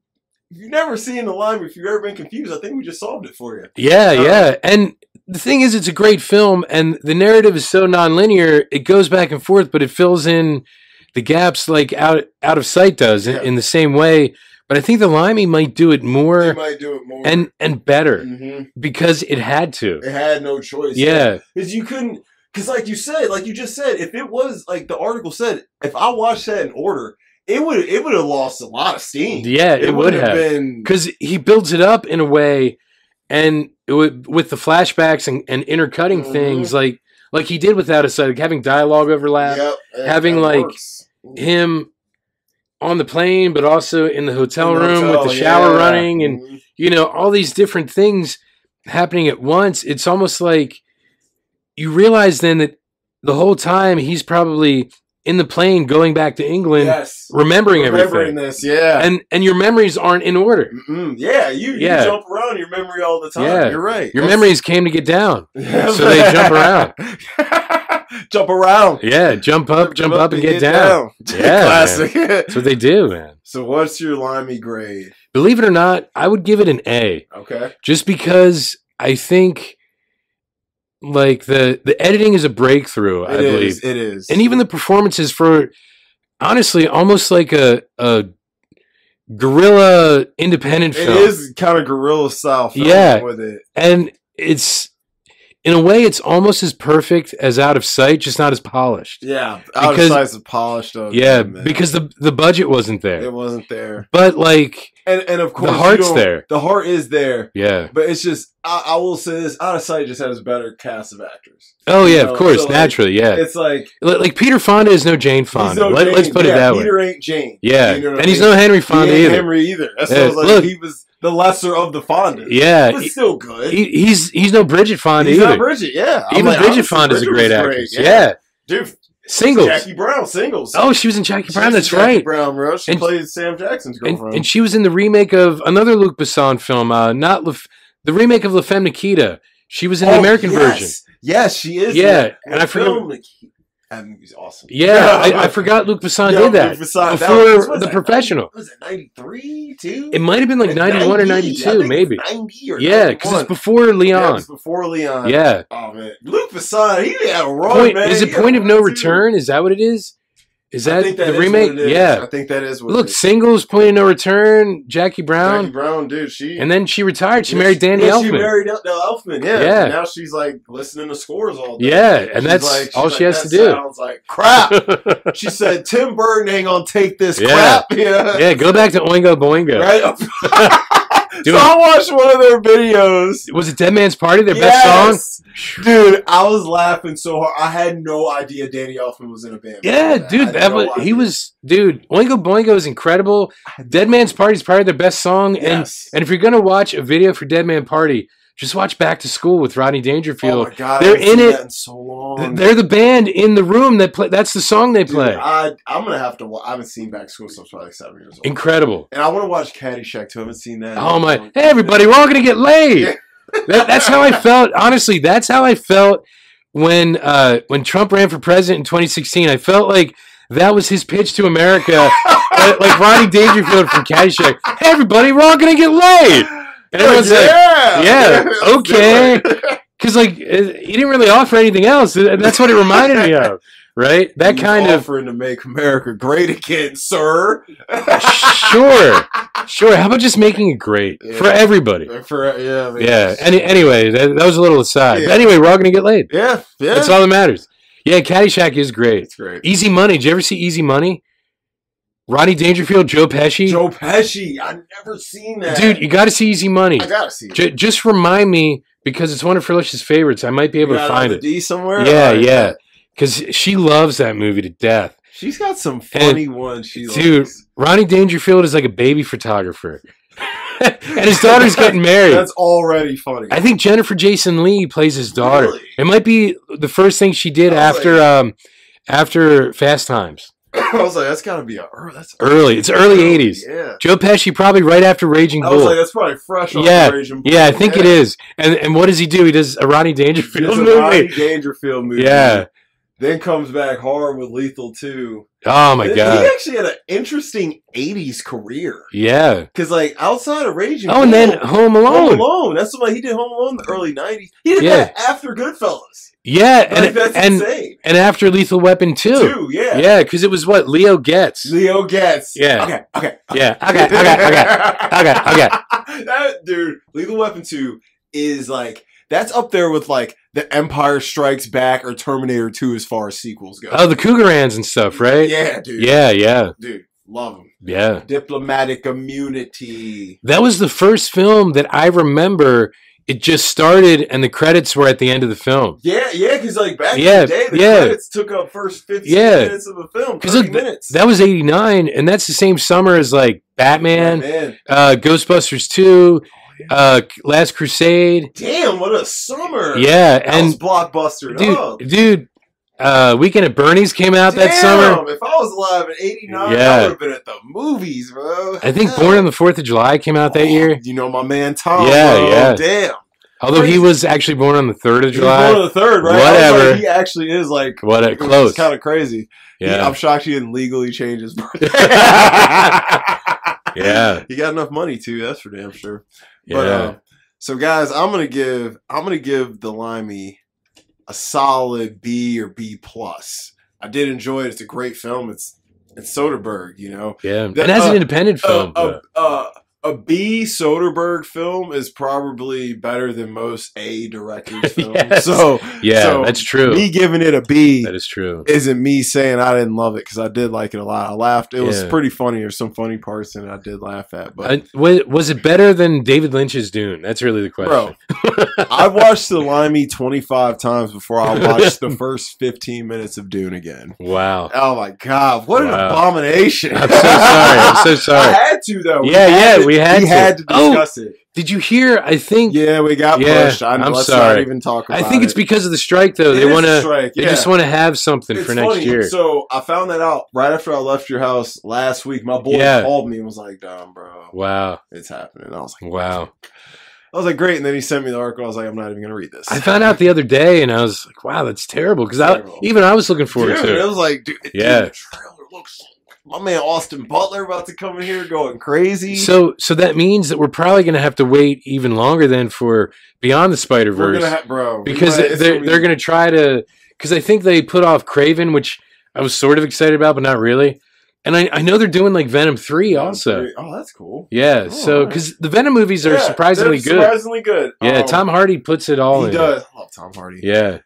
Speaker 2: If you've never seen the lime, if you've ever been confused, I think we just solved it for you.
Speaker 1: Yeah,
Speaker 2: Um,
Speaker 1: yeah. And the thing is, it's a great film, and the narrative is so nonlinear. It goes back and forth, but it fills in the gaps like out out of sight does in,
Speaker 2: Yeah.
Speaker 1: in the same way. But I think the Limey might do it
Speaker 2: We
Speaker 1: more
Speaker 2: might do it more.
Speaker 1: and and better
Speaker 2: Mhm.
Speaker 1: because it had to.
Speaker 2: it had no choice.
Speaker 1: Yeah,
Speaker 2: because you couldn't. Because like you said, like you just said, if it was like the article said, if I watched that in order, it would it would have lost a lot of steam.
Speaker 1: yeah, it, would
Speaker 2: would've
Speaker 1: have
Speaker 2: been.
Speaker 1: because he builds it up in a way, and it would, with the flashbacks and, and intercutting
Speaker 2: Mhm.
Speaker 1: things like like he did with Out of Sight, like having dialogue overlap.
Speaker 2: Yep, that-
Speaker 1: having,
Speaker 2: that
Speaker 1: like,
Speaker 2: works.
Speaker 1: him on the plane, but also in the hotel
Speaker 2: In the
Speaker 1: room
Speaker 2: hotel,
Speaker 1: with the shower
Speaker 2: yeah.
Speaker 1: running and
Speaker 2: Mhm.
Speaker 1: you know all these different things happening at once. It's almost like you realize then that the whole time he's probably in the plane going back to England,
Speaker 2: yes,
Speaker 1: remembering,
Speaker 2: remembering
Speaker 1: everything,
Speaker 2: this, yeah,
Speaker 1: and and your memories aren't in order.
Speaker 2: Mm-mm. yeah, you,
Speaker 1: Yeah.
Speaker 2: you jump around your memory all the time.
Speaker 1: Yeah.
Speaker 2: You're right.
Speaker 1: Your
Speaker 2: That's-
Speaker 1: memories came to get down, so they jump around.
Speaker 2: jump around,
Speaker 1: Yeah, jump up, jump, up, and get, down.
Speaker 2: down.
Speaker 1: Yeah,
Speaker 2: classic.
Speaker 1: That's what they do, man.
Speaker 2: so what's your limey grade?
Speaker 1: Believe it or not, I would give it an A.
Speaker 2: Okay,
Speaker 1: just because I think like the the editing is a breakthrough, I
Speaker 2: It is.
Speaker 1: believe,
Speaker 2: It is.
Speaker 1: and even the performances for honestly almost like a a guerrilla independent
Speaker 2: it
Speaker 1: film,
Speaker 2: is kind of guerrilla style film
Speaker 1: Yeah.
Speaker 2: with it.
Speaker 1: and it's in a way it's almost as perfect as Out of Sight, just not as polished.
Speaker 2: Yeah, out
Speaker 1: Because-
Speaker 2: of sight's a polished up.
Speaker 1: yeah,
Speaker 2: man.
Speaker 1: because the the budget wasn't there,
Speaker 2: it wasn't there,
Speaker 1: but like
Speaker 2: and and of course you
Speaker 1: heart's
Speaker 2: don't-
Speaker 1: there.
Speaker 2: The heart is there,
Speaker 1: yeah,
Speaker 2: but it's just I, I will say this: out of sight just has a better cast of actors.
Speaker 1: oh
Speaker 2: You
Speaker 1: yeah,
Speaker 2: know,
Speaker 1: of course,
Speaker 2: so, like,
Speaker 1: naturally, yeah,
Speaker 2: It's like
Speaker 1: like, like Peter Fonda is no Jane
Speaker 2: he's
Speaker 1: Fonda.
Speaker 2: no
Speaker 1: Let, us
Speaker 2: Jane.
Speaker 1: put
Speaker 2: yeah,
Speaker 1: it that way.
Speaker 2: Peter ain't Jane,
Speaker 1: Yeah,
Speaker 2: You know what
Speaker 1: and
Speaker 2: I
Speaker 1: he's
Speaker 2: mean?
Speaker 1: no Henry
Speaker 2: He ain't
Speaker 1: Fonda either.
Speaker 2: Henry either. That's
Speaker 1: Yeah,
Speaker 2: what I was like.
Speaker 1: look.
Speaker 2: he was the lesser of the Fonda.
Speaker 1: Yeah,
Speaker 2: but still good.
Speaker 1: he, he's he's no Bridget Fonda
Speaker 2: he's
Speaker 1: either.
Speaker 2: not Bridget. Yeah, I'm
Speaker 1: Even
Speaker 2: like,
Speaker 1: Bridget
Speaker 2: honestly,
Speaker 1: Fonda's a
Speaker 2: Bridget
Speaker 1: great
Speaker 2: was
Speaker 1: actress. yeah.
Speaker 2: dude,
Speaker 1: singles.
Speaker 2: Jackie Brown singles.
Speaker 1: oh, she was in Jackie Brown. That's
Speaker 2: Jackie
Speaker 1: right.
Speaker 2: Brown, bro. She
Speaker 1: And-
Speaker 2: plays Sam Jackson's
Speaker 1: And,
Speaker 2: girlfriend.
Speaker 1: and she was in the remake of another Luc Besson film. Uh, not Lef- the remake of La Femme Nikita. She was in the
Speaker 2: Oh,
Speaker 1: American
Speaker 2: yes.
Speaker 1: version.
Speaker 2: Yes, she is.
Speaker 1: Yeah,
Speaker 2: in it.
Speaker 1: and I forgot-
Speaker 2: Film, like, he- That movie's awesome.
Speaker 1: Yeah, I, I forgot Luc Besson
Speaker 2: Yeah,
Speaker 1: did that
Speaker 2: Luke Besson, that was-
Speaker 1: before
Speaker 2: was
Speaker 1: the
Speaker 2: that
Speaker 1: professional.
Speaker 2: Was it ninety three too?
Speaker 1: It might have been like ninety one or ninety two, maybe.
Speaker 2: Ninety or
Speaker 1: Yeah, because it's
Speaker 2: 91.
Speaker 1: before
Speaker 2: Yeah, it
Speaker 1: Leon.
Speaker 2: was before Leon.
Speaker 1: Yeah.
Speaker 2: Oh man, Luke Besson, he had a run,
Speaker 1: Point,
Speaker 2: man.
Speaker 1: is
Speaker 2: He
Speaker 1: it
Speaker 2: had a
Speaker 1: Point of
Speaker 2: run,
Speaker 1: No
Speaker 2: too.
Speaker 1: Return? Is that what it is? Is
Speaker 2: I
Speaker 1: that,
Speaker 2: think
Speaker 1: the
Speaker 2: is
Speaker 1: remake?
Speaker 2: what it is.
Speaker 1: Yeah.
Speaker 2: I think that is what.
Speaker 1: Look,
Speaker 2: it is.
Speaker 1: singles, Point of No Return, Jackie Brown,
Speaker 2: Jackie Brown, dude, she
Speaker 1: and then she retired. She
Speaker 2: Yeah,
Speaker 1: married Danny
Speaker 2: yeah,
Speaker 1: Elfman.
Speaker 2: She married El- no, Elfman. Yeah.
Speaker 1: Yeah.
Speaker 2: And now she's like listening to scores all day.
Speaker 1: yeah, and
Speaker 2: She's
Speaker 1: that's
Speaker 2: like- she's
Speaker 1: all
Speaker 2: like,
Speaker 1: she has
Speaker 2: "That
Speaker 1: to do.
Speaker 2: Sounds like crap. She said, "Tim Burton ain't gonna take this
Speaker 1: Yeah.
Speaker 2: crap." Yeah,
Speaker 1: yeah, go back to Oingo Boingo.
Speaker 2: right.
Speaker 1: Dude.
Speaker 2: so I watched one of their videos.
Speaker 1: Was it Dead Man's Party their best
Speaker 2: Yes.
Speaker 1: song?
Speaker 2: dude. I was laughing so hard. I had no idea Danny Elfman was in a band.
Speaker 1: Yeah,
Speaker 2: before I
Speaker 1: dude,
Speaker 2: had
Speaker 1: that
Speaker 2: no
Speaker 1: was he
Speaker 2: idea.
Speaker 1: was dude. Oingo Boingo is incredible. Dead Man's Party is probably their best song, and
Speaker 2: Yes.
Speaker 1: and if you're gonna watch a video for Dead Man Party, just watch Back to School with Rodney
Speaker 2: oh
Speaker 1: Dangerfield.
Speaker 2: my god,
Speaker 1: They're
Speaker 2: I haven't
Speaker 1: in
Speaker 2: seen
Speaker 1: it.
Speaker 2: that in so long.
Speaker 1: They're the band in the room that play. That's the song they
Speaker 2: Dude,
Speaker 1: play.
Speaker 2: I, I'm gonna have to. wa- I haven't seen Back to School since I was like seven years old.
Speaker 1: incredible.
Speaker 2: And I want to watch Caddyshack too. I haven't seen that.
Speaker 1: Oh my! Hey, everybody, we're all gonna get laid.
Speaker 2: Yeah.
Speaker 1: That, that's how I felt. Honestly, that's how I felt when uh, when Trump ran for president in 2016. I felt like that was his pitch to America, like, like Ronnie Dangerfield from Caddyshack. Hey, everybody, we're all gonna get laid. And everyone's like,
Speaker 2: yeah,
Speaker 1: yeah,
Speaker 2: Let's do
Speaker 1: okay.
Speaker 2: it.
Speaker 1: because like uh, he didn't really offer anything else. and That's what it reminded me of, right? That
Speaker 2: He's
Speaker 1: kind of
Speaker 2: offering to make America great again, sir. Oh.
Speaker 1: sure, sure. How about just making it great for
Speaker 2: Yeah.
Speaker 1: everybody?
Speaker 2: For- yeah, man.
Speaker 1: Yeah. Any, anyway, that, that was a little aside. But
Speaker 2: Yeah.
Speaker 1: anyway, we're all gonna get laid.
Speaker 2: yeah, yeah.
Speaker 1: That's all that matters. Yeah, Caddyshack is great.
Speaker 2: It's great.
Speaker 1: Easy Money. Did you ever see Easy Money? Ronnie Dangerfield, Joe Pesci.
Speaker 2: Joe Pesci. I've never seen that,
Speaker 1: Dude, you got to see Easy Money.
Speaker 2: I gotta see it.
Speaker 1: J- just remind me because it's one of Felicia's favorites. I might be able
Speaker 2: You
Speaker 1: to
Speaker 2: got
Speaker 1: find
Speaker 2: another
Speaker 1: it
Speaker 2: D somewhere.
Speaker 1: Yeah,
Speaker 2: All right,
Speaker 1: yeah. because she loves that movie to death.
Speaker 2: She's got some funny ones. She
Speaker 1: Dude,
Speaker 2: likes.
Speaker 1: Ronnie Dangerfield is like a baby photographer, and his daughter's getting married.
Speaker 2: That's already funny.
Speaker 1: I think Jennifer Jason Lee plays his daughter.
Speaker 2: Really?
Speaker 1: It might be the first thing she did
Speaker 2: I was
Speaker 1: after um, after Fast Times.
Speaker 2: I was like, that's gotta be a. oh, That's
Speaker 1: Early. It's early 80s.
Speaker 2: Yeah.
Speaker 1: Joe Pesci probably right after Raging
Speaker 2: I was
Speaker 1: Bull.
Speaker 2: like, that's probably fresh on
Speaker 1: Yeah,
Speaker 2: Raging Bull.
Speaker 1: yeah, I think it is. And and what does he do? He does a Ronnie
Speaker 2: It's
Speaker 1: Dangerfield
Speaker 2: a
Speaker 1: movie.
Speaker 2: Rodney Dangerfield movie.
Speaker 1: Yeah.
Speaker 2: Then comes back hard with Lethal 2.
Speaker 1: Oh my
Speaker 2: He-
Speaker 1: god.
Speaker 2: He actually had an interesting 80s career.
Speaker 1: Yeah.
Speaker 2: Because, like, outside of Raging
Speaker 1: Oh, and then
Speaker 2: Bull,
Speaker 1: Home
Speaker 2: Home
Speaker 1: Alone.
Speaker 2: Alone. That's what like, he did Home Alone in the early 90s. He did
Speaker 1: Yeah.
Speaker 2: that after Goodfellas.
Speaker 1: Yeah,
Speaker 2: Like,
Speaker 1: and
Speaker 2: that's
Speaker 1: and
Speaker 2: insane.
Speaker 1: and after Lethal Weapon two.
Speaker 2: Two, yeah.
Speaker 1: Yeah, because it was what Leo gets.
Speaker 2: Leo Getz.
Speaker 1: Yeah.
Speaker 2: Okay, okay.
Speaker 1: Yeah. Okay. Okay. Okay. Okay. Okay.
Speaker 2: that dude, Lethal Weapon 2 is like that's up there with like The Empire Strikes Back or Terminator 2 as far as sequels go.
Speaker 1: Oh, the Cougarans and stuff, right?
Speaker 2: Yeah, dude.
Speaker 1: Yeah. Yeah.
Speaker 2: Dude, love him.
Speaker 1: Yeah.
Speaker 2: Diplomatic immunity.
Speaker 1: That was the first film that I remember. It just started, and the credits were at the end of the film.
Speaker 2: Yeah, yeah, because like back
Speaker 1: Yeah,
Speaker 2: in the day, the
Speaker 1: yeah.
Speaker 2: credits took up first 15
Speaker 1: Yeah.
Speaker 2: minutes of a film,
Speaker 1: 'Cause
Speaker 2: 30
Speaker 1: look,
Speaker 2: minutes.
Speaker 1: That was '89, and that's the same summer as like Batman,
Speaker 2: Man.
Speaker 1: uh, Ghostbusters
Speaker 2: Oh,
Speaker 1: Two, uh, Last Crusade.
Speaker 2: Damn, what a summer.
Speaker 1: Yeah,
Speaker 2: That was Oh.
Speaker 1: and
Speaker 2: blockbuster. up.
Speaker 1: dude, dude, uh, Weekend at Bernie's came out that summer.
Speaker 2: Damn, If I was alive in '89,
Speaker 1: Yeah.
Speaker 2: I would have been at the movies, bro.
Speaker 1: I think
Speaker 2: Hell.
Speaker 1: Born on the Fourth of July came
Speaker 2: Oh.
Speaker 1: out that year.
Speaker 2: You know my man Tom.
Speaker 1: Yeah,
Speaker 2: bro.
Speaker 1: yeah.
Speaker 2: Damn.
Speaker 1: Although he
Speaker 2: Crazy.
Speaker 1: was actually born on the third of
Speaker 2: He's born
Speaker 1: July.
Speaker 2: on the third, right? I was
Speaker 1: Whatever.
Speaker 2: Like, he actually is like
Speaker 1: What a close.
Speaker 2: Kind of crazy. He-
Speaker 1: yeah.
Speaker 2: I'm shocked he didn't legally change his birthday.
Speaker 1: Yeah.
Speaker 2: He got enough money too. That's for damn sure.
Speaker 1: Yeah.
Speaker 2: But, uh, so guys, I'm gonna give I'm gonna give the Limey a solid B or B plus. I did enjoy it. It's a great film. It's it's Soderbergh, you know.
Speaker 1: yeah.
Speaker 2: the-
Speaker 1: and as
Speaker 2: uh,
Speaker 1: an independent film.
Speaker 2: a,
Speaker 1: though.
Speaker 2: a, a, a B Soderbergh film is probably better than most A directors' films.
Speaker 1: Yes.
Speaker 2: So
Speaker 1: yeah,
Speaker 2: so
Speaker 1: that's true.
Speaker 2: me giving it a B
Speaker 1: that is true.
Speaker 2: isn't me saying I didn't love it because I did like it a lot. I laughed. It was
Speaker 1: Yeah.
Speaker 2: pretty funny. There's some funny parts in it I did laugh at. But
Speaker 1: Uh, was, was it better than David Lynch's Dune? That's really the
Speaker 2: bro,
Speaker 1: question.
Speaker 2: I've watched The Limey 25 times before I watched the first 15 minutes of Dune again.
Speaker 1: Wow.
Speaker 2: Oh my god, what an
Speaker 1: Wow.
Speaker 2: abomination!
Speaker 1: I'm so sorry. I'm so sorry.
Speaker 2: I had to though. We
Speaker 1: Yeah,
Speaker 2: had
Speaker 1: yeah,
Speaker 2: to-
Speaker 1: we had
Speaker 2: we
Speaker 1: to.
Speaker 2: had to
Speaker 1: Oh,
Speaker 2: discuss it.
Speaker 1: Did you hear? I think
Speaker 2: Yeah, we got
Speaker 1: Yeah,
Speaker 2: pushed. I know,
Speaker 1: I'm
Speaker 2: let's
Speaker 1: sorry.
Speaker 2: not even talk about
Speaker 1: I think it's
Speaker 2: it.
Speaker 1: because of the strike though.
Speaker 2: It
Speaker 1: they
Speaker 2: is
Speaker 1: want
Speaker 2: a
Speaker 1: to
Speaker 2: strike,
Speaker 1: they
Speaker 2: yeah.
Speaker 1: just want to have something
Speaker 2: It's
Speaker 1: for next
Speaker 2: funny.
Speaker 1: year.
Speaker 2: So I found that out right after I left your house last week. My boy
Speaker 1: Yeah.
Speaker 2: called me and was like, "Dom, bro,
Speaker 1: wow.
Speaker 2: it's happening." I was like,
Speaker 1: Wow.
Speaker 2: "I was like, great." And then he sent me the article. I was like, "I'm not even gonna read this."
Speaker 1: I found out the other day and I was like, wow, that's terrible cuz I
Speaker 2: Terrible.
Speaker 1: even I was looking forward
Speaker 2: Dude,
Speaker 1: to it.
Speaker 2: it was like, dude, dude,
Speaker 1: Yeah.
Speaker 2: the trailer looks. My man Austin Butler about to come in here going crazy.
Speaker 1: So, so that means that we're probably going to have to wait even longer than for Beyond the Spider
Speaker 2: we're
Speaker 1: Verse
Speaker 2: gonna have, bro,
Speaker 1: because
Speaker 2: it's
Speaker 1: they're
Speaker 2: gonna be-
Speaker 1: they're going to try to because I think they put off Craven, which I was sort of excited about, but not really. And I, I know they're doing like Venom three also.
Speaker 2: Oh, that's cool.
Speaker 1: Yeah,
Speaker 2: Oh,
Speaker 1: so
Speaker 2: alright.
Speaker 1: because the Venom movies are
Speaker 2: Yeah, they're
Speaker 1: surprisingly good.
Speaker 2: Surprisingly good.
Speaker 1: yeah,
Speaker 2: Um,
Speaker 1: Tom Hardy puts it all
Speaker 2: He
Speaker 1: in.
Speaker 2: does. I love Tom Hardy.
Speaker 1: Yeah,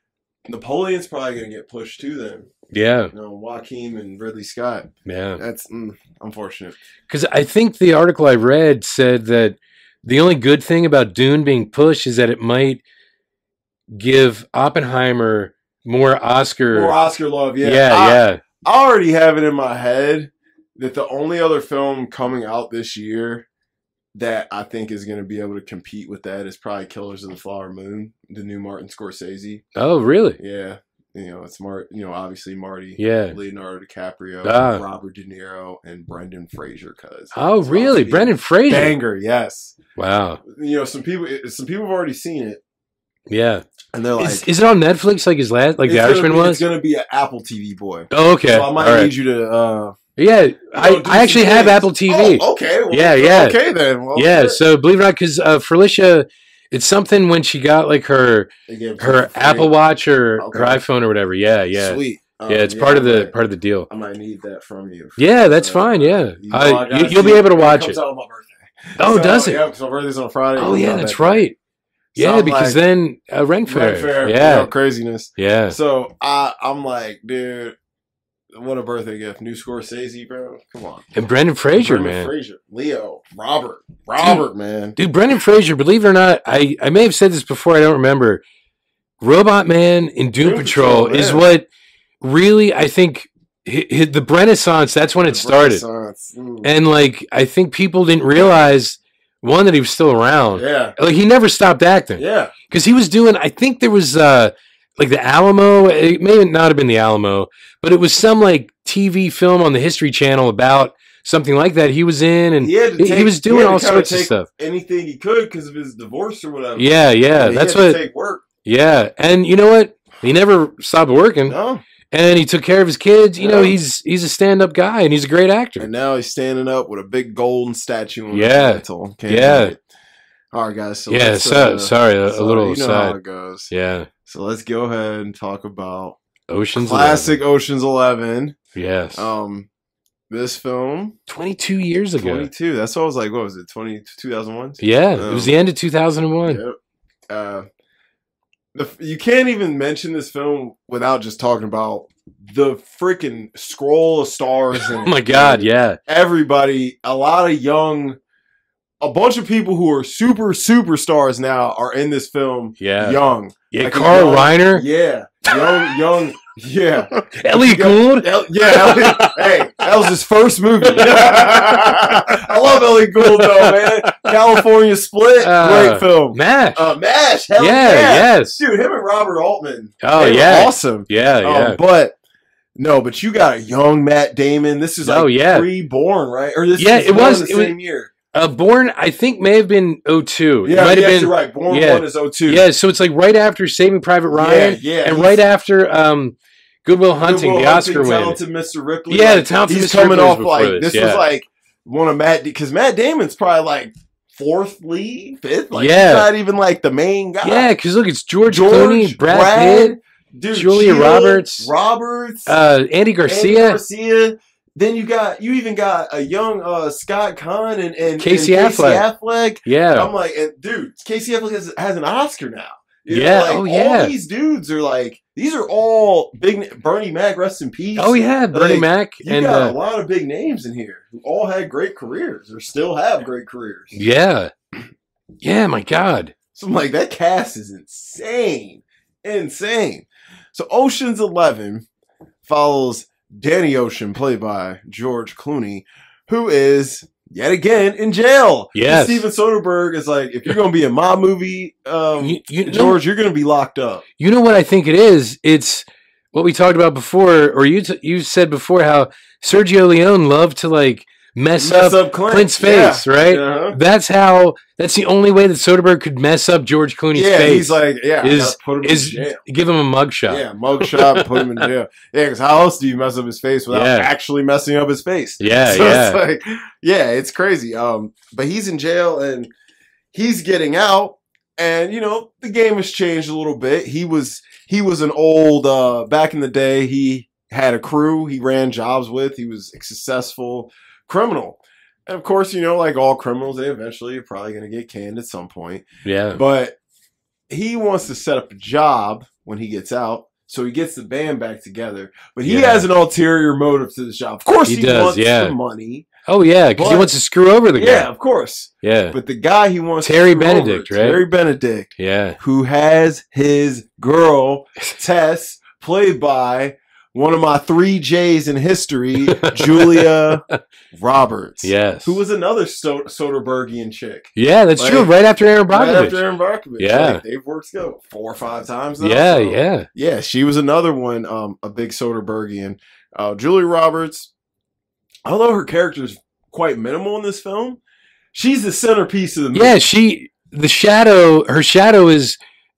Speaker 2: Napoleon's probably gonna get pushed too. Then
Speaker 1: yeah,
Speaker 2: you know, Joaquin and Ridley Scott.
Speaker 1: yeah.
Speaker 2: That's mm, unfortunate.
Speaker 1: Because I think the article I read said that the only good thing about Dune being pushed is that it might give Oppenheimer more Oscar.
Speaker 2: Or Oscar love, yeah. Ah.
Speaker 1: yeah,
Speaker 2: I,
Speaker 1: yeah,
Speaker 2: I already have it in my head that the only other film coming out this year that I think is going to be able to compete with that is probably Killers of the Flower Moon, the new Martin Scorsese.
Speaker 1: Oh, really?
Speaker 2: Yeah, you know it's Mart. You know, obviously Marty,
Speaker 1: Yeah.
Speaker 2: Leonardo DiCaprio,
Speaker 1: Ah.
Speaker 2: Robert De Niro, and Brendan Fraser. Cause
Speaker 1: Oh,
Speaker 2: it's about
Speaker 1: really?
Speaker 2: to be
Speaker 1: Brendan Fraser.
Speaker 2: banger, yes.
Speaker 1: Wow.
Speaker 2: You know, some people, some people have already seen it,
Speaker 1: Yeah.
Speaker 2: and they're like,
Speaker 1: is, is it on Netflix like his last, like
Speaker 2: "It's
Speaker 1: The
Speaker 2: gonna
Speaker 1: Irishman
Speaker 2: be-
Speaker 1: was?
Speaker 2: It's going to be an Apple TV boy.
Speaker 1: oh, okay.
Speaker 2: So I might
Speaker 1: All
Speaker 2: need
Speaker 1: right.
Speaker 2: you to. uh
Speaker 1: Yeah. I,
Speaker 2: Yo, do
Speaker 1: I actually
Speaker 2: some
Speaker 1: have
Speaker 2: things.
Speaker 1: Apple TV.
Speaker 2: Oh, okay. Well,
Speaker 1: Yeah, yeah.
Speaker 2: Okay then. Well,
Speaker 1: yeah.
Speaker 2: shit.
Speaker 1: So believe it or not, because uh, Felicia, it's something when she got like her
Speaker 2: They gave it
Speaker 1: her
Speaker 2: for free.
Speaker 1: Apple Watch or
Speaker 2: Okay.
Speaker 1: her iPhone or whatever. Yeah. Yeah.
Speaker 2: Sweet. Um,
Speaker 1: Yeah. It's part of
Speaker 2: I
Speaker 1: the
Speaker 2: might-
Speaker 1: part of the deal.
Speaker 2: I might need that from you.
Speaker 1: Yeah, that's
Speaker 2: So,
Speaker 1: fine. Yeah,
Speaker 2: you know, I
Speaker 1: I,
Speaker 2: gotta
Speaker 1: you, will
Speaker 2: see
Speaker 1: be able to
Speaker 2: when
Speaker 1: watch
Speaker 2: comes
Speaker 1: it.
Speaker 2: out on my birthday.
Speaker 1: Oh,
Speaker 2: So,
Speaker 1: does it?
Speaker 2: Yeah, because my birthday's on Friday.
Speaker 1: Oh,
Speaker 2: It's
Speaker 1: yeah,
Speaker 2: not
Speaker 1: that's
Speaker 2: that big.
Speaker 1: right.
Speaker 2: So
Speaker 1: Yeah,
Speaker 2: I'm
Speaker 1: because
Speaker 2: like,
Speaker 1: then uh, Ren Fair.
Speaker 2: Red Fair, you know,
Speaker 1: Yeah,
Speaker 2: craziness.
Speaker 1: yeah,
Speaker 2: So I, I'm like, dude, what a birthday gift! New Scorsese, bro. Come on,
Speaker 1: and Brendan Fraser,
Speaker 2: Brendan
Speaker 1: man,
Speaker 2: Fraser, Leo, Robert, Robert, man.
Speaker 1: dude, Brendan Fraser. Believe it or not, I I may have said this before. I don't remember. Robot Man in Doom,
Speaker 2: Doom
Speaker 1: Patrol,
Speaker 2: Patrol,
Speaker 1: is
Speaker 2: yeah.
Speaker 1: what really I think hi hi the Renaissance. That's when it started,
Speaker 2: Renaissance. Mm.
Speaker 1: and like I think people didn't realize one that he was still around.
Speaker 2: Yeah,
Speaker 1: Like he never stopped acting.
Speaker 2: yeah.
Speaker 1: because he was doing. I think there was uh like the Alamo. It may not have been the Alamo, but it was some like TV film on the History Channel about something like that. He was in, and
Speaker 2: He, had to
Speaker 1: he,
Speaker 2: take-
Speaker 1: he was doing
Speaker 2: had to
Speaker 1: all
Speaker 2: kinda
Speaker 1: sorts of
Speaker 2: take
Speaker 1: stuff.
Speaker 2: anything he could because of his divorce or whatever.
Speaker 1: Yeah, yeah,
Speaker 2: And he
Speaker 1: that's
Speaker 2: had to
Speaker 1: what.
Speaker 2: take work.
Speaker 1: yeah, and you know what? He never stopped working,
Speaker 2: No,
Speaker 1: and he took care of his kids. You know,
Speaker 2: Yeah.
Speaker 1: he's he's a stand up guy and he's a great actor.
Speaker 2: And now he's standing up with a big golden statue on his
Speaker 1: Yeah.
Speaker 2: mantle.
Speaker 1: Yeah.
Speaker 2: wait. All right, guys. So
Speaker 1: yeah,
Speaker 2: let's,
Speaker 1: so,
Speaker 2: uh,
Speaker 1: sorry, a, a
Speaker 2: so
Speaker 1: little
Speaker 2: You know
Speaker 1: aside.
Speaker 2: how it goes.
Speaker 1: Yeah,
Speaker 2: So let's go ahead and talk about
Speaker 1: Ocean's
Speaker 2: classic Ocean's Eleven.
Speaker 1: 11. Yes,
Speaker 2: Um, this film,
Speaker 1: twenty two years ago.
Speaker 2: twenty two. That's what I was like. What was it? 20, 2001?
Speaker 1: Yeah, it
Speaker 2: Um,
Speaker 1: was the end of two thousand and one.
Speaker 2: Yep. Uh, the, f- you can't even mention this film without just talking about the freaking scroll of stars.
Speaker 1: Oh my god, yeah,
Speaker 2: everybody, a lot of young, a bunch of people who are super superstars now are in this film.
Speaker 1: yeah,
Speaker 2: Young,
Speaker 1: yeah.
Speaker 2: Like a
Speaker 1: Carl
Speaker 2: young-
Speaker 1: Reiner,
Speaker 2: yeah, young, young, yeah,
Speaker 1: Ellie Gould.
Speaker 2: El- yeah. Ellie- hey, that was his first movie. I love Ellie Gould though, man. California Split,
Speaker 1: Uh,
Speaker 2: great film.
Speaker 1: Mash.
Speaker 2: Uh, Mash,
Speaker 1: yeah,
Speaker 2: hell yeah,
Speaker 1: yes.
Speaker 2: dude, him and Robert Altman.
Speaker 1: Oh
Speaker 2: they were
Speaker 1: yeah,
Speaker 2: awesome.
Speaker 1: yeah,
Speaker 2: Um,
Speaker 1: yeah.
Speaker 2: but no, but you got a young Matt Damon. This is like
Speaker 1: Oh, yeah.
Speaker 2: pre-born, right? Or this
Speaker 1: Yeah,
Speaker 2: is
Speaker 1: it
Speaker 2: one
Speaker 1: was-
Speaker 2: the
Speaker 1: it was-
Speaker 2: same year.
Speaker 1: uh, Born, I think, may have been 02.
Speaker 2: Yeah,
Speaker 1: it might
Speaker 2: yes,
Speaker 1: have been.
Speaker 2: you're right. Born
Speaker 1: yeah.
Speaker 2: one is 02.
Speaker 1: Yeah, so it's like right after Saving Private Ryan,
Speaker 2: yeah, yeah,
Speaker 1: and
Speaker 2: he's-
Speaker 1: right after um, Goodwill Hunting,
Speaker 2: Goodwill
Speaker 1: the Oscar
Speaker 2: Hunting,
Speaker 1: win.
Speaker 2: Talented Mr. Ripley.
Speaker 1: Yeah, the
Speaker 2: like,
Speaker 1: Talented
Speaker 2: he's
Speaker 1: Mr.
Speaker 2: coming
Speaker 1: Ripley was
Speaker 2: off
Speaker 1: before
Speaker 2: like
Speaker 1: this,
Speaker 2: this
Speaker 1: yeah.
Speaker 2: was like one of Matt because Matt Damon's probably like fourth lead, fifth. Like,
Speaker 1: Yeah.
Speaker 2: he's not even like the main guy.
Speaker 1: Yeah, because look, it's George,
Speaker 2: George,
Speaker 1: Clooney, Brad, Pitt,
Speaker 2: dude,
Speaker 1: Julia
Speaker 2: Shield,
Speaker 1: Roberts,
Speaker 2: Roberts,
Speaker 1: uh, Andy
Speaker 2: Andy
Speaker 1: Garcia.
Speaker 2: Garcia. Then you got you even got a young uh, Scott Kahn and and
Speaker 1: Casey
Speaker 2: and Casey
Speaker 1: Affleck. Oh.
Speaker 2: Affleck.
Speaker 1: yeah,
Speaker 2: I'm like, and dude, Casey Affleck has, has an Oscar now.
Speaker 1: Yeah,
Speaker 2: like,
Speaker 1: oh,
Speaker 2: all
Speaker 1: yeah.
Speaker 2: these dudes are like, these are all big. Bernie Mac, rest in peace.
Speaker 1: oh yeah, Bernie
Speaker 2: Like,
Speaker 1: Mac,
Speaker 2: You
Speaker 1: and
Speaker 2: got a
Speaker 1: uh,
Speaker 2: lot of big names in here who all had great careers or still have great careers.
Speaker 1: yeah, yeah, my God,
Speaker 2: So I'm like, that cast is insane. Insane. So Ocean's Eleven follows Danny Ocean, played by George Clooney, who is yet again in jail.
Speaker 1: Yes.
Speaker 2: Steven Soderbergh is like, if you're gonna be in my movie, um,
Speaker 1: you, you know,
Speaker 2: George, you're gonna be locked up.
Speaker 1: you know what I think it is? It's what we talked about before, or you t- you said before how Sergio Leone loved to like mess, up,
Speaker 2: Clint.
Speaker 1: Clint's
Speaker 2: Yeah.
Speaker 1: face, right?
Speaker 2: Uh-huh.
Speaker 1: That's how. That's the only way that Soderbergh could mess up George Clooney's
Speaker 2: yeah,
Speaker 1: face.
Speaker 2: he's like, yeah, I
Speaker 1: is-
Speaker 2: gotta put him
Speaker 1: is
Speaker 2: in jail.
Speaker 1: give him a mugshot.
Speaker 2: Yeah, mug shot, put him in jail. Yeah, because how else do you mess up his face without
Speaker 1: Yeah.
Speaker 2: actually messing up his face?
Speaker 1: Yeah,
Speaker 2: so
Speaker 1: yeah.
Speaker 2: It's like, yeah, it's crazy. Um, but he's in jail and he's getting out, and you know the game has changed a little bit. He was he was an old uh, back in the day. He had a crew. He ran jobs with. He was a successful criminal. And of course, you know, like all criminals, they eventually are probably going to get canned at some point.
Speaker 1: yeah.
Speaker 2: But he wants to set up a job when he gets out. So he gets the band back together, but he
Speaker 1: Yeah.
Speaker 2: has an ulterior motive to the job. Of course,
Speaker 1: He
Speaker 2: he,
Speaker 1: does,
Speaker 2: wants
Speaker 1: yeah.
Speaker 2: the money.
Speaker 1: Oh yeah, because he
Speaker 2: But-
Speaker 1: wants to screw over the
Speaker 2: Yeah,
Speaker 1: guy.
Speaker 2: of course.
Speaker 1: Yeah,
Speaker 2: But the guy he wants
Speaker 1: Terry
Speaker 2: screw
Speaker 1: Benedict, right?
Speaker 2: Terry Benedict,
Speaker 1: yeah,
Speaker 2: who has his girl Tess played by one of my three J's in history, Julia Roberts.
Speaker 1: yes.
Speaker 2: Who was another so- Soderberghian chick.
Speaker 1: Yeah, that's
Speaker 2: Like,
Speaker 1: true. Right after Aaron
Speaker 2: Right
Speaker 1: Brockovich.
Speaker 2: after Aaron Brockovich.
Speaker 1: Yeah.
Speaker 2: Like, they've worked together four or five times now.
Speaker 1: yeah,
Speaker 2: so-
Speaker 1: yeah,
Speaker 2: yeah, she was another one, um, a big Soderberghian. Uh, Julie Roberts, although her character's quite minimal in this film, she's the centerpiece of the movie.
Speaker 1: yeah. She, the shadow, her shadow is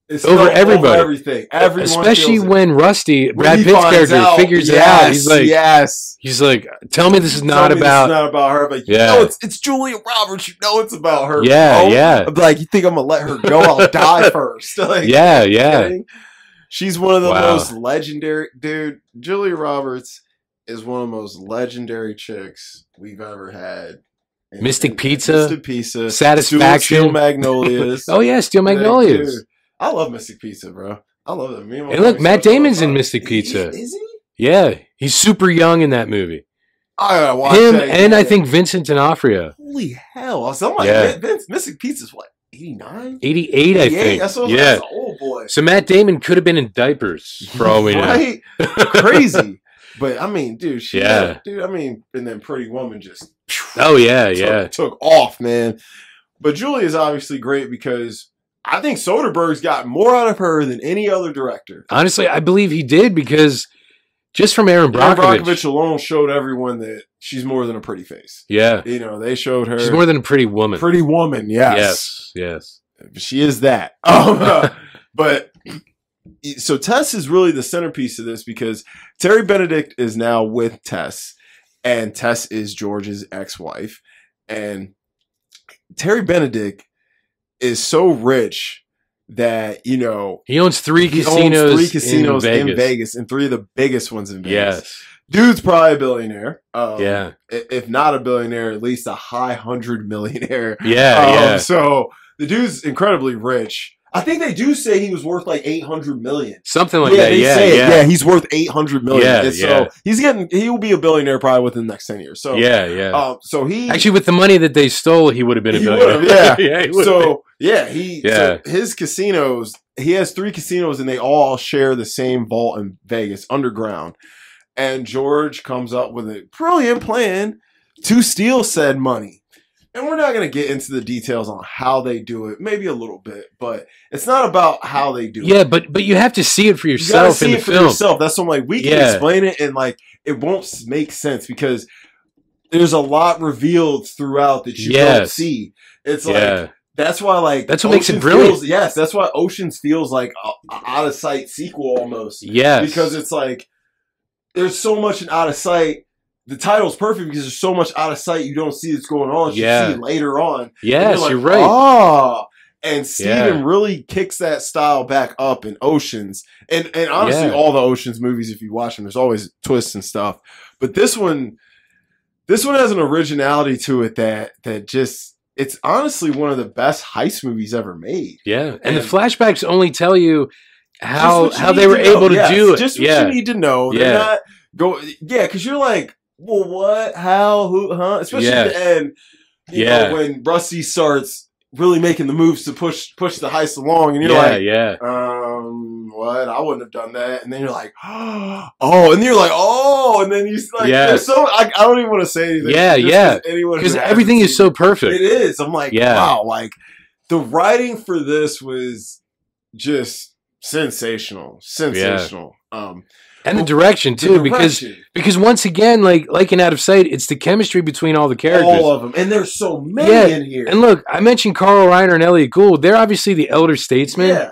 Speaker 2: It's
Speaker 1: over
Speaker 2: still
Speaker 1: everybody.
Speaker 2: everything. Everyone
Speaker 1: especially
Speaker 2: feels it.
Speaker 1: when Rusty, Brad
Speaker 2: he
Speaker 1: Pitt's
Speaker 2: finds
Speaker 1: character,
Speaker 2: out,
Speaker 1: figures it out. He's like,
Speaker 2: yes.
Speaker 1: he's like, tell me this is not
Speaker 2: Tell me this is
Speaker 1: about.
Speaker 2: not about her. I'm like,
Speaker 1: Yeah.
Speaker 2: yeah. no, it's it's Julia Roberts. You know it's about Oh, her.
Speaker 1: yeah,
Speaker 2: bro.
Speaker 1: yeah,
Speaker 2: I'm like, you think I'm gonna let her go? I'll die first. Like,
Speaker 1: yeah, yeah,
Speaker 2: kidding. She's one of the
Speaker 1: Wow.
Speaker 2: most legendary dude. Julia Roberts is one of the most legendary chicks we've ever had. And-
Speaker 1: Mystic
Speaker 2: and-
Speaker 1: Pizza?
Speaker 2: Mystic Pizza,
Speaker 1: Satisfaction.
Speaker 2: Steel Magnolias.
Speaker 1: Oh yeah, Steel
Speaker 2: Like,
Speaker 1: Magnolias.
Speaker 2: dude, I love Mystic Pizza, bro. I love it. Me and, my
Speaker 1: And look,
Speaker 2: wife
Speaker 1: Matt
Speaker 2: talk
Speaker 1: Damon's
Speaker 2: about
Speaker 1: in
Speaker 2: it.
Speaker 1: Mystic
Speaker 2: Is-
Speaker 1: Pizza.
Speaker 2: Is, he?
Speaker 1: Yeah, he's super young in that movie.
Speaker 2: I gotta watch
Speaker 1: Him
Speaker 2: that
Speaker 1: and I
Speaker 2: again.
Speaker 1: think Vincent D'Onofrio,
Speaker 2: holy hell! I was I'm like,
Speaker 1: Yeah.
Speaker 2: "Man, Vince, Mystic Pizza's what eighty nine?
Speaker 1: eighty-eight, I think.
Speaker 2: That's what I was like,
Speaker 1: yeah.
Speaker 2: that's an old boy.
Speaker 1: So Matt Damon could have been in diapers for all we know.
Speaker 2: right? crazy. But I mean, dude, she
Speaker 1: Yeah.
Speaker 2: dude, I mean, and then Pretty Woman just
Speaker 1: Oh yeah,
Speaker 2: took,
Speaker 1: yeah,
Speaker 2: took off, man. But Julie is obviously great because I think Soderbergh's got more out of her than any other director.
Speaker 1: Honestly, I believe he did because just from Aaron
Speaker 2: Aaron
Speaker 1: Brockovich.
Speaker 2: Brockovich alone showed everyone that she's more than a pretty face.
Speaker 1: yeah,
Speaker 2: You know, they showed her
Speaker 1: she's more than a pretty woman.
Speaker 2: pretty woman. Yes,
Speaker 1: yes, yes.
Speaker 2: she is that. Um, uh, but so Tess is really the centerpiece of this because Terry Benedict is now with Tess, and Tess is George's ex-wife, and Terry Benedict is so rich that you know
Speaker 1: He owns three
Speaker 2: he owns
Speaker 1: casinos.
Speaker 2: three casinos in Vegas.
Speaker 1: in Vegas.
Speaker 2: and three of the biggest ones in Vegas.
Speaker 1: Yes.
Speaker 2: Dude's probably a billionaire. Um,
Speaker 1: yeah.
Speaker 2: i- if not a billionaire, at least a high hundred millionaire.
Speaker 1: Yeah.
Speaker 2: Um,
Speaker 1: yeah.
Speaker 2: So the dude's incredibly rich. I think they do say he was worth like eight hundred million.
Speaker 1: Something like that.
Speaker 2: they
Speaker 1: Yeah.
Speaker 2: say it.
Speaker 1: yeah.
Speaker 2: yeah, he's worth eight hundred million.
Speaker 1: Yeah,
Speaker 2: And so
Speaker 1: yeah.
Speaker 2: he's getting he will be a billionaire probably within the next ten years. So
Speaker 1: yeah, yeah.
Speaker 2: um, so he
Speaker 1: Actually, with the money that they stole, he would have been a
Speaker 2: He
Speaker 1: billionaire.
Speaker 2: would've,
Speaker 1: yeah, he would've been.
Speaker 2: so yeah, he
Speaker 1: Yeah.
Speaker 2: so his casinos. He has three casinos, and they all share the same vault in Vegas underground. And George comes up with a brilliant plan to steal said money. And we're not going to get into the details on how they do it, maybe a little bit, but it's not about how they do it.
Speaker 1: yeah, but but you have to see it for
Speaker 2: You gotta
Speaker 1: yourself
Speaker 2: see
Speaker 1: in the
Speaker 2: it for
Speaker 1: film.
Speaker 2: yourself. That's what I'm like. We can
Speaker 1: Yeah.
Speaker 2: explain it, and like it won't s- make sense because there's a lot revealed throughout that you don't
Speaker 1: Yes.
Speaker 2: see. It's like
Speaker 1: yeah,
Speaker 2: that's why, like,
Speaker 1: That's what makes it
Speaker 2: Ocean
Speaker 1: brilliant.
Speaker 2: Feels, yes, that's why Oceans feels like a, a out of sight sequel almost
Speaker 1: yes,
Speaker 2: because it's like there's so much in out of sight. The title's perfect because there's so much out of sight you don't see that's going on.
Speaker 1: Yeah.
Speaker 2: You see later on. And
Speaker 1: yes,
Speaker 2: like,
Speaker 1: you're right.
Speaker 2: "Ah." And Steven
Speaker 1: Yeah.
Speaker 2: really kicks that style back up in Oceans. And and honestly,
Speaker 1: Yeah.
Speaker 2: all the Oceans movies, if you watch them, there's always twists and stuff. But this one this one has an originality to it that that just it's honestly one of the best heist movies ever made.
Speaker 1: yeah, and, the
Speaker 2: and-
Speaker 1: flashbacks only tell you
Speaker 2: Just
Speaker 1: how
Speaker 2: what you
Speaker 1: how
Speaker 2: need
Speaker 1: they were
Speaker 2: know.
Speaker 1: able to
Speaker 2: Yes,
Speaker 1: do it.
Speaker 2: Just what
Speaker 1: yeah,
Speaker 2: you need to know. They're
Speaker 1: Yeah.
Speaker 2: not go yeah, because you're like, well, what, how, who, huh? Especially
Speaker 1: Yeah.
Speaker 2: at the end. You
Speaker 1: Yeah.
Speaker 2: know, when Rusty starts really making the moves to push push the heist along, and you're
Speaker 1: yeah,
Speaker 2: like,
Speaker 1: yeah,
Speaker 2: um, what? I wouldn't have done that. And then you're like, oh, and then you're like, oh, and then you like,
Speaker 1: Yes.
Speaker 2: there's so I, I don't even want to say anything.
Speaker 1: Yeah,
Speaker 2: just
Speaker 1: yeah.
Speaker 2: anyone who
Speaker 1: because
Speaker 2: hasn't
Speaker 1: everything is
Speaker 2: seen
Speaker 1: so
Speaker 2: it
Speaker 1: perfect.
Speaker 2: is. I'm like,
Speaker 1: Yeah.
Speaker 2: wow, like the writing for this was just sensational, sensational. Um,
Speaker 1: And the direction too,
Speaker 2: the
Speaker 1: because
Speaker 2: direction,
Speaker 1: because once again, like like in Out of Sight, it's the chemistry between all the characters.
Speaker 2: all of them, and there's so many
Speaker 1: Yeah,
Speaker 2: in here.
Speaker 1: and look, I mentioned Carl Reiner and Elliot Gould. They're obviously the elder statesmen,
Speaker 2: yeah,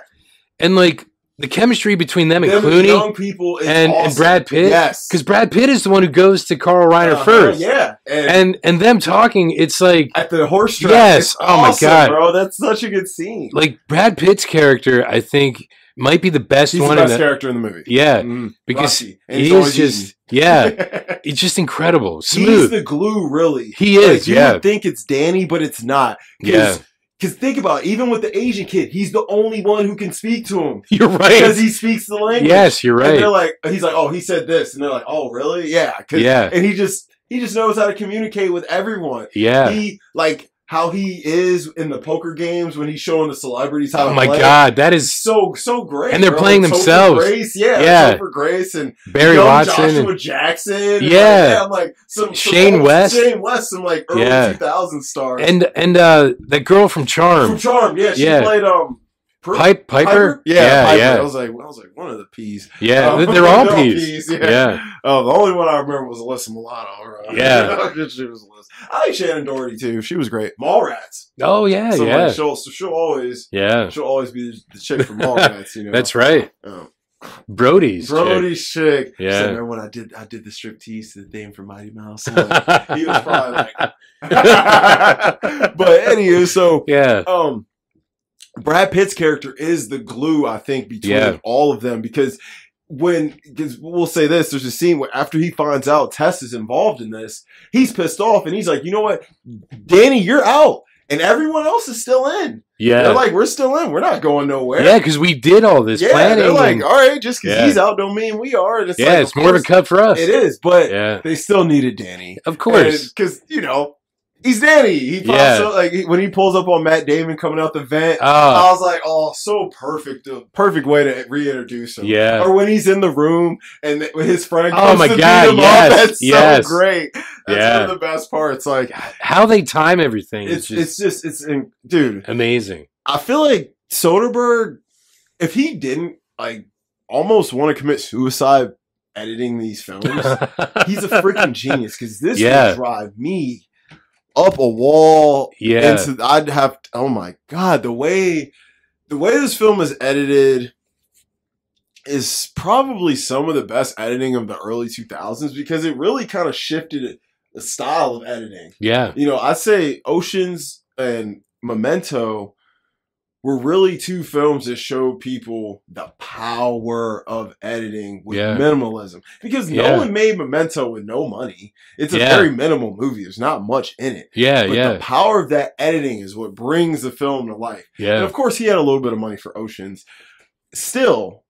Speaker 1: and like the chemistry between them and
Speaker 2: them
Speaker 1: Clooney.
Speaker 2: young people is
Speaker 1: and- and
Speaker 2: awesome.
Speaker 1: Brad Pitt?
Speaker 2: yes,
Speaker 1: because Brad Pitt is the one who goes to Carl Reiner
Speaker 2: Uh-huh,
Speaker 1: first,
Speaker 2: yeah, and,
Speaker 1: and and them talking, it's like
Speaker 2: at the horse track,
Speaker 1: Yes,
Speaker 2: it's
Speaker 1: oh my
Speaker 2: awesome,
Speaker 1: God.
Speaker 2: bro, that's such a good scene.
Speaker 1: like Brad Pitt's character, I think, might be the best
Speaker 2: He's the
Speaker 1: one
Speaker 2: best
Speaker 1: in that.
Speaker 2: character in the movie.
Speaker 1: Yeah,
Speaker 2: Mm,
Speaker 1: because
Speaker 2: Rusty, and
Speaker 1: he
Speaker 2: he's
Speaker 1: is
Speaker 2: always
Speaker 1: just yeah,
Speaker 2: eating.
Speaker 1: it's just incredible,
Speaker 2: he's
Speaker 1: smooth.
Speaker 2: the glue, really.
Speaker 1: he is,
Speaker 2: Like, you
Speaker 1: yeah,
Speaker 2: would think it's Danny, but it's not.
Speaker 1: yeah.
Speaker 2: Because think about it, even with the Asian kid, he's the only one who can speak to him
Speaker 1: You're right.
Speaker 2: because he speaks the language.
Speaker 1: Yes, you're
Speaker 2: And they're
Speaker 1: right.
Speaker 2: like, he's like, oh, he said this, and they're like, oh, really? Yeah. 'Cause-
Speaker 1: Yeah,
Speaker 2: And he just he just knows how to communicate with everyone.
Speaker 1: yeah.
Speaker 2: He like how he is in the poker games when he's showing the celebrities how.
Speaker 1: Oh
Speaker 2: to
Speaker 1: my
Speaker 2: play.
Speaker 1: God, that is
Speaker 2: So so great,
Speaker 1: And they're
Speaker 2: bro.
Speaker 1: playing
Speaker 2: Topher
Speaker 1: themselves.
Speaker 2: Grace, yeah,
Speaker 1: Yeah.
Speaker 2: Topher Grace and
Speaker 1: Barry
Speaker 2: young
Speaker 1: Watson.
Speaker 2: Joshua
Speaker 1: and-
Speaker 2: Jackson, and, like,
Speaker 1: Yeah.
Speaker 2: yeah, I'm like some, some
Speaker 1: Shane
Speaker 2: old-
Speaker 1: West.
Speaker 2: Shane West, some like early
Speaker 1: Yeah.
Speaker 2: 2000 stars,
Speaker 1: And and uh, that girl from
Speaker 2: From
Speaker 1: Charm,
Speaker 2: Charm, yeah, she
Speaker 1: Yeah.
Speaker 2: played um Pri-
Speaker 1: Pipe Piper.
Speaker 2: yeah, Piper. I
Speaker 1: yeah,
Speaker 2: was like, I was like, one of the peas.
Speaker 1: yeah. yeah.
Speaker 2: Um,
Speaker 1: th- They're all
Speaker 2: they're all
Speaker 1: peas.
Speaker 2: peas,
Speaker 1: Yeah.
Speaker 2: yeah. Oh, the only one I remember was Alyssa Milano. Right?
Speaker 1: Yeah.
Speaker 2: she was Alyssa. I like Shannon Doherty too. She was great. Mallrats.
Speaker 1: Oh yeah,
Speaker 2: so
Speaker 1: yeah,
Speaker 2: Like, she'll so she'll always
Speaker 1: yeah.
Speaker 2: she'll always be the chick from Mallrats. You know.
Speaker 1: That's right,
Speaker 2: Um,
Speaker 1: Brody's. chick.
Speaker 2: Brody's chick. She
Speaker 1: Yeah.
Speaker 2: said, remember when I did I did the striptease to the theme from Mighty Mouse? I'm like, he was probably like, but anywho, so
Speaker 1: yeah,
Speaker 2: um Brad Pitt's character is the glue, I think, between
Speaker 1: Yeah.
Speaker 2: all of them because when because we'll say this, there's a scene where after he finds out Tess is involved in this, he's pissed off and he's like, you know what, Danny, you're out, and everyone else is still in. They're
Speaker 1: yeah,
Speaker 2: like, we're still in, we're not going nowhere.
Speaker 1: yeah. Because we did all this
Speaker 2: yeah.
Speaker 1: planning.
Speaker 2: They're like,
Speaker 1: and-
Speaker 2: all right, just because
Speaker 1: Yeah.
Speaker 2: he's out don't mean we are. And it's
Speaker 1: yeah,
Speaker 2: like,
Speaker 1: it's more of a cut for us.
Speaker 2: it is, but
Speaker 1: Yeah,
Speaker 2: they still needed Danny
Speaker 1: of course.
Speaker 2: because you know he's Danny. He pops
Speaker 1: Yeah.
Speaker 2: up like he- when he pulls up on Matt Damon coming out the vent.
Speaker 1: Oh,
Speaker 2: I was like, oh, so perfect, the perfect way to reintroduce him.
Speaker 1: Yeah.
Speaker 2: Or when he's in the room and th- when his friend.
Speaker 1: Oh
Speaker 2: comes
Speaker 1: my
Speaker 2: to beat
Speaker 1: God,
Speaker 2: him up,
Speaker 1: yes,
Speaker 2: that's
Speaker 1: yes.
Speaker 2: so great. That's
Speaker 1: Yeah.
Speaker 2: one of the best parts. Like
Speaker 1: how they time everything is
Speaker 2: it's
Speaker 1: just
Speaker 2: it's just it's in, dude.
Speaker 1: amazing.
Speaker 2: I feel like Soderbergh, if he didn't like almost want to commit suicide editing these films he's a freaking genius because this
Speaker 1: Yeah.
Speaker 2: would drive me up a wall.
Speaker 1: yeah,
Speaker 2: Into, I'd have. To, oh my god, the way the way this film is edited is probably some of the best editing of the early 2000s because it really kind of shifted the style of editing.
Speaker 1: Yeah.
Speaker 2: You know, I say Oceans and Memento were really two films that show people the power of editing with
Speaker 1: Yeah.
Speaker 2: minimalism because
Speaker 1: Yeah.
Speaker 2: no one made Memento with no money. It's a
Speaker 1: Yeah.
Speaker 2: very minimal movie. There's not much in it.
Speaker 1: Yeah.
Speaker 2: But
Speaker 1: Uh, yeah.
Speaker 2: the power of that editing is what brings the film to life. And
Speaker 1: yeah.
Speaker 2: of course, he had a little bit of money for Oceans. Still,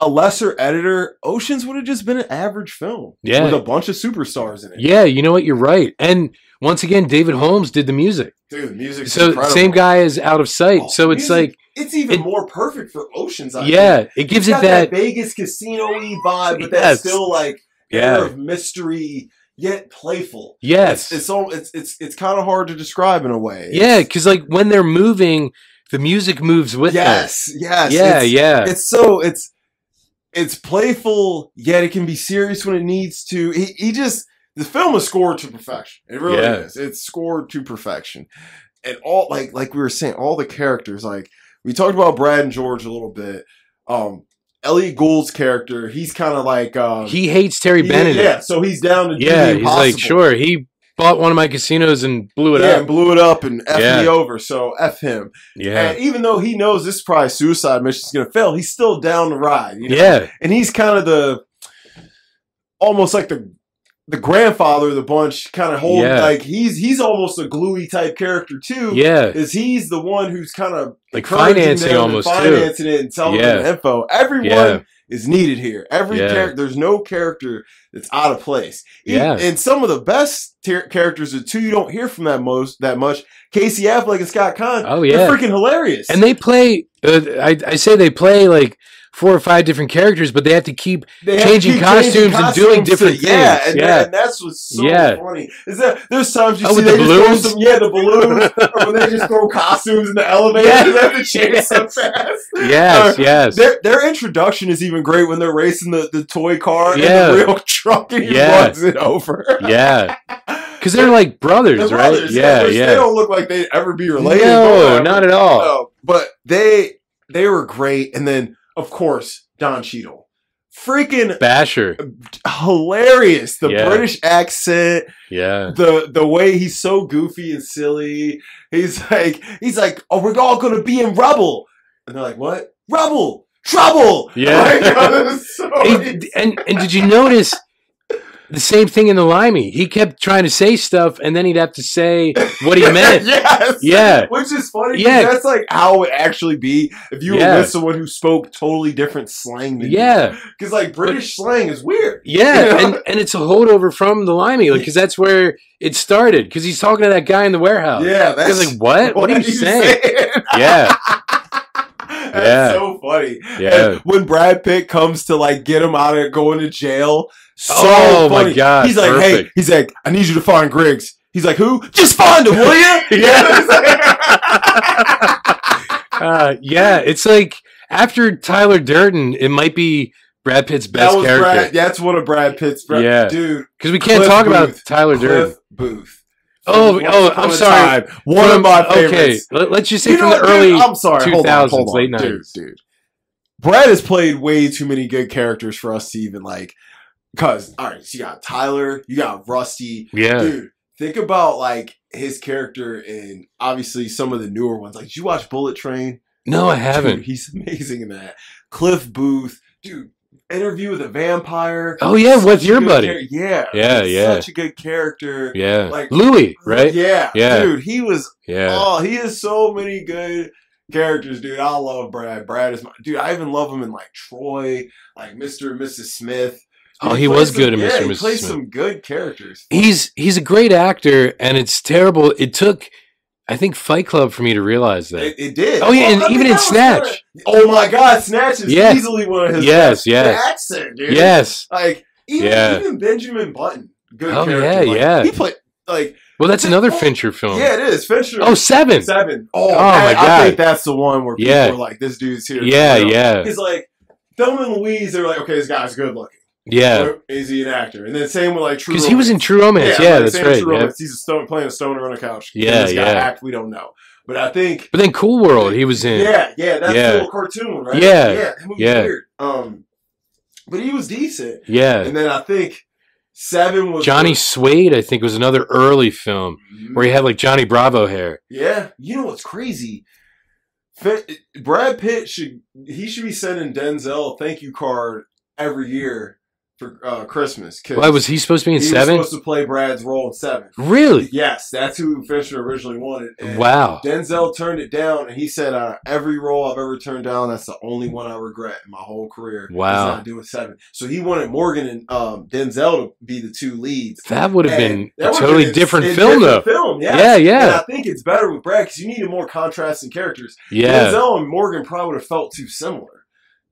Speaker 2: a lesser editor, Oceans would have just been an average film
Speaker 1: Yeah.
Speaker 2: with a bunch of superstars in it.
Speaker 1: Yeah. You know what? You're right. And once again, David Holmes did the music.
Speaker 2: Dude, the music.
Speaker 1: So same guy is out of sight.
Speaker 2: Oh,
Speaker 1: so it's
Speaker 2: music,
Speaker 1: like,
Speaker 2: It's even
Speaker 1: it-
Speaker 2: more perfect for Oceans. I think.
Speaker 1: yeah, it gives
Speaker 2: It's
Speaker 1: it
Speaker 2: got
Speaker 1: that.
Speaker 2: Vegas casino-y vibe,
Speaker 1: Yes.
Speaker 2: but that's still like air
Speaker 1: yeah.
Speaker 2: of mystery yet playful.
Speaker 1: Yes.
Speaker 2: It's all it's it's it's kind of hard to describe in a way.
Speaker 1: yeah. Because like when they're moving, the music moves with
Speaker 2: yes,
Speaker 1: them.
Speaker 2: yes,
Speaker 1: Yeah.
Speaker 2: it's-
Speaker 1: Yeah.
Speaker 2: it's so it's it's playful yet it can be serious when it needs to he, he just the film is scored to perfection it really
Speaker 1: Yeah.
Speaker 2: is it's scored to perfection and all like like we were saying all the characters like we talked about brad and george a little bit um elliot gould's character he's kind of like um
Speaker 1: he hates Terry
Speaker 2: he-
Speaker 1: Benedict.
Speaker 2: yeah so he's down to do
Speaker 1: Yeah,
Speaker 2: the
Speaker 1: he's like,
Speaker 2: impossible.
Speaker 1: sure, he bought one of my casinos and blew it
Speaker 2: yeah, and
Speaker 1: up.
Speaker 2: blew it up and F me
Speaker 1: Yeah.
Speaker 2: over, so F him.
Speaker 1: Yeah,
Speaker 2: And even though he knows this is probably a suicide mission's gonna fail, he's still down to ride. You know?
Speaker 1: yeah,
Speaker 2: and he's kind of the almost like the the grandfather of the bunch kind of holding
Speaker 1: Yeah.
Speaker 2: like he's he's almost a gluey type character too
Speaker 1: yeah,
Speaker 2: is he's the one who's kind of
Speaker 1: Like financing almost, too.
Speaker 2: financing it and selling them
Speaker 1: Yeah.
Speaker 2: info everyone
Speaker 1: Yeah.
Speaker 2: is needed here every
Speaker 1: Yeah.
Speaker 2: character there's no character that's out of place E-
Speaker 1: Yeah.
Speaker 2: and some of the best ter- characters are two you don't hear from that most that much Casey Affleck and Scott Conn
Speaker 1: Oh,
Speaker 2: they're
Speaker 1: yeah.
Speaker 2: freaking hilarious
Speaker 1: and they play. Uh, I I say they play like four or five different characters, but they have to keep.
Speaker 2: They have
Speaker 1: Changing
Speaker 2: to keep
Speaker 1: costumes and doing
Speaker 2: to-
Speaker 1: different
Speaker 2: Yeah,
Speaker 1: things.
Speaker 2: and,
Speaker 1: Yeah.
Speaker 2: that- and that's what's so
Speaker 1: Yeah.
Speaker 2: funny. Is that there's times you
Speaker 1: Oh,
Speaker 2: see
Speaker 1: with
Speaker 2: they
Speaker 1: the
Speaker 2: just throw
Speaker 1: balloons?
Speaker 2: some yeah the balloons or when they just throw costumes in the elevator.
Speaker 1: Yeah.
Speaker 2: They have to change so
Speaker 1: Yes.
Speaker 2: fast.
Speaker 1: Yes,
Speaker 2: Or
Speaker 1: yes,
Speaker 2: Their, their introduction is even great when they're racing the, the toy car
Speaker 1: Yeah.
Speaker 2: and the real truck and he
Speaker 1: Yeah.
Speaker 2: runs it over.
Speaker 1: yeah, because they're like brothers,
Speaker 2: They're
Speaker 1: right?
Speaker 2: brothers,
Speaker 1: yeah,
Speaker 2: which They
Speaker 1: yeah.
Speaker 2: don't look like they'd ever be related.
Speaker 1: No,
Speaker 2: whatever.
Speaker 1: not at all.
Speaker 2: Uh, but they they were great, and then of course Don Cheadle, freaking
Speaker 1: Basher,
Speaker 2: hilarious. The
Speaker 1: Yeah.
Speaker 2: British accent,
Speaker 1: yeah,
Speaker 2: the the way he's so goofy and silly. He's like he's like, oh, we're all gonna be in rubble, and they're like, what rubble? Trouble.
Speaker 1: Yeah.
Speaker 2: Like, Oh, it was so-
Speaker 1: and, and and did you notice? The same thing in the limey. He kept trying to say stuff, and then he'd have to say what he meant.
Speaker 2: yes.
Speaker 1: Yeah,
Speaker 2: Which is funny.
Speaker 1: Yeah.
Speaker 2: Yeah. That's like how it would actually be if you
Speaker 1: Yeah.
Speaker 2: were with someone who spoke totally different slang than you.
Speaker 1: yeah,
Speaker 2: Because like British slang is weird.
Speaker 1: yeah.
Speaker 2: Yeah.
Speaker 1: And and it's a holdover from the limey, like because that's where it started. Because he's talking to that guy in the warehouse.
Speaker 2: Yeah, that's
Speaker 1: He's Oh. like, what? What, are you saying? yeah,
Speaker 2: that's
Speaker 1: Yeah.
Speaker 2: so funny.
Speaker 1: yeah,
Speaker 2: And when Brad Pitt comes to like get him out of going to jail, so
Speaker 1: Oh, my
Speaker 2: funny.
Speaker 1: God,
Speaker 2: He's like, hey,
Speaker 1: perfect.
Speaker 2: he's like, I need you to find Griggs. He's like, who? Just find him, will you?
Speaker 1: uh, yeah. It's like after Tyler Durden, it might be Brad Pitt's
Speaker 2: that
Speaker 1: best
Speaker 2: was Brad.
Speaker 1: character
Speaker 2: That's one of Brad Pitt's. Brad,
Speaker 1: Yeah.
Speaker 2: dude,
Speaker 1: because we can't
Speaker 2: Cliff
Speaker 1: talk about
Speaker 2: Booth.
Speaker 1: Tyler Durden.
Speaker 2: Cliff Booth.
Speaker 1: Oh,
Speaker 2: Once
Speaker 1: oh,
Speaker 2: upon
Speaker 1: I'm
Speaker 2: a
Speaker 1: sorry.
Speaker 2: time, one of my
Speaker 1: Okay,
Speaker 2: favorites.
Speaker 1: let, us just say
Speaker 2: You
Speaker 1: from
Speaker 2: know
Speaker 1: the
Speaker 2: what, dude?
Speaker 1: early.
Speaker 2: I'm sorry, hold on,
Speaker 1: 2000s,
Speaker 2: hold on,
Speaker 1: late
Speaker 2: dude,
Speaker 1: 90s.
Speaker 2: dude. Brad has played way too many good characters for us to even like. Cause all right, so you got Tyler, you got Rusty,
Speaker 1: yeah,
Speaker 2: dude. Think about like his character in obviously some of the newer ones. Like, did you watch Bullet Train?
Speaker 1: no, I
Speaker 2: Dude,
Speaker 1: haven't.
Speaker 2: he's amazing in that. Cliff Booth, dude. Interview with a Vampire.
Speaker 1: Oh yeah,
Speaker 2: Such
Speaker 1: what's
Speaker 2: a
Speaker 1: your
Speaker 2: good
Speaker 1: buddy?
Speaker 2: char- yeah,
Speaker 1: Yeah, yeah.
Speaker 2: Such a good character.
Speaker 1: Yeah,
Speaker 2: Like-
Speaker 1: Louis, right?
Speaker 2: Yeah,
Speaker 1: Yeah.
Speaker 2: dude. He was
Speaker 1: Yeah,
Speaker 2: Oh, he has so many good characters, dude. I love Brad. Brad is my dude. I even love him in like Troy, like Mr. and Mrs. Smith.
Speaker 1: Oh,
Speaker 2: Dude,
Speaker 1: he
Speaker 2: plays
Speaker 1: was
Speaker 2: some-
Speaker 1: good in
Speaker 2: yeah,
Speaker 1: Mr.
Speaker 2: He
Speaker 1: and Mrs.
Speaker 2: plays
Speaker 1: Smith.
Speaker 2: some good characters.
Speaker 1: he's he's a great actor, and it's terrible. It took, I think, Fight Club for me to realize that.
Speaker 2: It, it did.
Speaker 1: Oh, yeah, and
Speaker 2: I mean,
Speaker 1: even in
Speaker 2: that was kinda-
Speaker 1: Snatch.
Speaker 2: oh my God, Snatch is
Speaker 1: Yes.
Speaker 2: easily one of his.
Speaker 1: yes,
Speaker 2: best.
Speaker 1: yes,
Speaker 2: The accent, dude.
Speaker 1: yes.
Speaker 2: Like even,
Speaker 1: Yeah.
Speaker 2: even Benjamin Button, good
Speaker 1: Oh,
Speaker 2: character.
Speaker 1: yeah,
Speaker 2: Like,
Speaker 1: yeah.
Speaker 2: He played like
Speaker 1: Well, that's
Speaker 2: They-
Speaker 1: another
Speaker 2: oh,
Speaker 1: Fincher film.
Speaker 2: yeah, it is Fisher.
Speaker 1: Oh, seven.
Speaker 2: seven. Oh,
Speaker 1: Oh,
Speaker 2: that-
Speaker 1: my
Speaker 2: I
Speaker 1: God.
Speaker 2: think that's the one where people
Speaker 1: Yeah.
Speaker 2: are like, "This dude's here."
Speaker 1: Yeah,
Speaker 2: You know?
Speaker 1: yeah,
Speaker 2: He's like Thelma and Louise. They're like, okay, this guy's good looking.
Speaker 1: yeah.
Speaker 2: Is he an actor? And then same with like True.
Speaker 1: Because he was in True Romance. Yeah,
Speaker 2: like,
Speaker 1: that's
Speaker 2: same with
Speaker 1: right.
Speaker 2: True
Speaker 1: Yeah.
Speaker 2: Romance. He's a stone, playing a stoner on a couch. Can
Speaker 1: Yeah,
Speaker 2: this guy
Speaker 1: yeah.
Speaker 2: Act, we don't know, but I think.
Speaker 1: But then Cool World, he was in.
Speaker 2: Yeah, yeah, that's
Speaker 1: Yeah.
Speaker 2: the little cartoon, right?
Speaker 1: Yeah,
Speaker 2: yeah, that movie's
Speaker 1: yeah.
Speaker 2: weird. Um, but he was decent.
Speaker 1: Yeah.
Speaker 2: And then I think seven was
Speaker 1: Johnny Suede, I think, was another early film where he had like Johnny Bravo hair.
Speaker 2: Yeah, you know what's crazy? Fe- Brad Pitt should he should be sending Denzel a thank you card every year for uh, Christmas. 'cause
Speaker 1: Why was he supposed to be
Speaker 2: he
Speaker 1: in
Speaker 2: was
Speaker 1: seven?
Speaker 2: supposed to play Brad's role in Seven?
Speaker 1: really?
Speaker 2: Yes, that's who Fisher originally wanted. and
Speaker 1: Wow.
Speaker 2: Denzel turned it down, and he said, "Out of every role I've ever turned down, that's the only one I regret in my whole career." is
Speaker 1: Wow.
Speaker 2: not doing seven. So he wanted Morgan and um, Denzel to be the two leads.
Speaker 1: That would have
Speaker 2: And
Speaker 1: been a
Speaker 2: that would've
Speaker 1: totally
Speaker 2: been a-
Speaker 1: different
Speaker 2: a
Speaker 1: film, though.
Speaker 2: different Film, yes.
Speaker 1: Yeah,
Speaker 2: And
Speaker 1: yeah,
Speaker 2: I think it's better with Brad because you needed more contrasting characters.
Speaker 1: yeah.
Speaker 2: Denzel and Morgan probably would have felt too similar.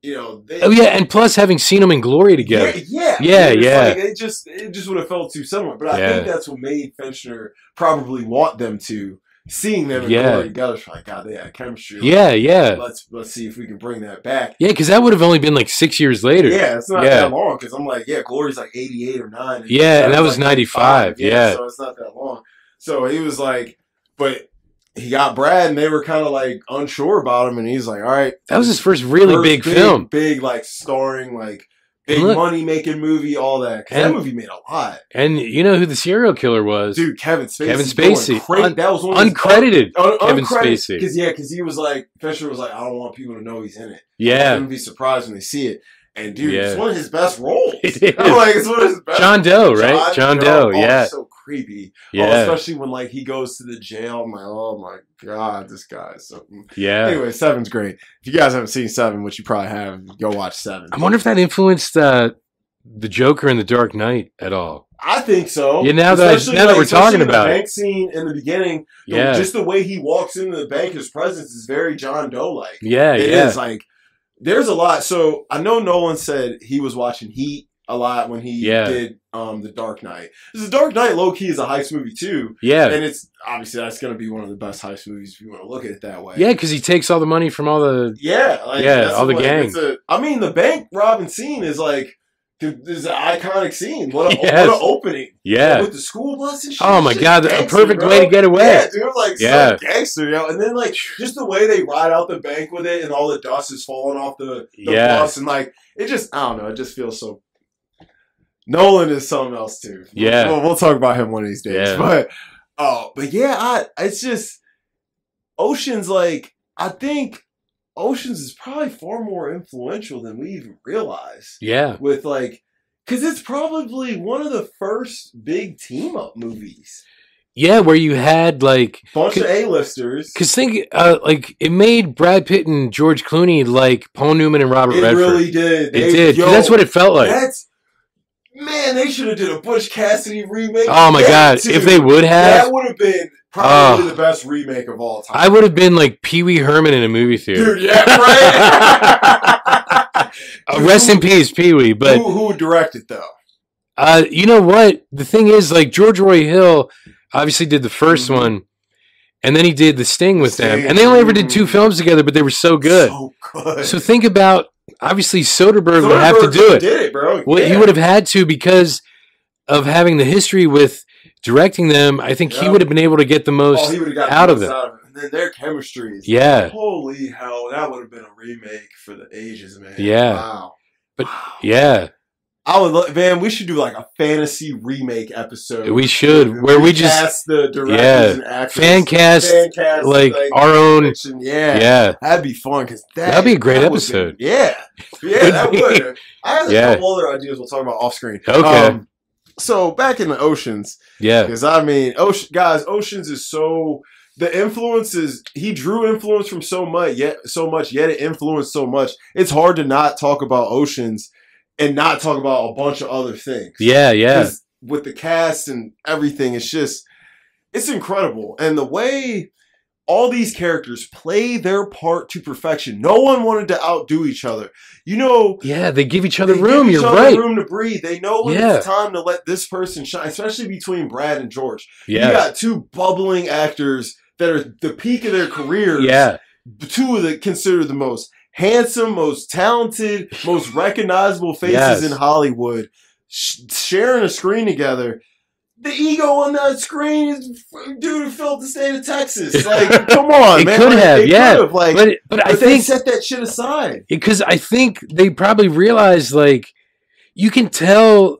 Speaker 2: You know. They,
Speaker 1: Oh yeah, and plus having seen him in Glory together.
Speaker 2: Yeah,
Speaker 1: Yeah,
Speaker 2: It's
Speaker 1: yeah.
Speaker 2: Like, it just it just would have felt too similar. But I think
Speaker 1: Yeah.
Speaker 2: that's what made Finchner probably want them to seeing them in
Speaker 1: Yeah.
Speaker 2: Glory together. it's Like God, they had chemistry.
Speaker 1: Yeah, yeah,
Speaker 2: Let's let's see if we can bring that back.
Speaker 1: yeah. Because that would have only been like six years later. Yeah,
Speaker 2: Yeah, it's not
Speaker 1: Yeah.
Speaker 2: that long because I'm like, yeah, Glory's like 88 or 9.
Speaker 1: and that was ninety five. Yeah,
Speaker 2: So it's not that long. So he was like, but he got Brad and they were kind of like unsure about him. And he's like, all right.
Speaker 1: that was his first really
Speaker 2: first
Speaker 1: big, film.
Speaker 2: Big, like, starring, like, big
Speaker 1: And look-
Speaker 2: money making movie, all that. 'Cause
Speaker 1: And-
Speaker 2: that movie made a lot.
Speaker 1: And you know who the serial killer was?
Speaker 2: Dude, Kevin Spacey.
Speaker 1: Kevin
Speaker 2: is going
Speaker 1: Spacey.
Speaker 2: crazy.
Speaker 1: Un-
Speaker 2: that was one of his-
Speaker 1: Uncredited.
Speaker 2: Un-
Speaker 1: Kevin Spacey.
Speaker 2: Because, yeah, because he was like, Fisher was like, I don't want people to know he's in it. I'm
Speaker 1: Yeah,
Speaker 2: gonna be surprised when they see it. And dude,
Speaker 1: Yeah.
Speaker 2: it's one of his best roles.
Speaker 1: It is.
Speaker 2: I'm like, it's one of his best.
Speaker 1: John Doe, right? John Doe.
Speaker 2: Oh,
Speaker 1: Yeah,
Speaker 2: so creepy. Oh,
Speaker 1: yeah,
Speaker 2: especially when like he goes to the jail. I'm like, oh my god, this guy is something.
Speaker 1: yeah.
Speaker 2: Anyway, Seven's great. If you guys haven't seen Seven, which you probably have, go watch Seven.
Speaker 1: I wonder if that influenced uh, the Joker in The Dark Knight at all.
Speaker 2: I think so.
Speaker 1: Yeah, now that I-
Speaker 2: Especially,
Speaker 1: now that we're
Speaker 2: especially
Speaker 1: talking
Speaker 2: in the
Speaker 1: about it.
Speaker 2: bank scene in the beginning, the-
Speaker 1: Yeah,
Speaker 2: just the way he walks into the bank, his presence is very John Doe like.
Speaker 1: yeah,
Speaker 2: It is
Speaker 1: yeah.
Speaker 2: like there's a lot. So I know Nolan said he was watching Heat a lot when he
Speaker 1: Yeah.
Speaker 2: did um the Dark Knight. 'Cause The Dark Knight low key is a heist movie too,
Speaker 1: Yeah,
Speaker 2: and it's obviously that's going to be one of the best heist movies if you want to look at it that way.
Speaker 1: yeah. Because he takes all the money from all the.
Speaker 2: yeah, like,
Speaker 1: Yeah,
Speaker 2: that's
Speaker 1: all the
Speaker 2: what-
Speaker 1: gang.
Speaker 2: it's a- I mean, the bank robbing scene is like. Is an iconic scene. What a
Speaker 1: Yes.
Speaker 2: what an opening
Speaker 1: Yeah.
Speaker 2: with the school bus and shit.
Speaker 1: Oh my
Speaker 2: Shit,
Speaker 1: God, a
Speaker 2: gangster,
Speaker 1: perfect
Speaker 2: bro.
Speaker 1: way to get away.
Speaker 2: Yeah, dude, I'm like
Speaker 1: Yeah.
Speaker 2: yeah, gangster, yo. And then like just the way they ride out the bank with it, and all the dust is falling off the, the
Speaker 1: Yeah.
Speaker 2: bus, and like it just I don't know, it just feels so. Nolan is something else too.
Speaker 1: Yeah.
Speaker 2: we'll, we'll talk about him one of these days.
Speaker 1: Yeah.
Speaker 2: But oh, but yeah, I it's just Ocean's like I think Ocean's is probably far more influential than we even realize
Speaker 1: Yeah.
Speaker 2: with like because it's probably one of the first big team up movies.
Speaker 1: Yeah, where you had like
Speaker 2: Bunch
Speaker 1: Could-
Speaker 2: of A listers.
Speaker 1: Because think, uh, like, it made Brad Pitt and George Clooney like Paul Newman and Robert
Speaker 2: It
Speaker 1: Redford.
Speaker 2: really did.
Speaker 1: it did. 'cause that's what it felt like.
Speaker 2: That's man. They should have did a Bush Cassidy remake.
Speaker 1: oh my
Speaker 2: Yeah,
Speaker 1: god!
Speaker 2: too.
Speaker 1: If they would have,
Speaker 2: that would have been probably
Speaker 1: Oh.
Speaker 2: the best remake of all time.
Speaker 1: I would have been like Pee Wee Herman in a movie theater.
Speaker 2: Dude, yeah, right.
Speaker 1: Uh, rest in peace, Pee Wee. But
Speaker 2: who, who directed though?
Speaker 1: uh, you know what? The thing is, like, George Roy Hill obviously did the 1st
Speaker 2: Mhm.
Speaker 1: one, and then he did the Sting with them,
Speaker 2: Sting.
Speaker 1: and they only ever did two
Speaker 2: Mhm.
Speaker 1: films together, but they were so good.
Speaker 2: So good.
Speaker 1: So think about obviously Soderbergh would have to
Speaker 2: Soderbergh
Speaker 1: do it.
Speaker 2: Did it, bro?
Speaker 1: Well, he
Speaker 2: Yeah.
Speaker 1: would have had to because of having the history with directing them. I think he
Speaker 2: Yeah.
Speaker 1: would have been able to get the most.
Speaker 2: Oh, he would have got
Speaker 1: out
Speaker 2: the
Speaker 1: of
Speaker 2: most
Speaker 1: it.
Speaker 2: it. And then their chemistry is
Speaker 1: yeah,
Speaker 2: holy hell, that would have been a remake for the ages, man.
Speaker 1: Yeah.
Speaker 2: Wow.
Speaker 1: But-
Speaker 2: Wow.
Speaker 1: yeah,
Speaker 2: I would love man, we should do like a fantasy remake episode.
Speaker 1: we should. Where we just
Speaker 2: cast the directors
Speaker 1: Yeah.
Speaker 2: and actors.
Speaker 1: fan cast
Speaker 2: Fan cast,
Speaker 1: like our own.
Speaker 2: fiction. yeah.
Speaker 1: Yeah,
Speaker 2: That'd be fun because that,
Speaker 1: That'd be a great
Speaker 2: that would
Speaker 1: episode.
Speaker 2: be- yeah, yeah, that
Speaker 1: Would be.
Speaker 2: would. I have a
Speaker 1: Yeah.
Speaker 2: couple other ideas we'll talk about off screen. Um,
Speaker 1: Okay.
Speaker 2: so back in the oceans,
Speaker 1: yeah,
Speaker 2: because I mean, ocean guys, oceans is so the influence is he drew influence from so much, yet so much, yet it influenced so much. It's hard to not talk about oceans and not talk about a bunch of other things.
Speaker 1: yeah, yeah,
Speaker 2: 'Cause with the cast and everything, it's just it's incredible, and the way all these characters play their part to perfection. No one wanted to outdo each other. You know,
Speaker 1: yeah. They give each other
Speaker 2: they
Speaker 1: room.
Speaker 2: give each
Speaker 1: You're
Speaker 2: other
Speaker 1: right.
Speaker 2: Room to breathe. They know when
Speaker 1: Yeah.
Speaker 2: it's time to let this person shine, especially between Brad and George. You
Speaker 1: Yeah,
Speaker 2: got two bubbling actors that are the peak of their careers.
Speaker 1: yeah,
Speaker 2: Two of the considered the most handsome, most talented, most recognizable faces
Speaker 1: Yes.
Speaker 2: in Hollywood sh- sharing a screen together. the ego on that screen is dude it filled the state of Texas. Like, come on,
Speaker 1: It
Speaker 2: man.
Speaker 1: could
Speaker 2: Like,
Speaker 1: have,
Speaker 2: they
Speaker 1: yeah.
Speaker 2: could've, Like,
Speaker 1: but but I
Speaker 2: but they
Speaker 1: think
Speaker 2: set that shit aside.
Speaker 1: because I think they probably realized like you can tell.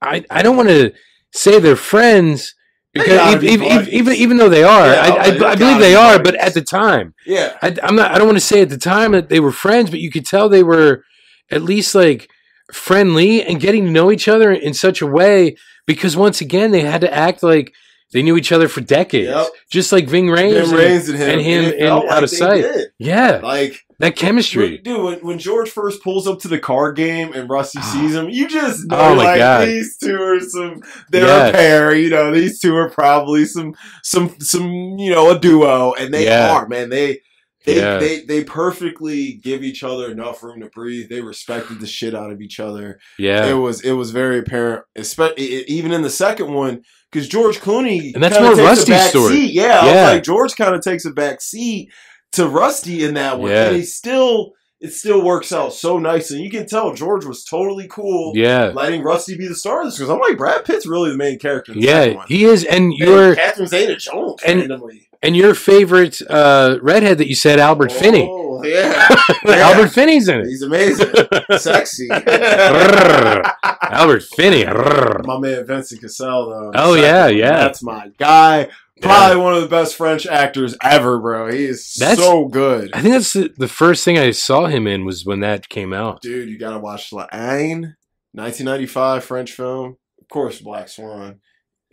Speaker 1: I I don't want to say they're friends
Speaker 2: They
Speaker 1: because
Speaker 2: gotta
Speaker 1: ev-
Speaker 2: be
Speaker 1: ev- ev-
Speaker 2: buddies.
Speaker 1: even even though they are,
Speaker 2: Yeah,
Speaker 1: I, I,
Speaker 2: they
Speaker 1: I believe
Speaker 2: gotta
Speaker 1: they
Speaker 2: be
Speaker 1: are.
Speaker 2: buddies.
Speaker 1: But at the time,
Speaker 2: Yeah,
Speaker 1: I, I'm not. I don't want to say at the time that they were friends, but you could tell they were at least like friendly and getting to know each other in such a way because once again they had to act like they knew each other for decades,
Speaker 2: Yep.
Speaker 1: just like Ving Rhames.
Speaker 2: Vin
Speaker 1: and-
Speaker 2: Rames and him,
Speaker 1: and him
Speaker 2: it
Speaker 1: in
Speaker 2: felt
Speaker 1: Out of
Speaker 2: they
Speaker 1: Sight.
Speaker 2: did.
Speaker 1: yeah,
Speaker 2: Like,
Speaker 1: that chemistry.
Speaker 2: Dude, when, when George first pulls up to the card game and Rusty
Speaker 1: Ah.
Speaker 2: sees him, you just know
Speaker 1: Oh my
Speaker 2: like
Speaker 1: God.
Speaker 2: these two are some they're
Speaker 1: Yes.
Speaker 2: a pair, you know, these two are probably some some some you know, a duo and they
Speaker 1: Yeah.
Speaker 2: are, man. They they,
Speaker 1: Yeah.
Speaker 2: they they perfectly give each other enough room to breathe. They respected the shit out of each other.
Speaker 1: Yeah,
Speaker 2: It was it was very apparent, especially even in the second one, because George Clooney
Speaker 1: And that's
Speaker 2: kinda
Speaker 1: more
Speaker 2: takes a
Speaker 1: Rusty's
Speaker 2: back
Speaker 1: story.
Speaker 2: Seat. Yeah, I
Speaker 1: Yeah.
Speaker 2: was like George kind of takes a back seat to Rusty in that one,
Speaker 1: Yeah.
Speaker 2: and he still it still works out so nicely. You can tell George was totally cool
Speaker 1: yeah,
Speaker 2: letting Rusty be the star of this because I'm like Brad Pitt's really the main character. In the second
Speaker 1: yeah.
Speaker 2: one.
Speaker 1: He is, and
Speaker 2: And
Speaker 1: your
Speaker 2: Catherine Zeta-Jones
Speaker 1: and-
Speaker 2: randomly.
Speaker 1: and your favorite uh, redhead that you said, Albert Finney.
Speaker 2: Oh, yeah, yeah.
Speaker 1: Albert Finney's in it.
Speaker 2: he's amazing, sexy.
Speaker 1: Brrr. Albert Finney. Brrr.
Speaker 2: My man Vincent Cassell, though.
Speaker 1: Oh, yeah,
Speaker 2: Second one,
Speaker 1: yeah.
Speaker 2: That's my guy.
Speaker 1: Yeah.
Speaker 2: Probably one of the best French actors ever, bro. He is
Speaker 1: That's-
Speaker 2: so good.
Speaker 1: I think that's the, the first thing I saw him in was when that came out.
Speaker 2: Dude, you gotta watch La Haine, 1995 French film. Of course, Black Swan.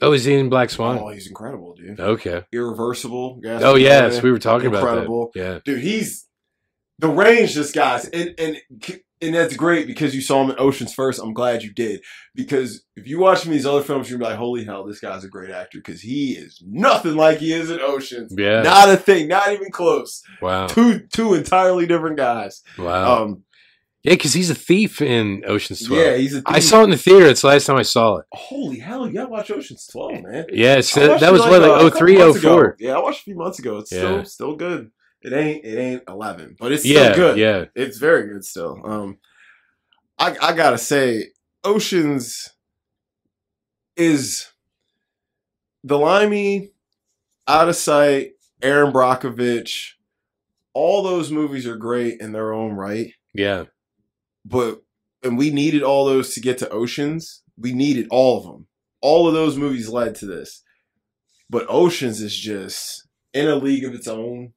Speaker 1: Oh, is he in Black Swan?
Speaker 2: Oh, he's incredible, dude.
Speaker 1: Okay.
Speaker 2: Irreversible. Gaston
Speaker 1: Oh yes,
Speaker 2: Leroy.
Speaker 1: we were talking
Speaker 2: Incredible.
Speaker 1: about that.
Speaker 2: dude, he's the range this guy's and and and that's great because you saw him in Ocean's First. I'm glad you did because if you watch him in these other films, you're gonna be like, holy hell, this guy's a great actor because he is nothing like he is in Oceans.
Speaker 1: Yeah. Yeah.
Speaker 2: Not a thing, not even close.
Speaker 1: wow.
Speaker 2: Two two entirely different guys.
Speaker 1: Wow.
Speaker 2: Um,
Speaker 1: yeah, because he's a thief in Ocean's Twelve.
Speaker 2: yeah, he's a.
Speaker 1: I saw it in the theater. That's the last time I saw it.
Speaker 2: Holy hell, you gotta watch Ocean's Twelve, man.
Speaker 1: Yeah,
Speaker 2: I
Speaker 1: so
Speaker 2: watched
Speaker 1: that
Speaker 2: it uh,
Speaker 1: was what
Speaker 2: a
Speaker 1: like oh,
Speaker 2: couple
Speaker 1: 03,
Speaker 2: months ago.
Speaker 1: 04.
Speaker 2: Yeah, I watched it a few months ago. It's
Speaker 1: Yeah.
Speaker 2: still still good. It ain't it ain't eleven, but it's still
Speaker 1: Yeah,
Speaker 2: good.
Speaker 1: yeah,
Speaker 2: it's very good still. Um, I I gotta say, Oceans is the limey, out of sight. Aaron Brockovich, all those movies are great in their own right,
Speaker 1: yeah,
Speaker 2: but and we needed all those to get to Oceans. We needed all of them. All of those movies led to this, but Oceans is just in a league of its own.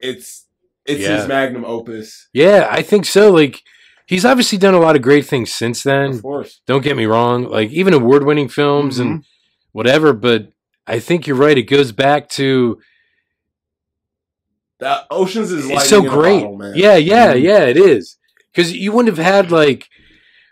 Speaker 2: It's it's
Speaker 1: Yeah.
Speaker 2: his magnum opus.
Speaker 1: yeah. I think so. Like, he's obviously done a lot of great things since then.
Speaker 2: Of course.
Speaker 1: Don't get me wrong. Like, even award-winning films and
Speaker 2: Mm-hmm.
Speaker 1: whatever. But I think you're right. It goes back to
Speaker 2: that Oceans is like
Speaker 1: it's so great. yeah, yeah,
Speaker 2: Mhm.
Speaker 1: yeah. It is because you wouldn't have had like.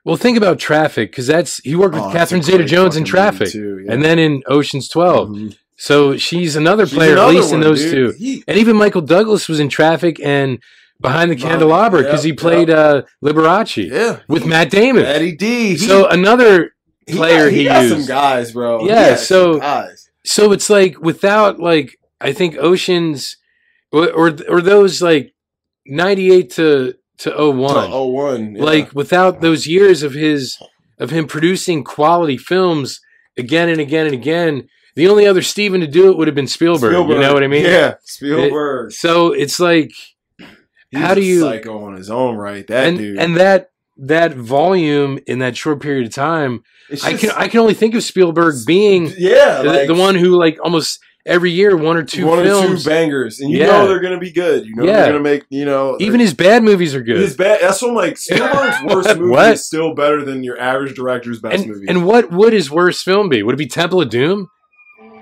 Speaker 1: Well, think about Traffic because Oh, that's he
Speaker 2: Oh,
Speaker 1: worked with Catherine Zeta-Jones in Traffic, and then in Ocean's Twelve.
Speaker 2: Mm-hmm.
Speaker 1: So Mm-hmm. she's another player, at least in those two. And even Michael Douglas was in Traffic and Behind the
Speaker 2: Behind-
Speaker 1: Candelabra because
Speaker 2: yeah,
Speaker 1: he played
Speaker 2: yeah.
Speaker 1: uh, Liberace
Speaker 2: yeah,
Speaker 1: with Matt Damon.
Speaker 2: Eddie D. He,
Speaker 1: so another
Speaker 2: he got-
Speaker 1: player
Speaker 2: he
Speaker 1: he
Speaker 2: got
Speaker 1: used.
Speaker 2: some guys, bro. He
Speaker 1: Yeah,
Speaker 2: got some
Speaker 1: so-
Speaker 2: guys.
Speaker 1: so it's like without like I think Oceans or or, or those like ninety eight to to 01.
Speaker 2: oh one, yeah.
Speaker 1: Like without those years of his of him producing quality films again and again and again, the only other Steven to do it would have been Spielberg. You know what I mean?
Speaker 2: Yeah, Spielberg.
Speaker 1: So it's like
Speaker 2: He's
Speaker 1: how do
Speaker 2: a
Speaker 1: you-
Speaker 2: psycho on his own, right? That
Speaker 1: and
Speaker 2: dude.
Speaker 1: and that that volume in that short period of time,
Speaker 2: It's
Speaker 1: I can
Speaker 2: just-
Speaker 1: I can only think of Spielberg being
Speaker 2: yeah,
Speaker 1: the,
Speaker 2: like,
Speaker 1: the one who like almost every year one or two
Speaker 2: one or
Speaker 1: films.
Speaker 2: two bangers, and you
Speaker 1: Yeah.
Speaker 2: know they're gonna be good. You know
Speaker 1: Yeah.
Speaker 2: they're gonna make you know
Speaker 1: Even his bad movies are good.
Speaker 2: His bad. That's what I'm like. Spielberg's worst movie
Speaker 1: What?
Speaker 2: is still better than your average director's best
Speaker 1: and,
Speaker 2: movie.
Speaker 1: and what would his worst film be? Would it be Temple of Doom?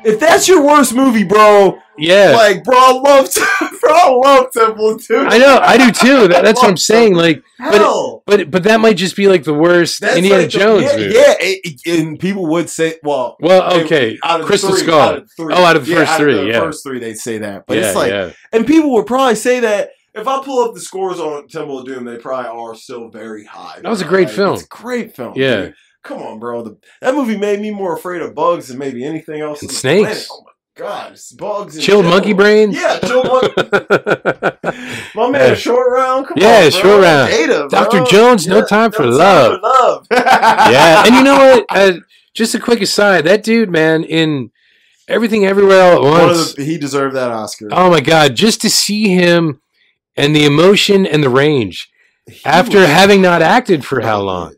Speaker 2: if that's your worst movie, bro,
Speaker 1: Yeah,
Speaker 2: like, bro, I love, bro, I love Temple too.
Speaker 1: I know, I do too. That, that's what I'm saying. Like, it-
Speaker 2: Hell,
Speaker 1: but but that might just be like the worst
Speaker 2: that's
Speaker 1: Indiana
Speaker 2: like the-
Speaker 1: Jones
Speaker 2: yeah,
Speaker 1: movie.
Speaker 2: Yeah, it- it- and people would say, well,
Speaker 1: Well,
Speaker 2: It-
Speaker 1: okay,
Speaker 2: out of
Speaker 1: Crystal
Speaker 2: three,
Speaker 1: Skull.
Speaker 2: out of three,
Speaker 1: Oh, out of the
Speaker 2: yeah,
Speaker 1: first
Speaker 2: out
Speaker 1: three,
Speaker 2: the
Speaker 1: yeah.
Speaker 2: first three, they'd say that. But
Speaker 1: yeah,
Speaker 2: it's like,
Speaker 1: yeah,
Speaker 2: and people would probably say that. If I pull up the scores on Temple of Doom, they probably are still very high.
Speaker 1: That was a
Speaker 2: bro.
Speaker 1: great
Speaker 2: Like,
Speaker 1: film.
Speaker 2: It's a great film.
Speaker 1: Yeah.
Speaker 2: dude. Come on, bro. The, that movie made me more afraid of bugs than maybe anything else.
Speaker 1: And
Speaker 2: on the
Speaker 1: snakes.
Speaker 2: planet. Oh my god, it's bugs. and
Speaker 1: chilled monkey brain.
Speaker 2: Yeah, chilled monkey. My man,
Speaker 1: Yeah.
Speaker 2: short round. Come
Speaker 1: Yeah,
Speaker 2: on, bro.
Speaker 1: Short Round.
Speaker 2: Data, bro.
Speaker 1: Doctor Jones, no
Speaker 2: Yeah,
Speaker 1: time for
Speaker 2: no
Speaker 1: love.
Speaker 2: for love.
Speaker 1: yeah, and you know what? Uh, Just a quick aside, that dude, man, in everything, everywhere, all at
Speaker 2: One
Speaker 1: once.
Speaker 2: of the, he deserved that Oscar.
Speaker 1: Oh my god, just to see him and the emotion and the range
Speaker 2: He
Speaker 1: after
Speaker 2: was-
Speaker 1: having not acted for how long?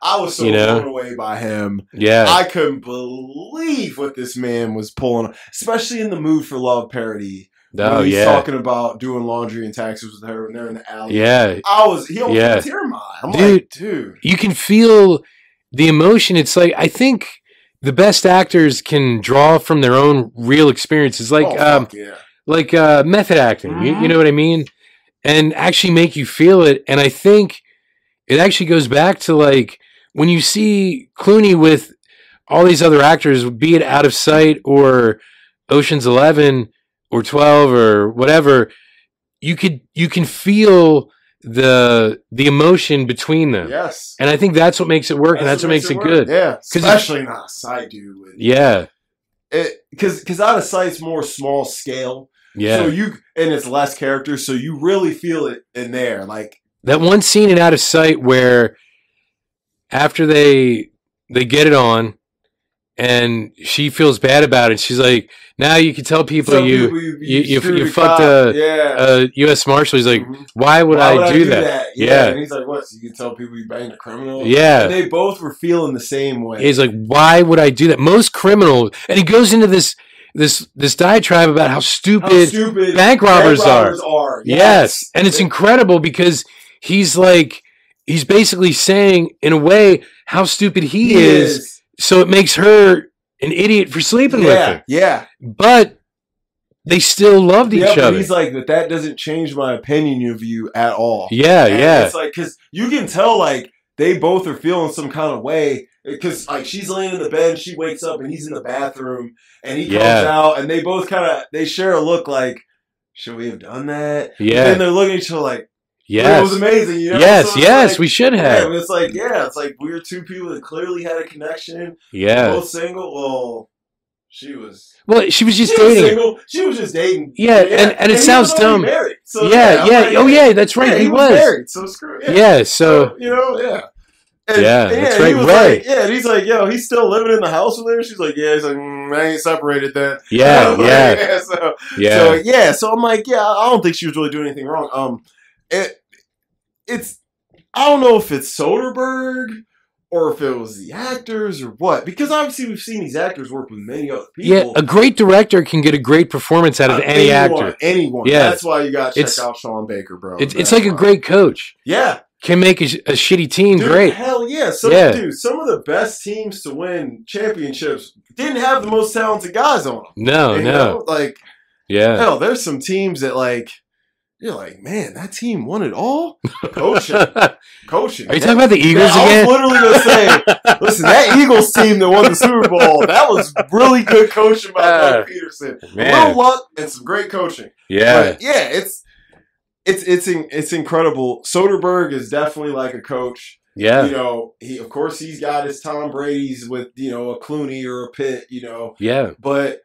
Speaker 2: I was so
Speaker 1: You know?
Speaker 2: blown away by him.
Speaker 1: Yeah.
Speaker 2: I couldn't believe what this man was pulling, especially in the Mood for Love parody. when
Speaker 1: oh
Speaker 2: he's
Speaker 1: yeah.
Speaker 2: talking about doing laundry and taxes with her, and they're in the alley.
Speaker 1: yeah.
Speaker 2: I was he almost
Speaker 1: Yeah.
Speaker 2: had a tear in my eye. I'm
Speaker 1: Dude.
Speaker 2: like, dude,
Speaker 1: You can feel the emotion. It's like I think the best actors can draw from their own real experiences like
Speaker 2: oh,
Speaker 1: um
Speaker 2: fuck yeah.
Speaker 1: like uh, method acting. You, you
Speaker 2: Mhm.
Speaker 1: know what I mean? And actually make you feel it. And I think it actually goes back to like when you see Clooney with all these other actors, be it Out of Sight or Ocean's Eleven or Twelve or whatever, you could you can feel the the emotion between them.
Speaker 2: yes,
Speaker 1: And I think that's what makes it work, and that's what makes it, good.
Speaker 2: Yeah,
Speaker 1: it's-
Speaker 2: especially not a sight, dude. with-
Speaker 1: Yeah,
Speaker 2: it because because out of sight's more small scale
Speaker 1: yeah.
Speaker 2: so you and it's less character so you really feel it in there like
Speaker 1: that one scene in out of sight where after they they get it on and she feels bad about it she's like now you can tell people
Speaker 2: some
Speaker 1: you
Speaker 2: people
Speaker 1: you- you-
Speaker 2: screwed
Speaker 1: you
Speaker 2: the
Speaker 1: fucked a-
Speaker 2: cop. yeah
Speaker 1: uh, us marshal he's like
Speaker 2: Mhm.
Speaker 1: why would,
Speaker 2: Why
Speaker 1: I, do that,
Speaker 2: yeah.
Speaker 1: Yeah.
Speaker 2: and he's like what so you can tell people you banged a criminal And
Speaker 1: yeah
Speaker 2: they both were feeling the same way
Speaker 1: he's like why would i do that most criminals and he goes into this this this diatribe about how
Speaker 2: how
Speaker 1: stupid,
Speaker 2: stupid
Speaker 1: bank robbers,
Speaker 2: bank
Speaker 1: are
Speaker 2: are
Speaker 1: Yes. And it's
Speaker 2: They-
Speaker 1: incredible because he's like, he's basically saying, in a way, how stupid he, is. So it makes her an idiot for sleeping with
Speaker 2: yeah
Speaker 1: him.
Speaker 2: yeah
Speaker 1: But they still loved
Speaker 2: yeah
Speaker 1: each
Speaker 2: but
Speaker 1: other.
Speaker 2: he's like but that doesn't change my opinion of you at all
Speaker 1: yeah,
Speaker 2: And
Speaker 1: yeah.
Speaker 2: It's like because you can tell like they both are feeling some kind of way because like she's laying in the bed, she wakes up and he's in the bathroom and he comes
Speaker 1: Yeah.
Speaker 2: out and they both kind of they share a look like. Should we have done that? And
Speaker 1: Yeah.
Speaker 2: they're looking at each other like, it
Speaker 1: Yes.
Speaker 2: was amazing. You know?
Speaker 1: Yes,
Speaker 2: So it's
Speaker 1: yes,
Speaker 2: like-
Speaker 1: we should
Speaker 2: yeah,
Speaker 1: have.
Speaker 2: but it's like, yeah, it's like we were two people that clearly had a connection,
Speaker 1: Yeah.
Speaker 2: both single. Well, she was
Speaker 1: Well, she was just
Speaker 2: she was
Speaker 1: dating him.
Speaker 2: single. She was just dating.
Speaker 1: Yeah, and- and it
Speaker 2: he was
Speaker 1: sounds
Speaker 2: already
Speaker 1: dumb.
Speaker 2: Married, so,
Speaker 1: Yeah,
Speaker 2: I'm
Speaker 1: yeah.
Speaker 2: like,
Speaker 1: Oh, yeah, that's right.
Speaker 2: yeah,
Speaker 1: he, was.
Speaker 2: married, so screw it.
Speaker 1: Yeah. so,
Speaker 2: you know, yeah.
Speaker 1: Yeah, that's
Speaker 2: he
Speaker 1: right,
Speaker 2: was
Speaker 1: right.
Speaker 2: Like, yeah, and he's like, yo, he's still living in the house with her. She's like, yeah. He's like, mm, I ain't separated then.
Speaker 1: yeah,
Speaker 2: Like,
Speaker 1: yeah,
Speaker 2: So, so
Speaker 1: yeah.
Speaker 2: yeah, so I'm like, yeah, I don't think she was really doing anything wrong. Um, it, it's, I don't know if it's Soderbergh or if it was the actors or what, because obviously we've seen these actors work with many other
Speaker 1: Yeah,
Speaker 2: people.
Speaker 1: a great director can get a great performance out of any
Speaker 2: Anyone,
Speaker 1: actor.
Speaker 2: anyone.
Speaker 1: Yeah.
Speaker 2: that's why you got to check
Speaker 1: It's-
Speaker 2: out Sean Baker, bro.
Speaker 1: It's, it's
Speaker 2: Oh, That's
Speaker 1: like a
Speaker 2: why.
Speaker 1: great coach.
Speaker 2: yeah.
Speaker 1: Can make a, sh- a shitty team
Speaker 2: Dude,
Speaker 1: great.
Speaker 2: Hell yeah. Some,
Speaker 1: Yeah.
Speaker 2: Dude, some of the best teams to win championships didn't have the most talented guys on them.
Speaker 1: No,
Speaker 2: You
Speaker 1: Oh, no.
Speaker 2: know? Like,
Speaker 1: Yeah.
Speaker 2: hell, there's some teams that, like, you're like, man, that team won it all? Coaching.
Speaker 1: Are
Speaker 2: coaching.
Speaker 1: you talking about the Eagles
Speaker 2: yeah,
Speaker 1: again?
Speaker 2: I was literally going to say, listen, that Eagles team that won the Super Bowl, that was really good coaching by
Speaker 1: Uh,
Speaker 2: Doug Peterson. A
Speaker 1: Man.
Speaker 2: little luck and some great coaching.
Speaker 1: Yeah.
Speaker 2: But yeah, it's. It's it's in, it's incredible. Soderbergh is definitely like a coach.
Speaker 1: Yeah.
Speaker 2: you know, he of course he's got his Tom Brady's with you know a Clooney or a Pitt, you know,
Speaker 1: Yeah.
Speaker 2: but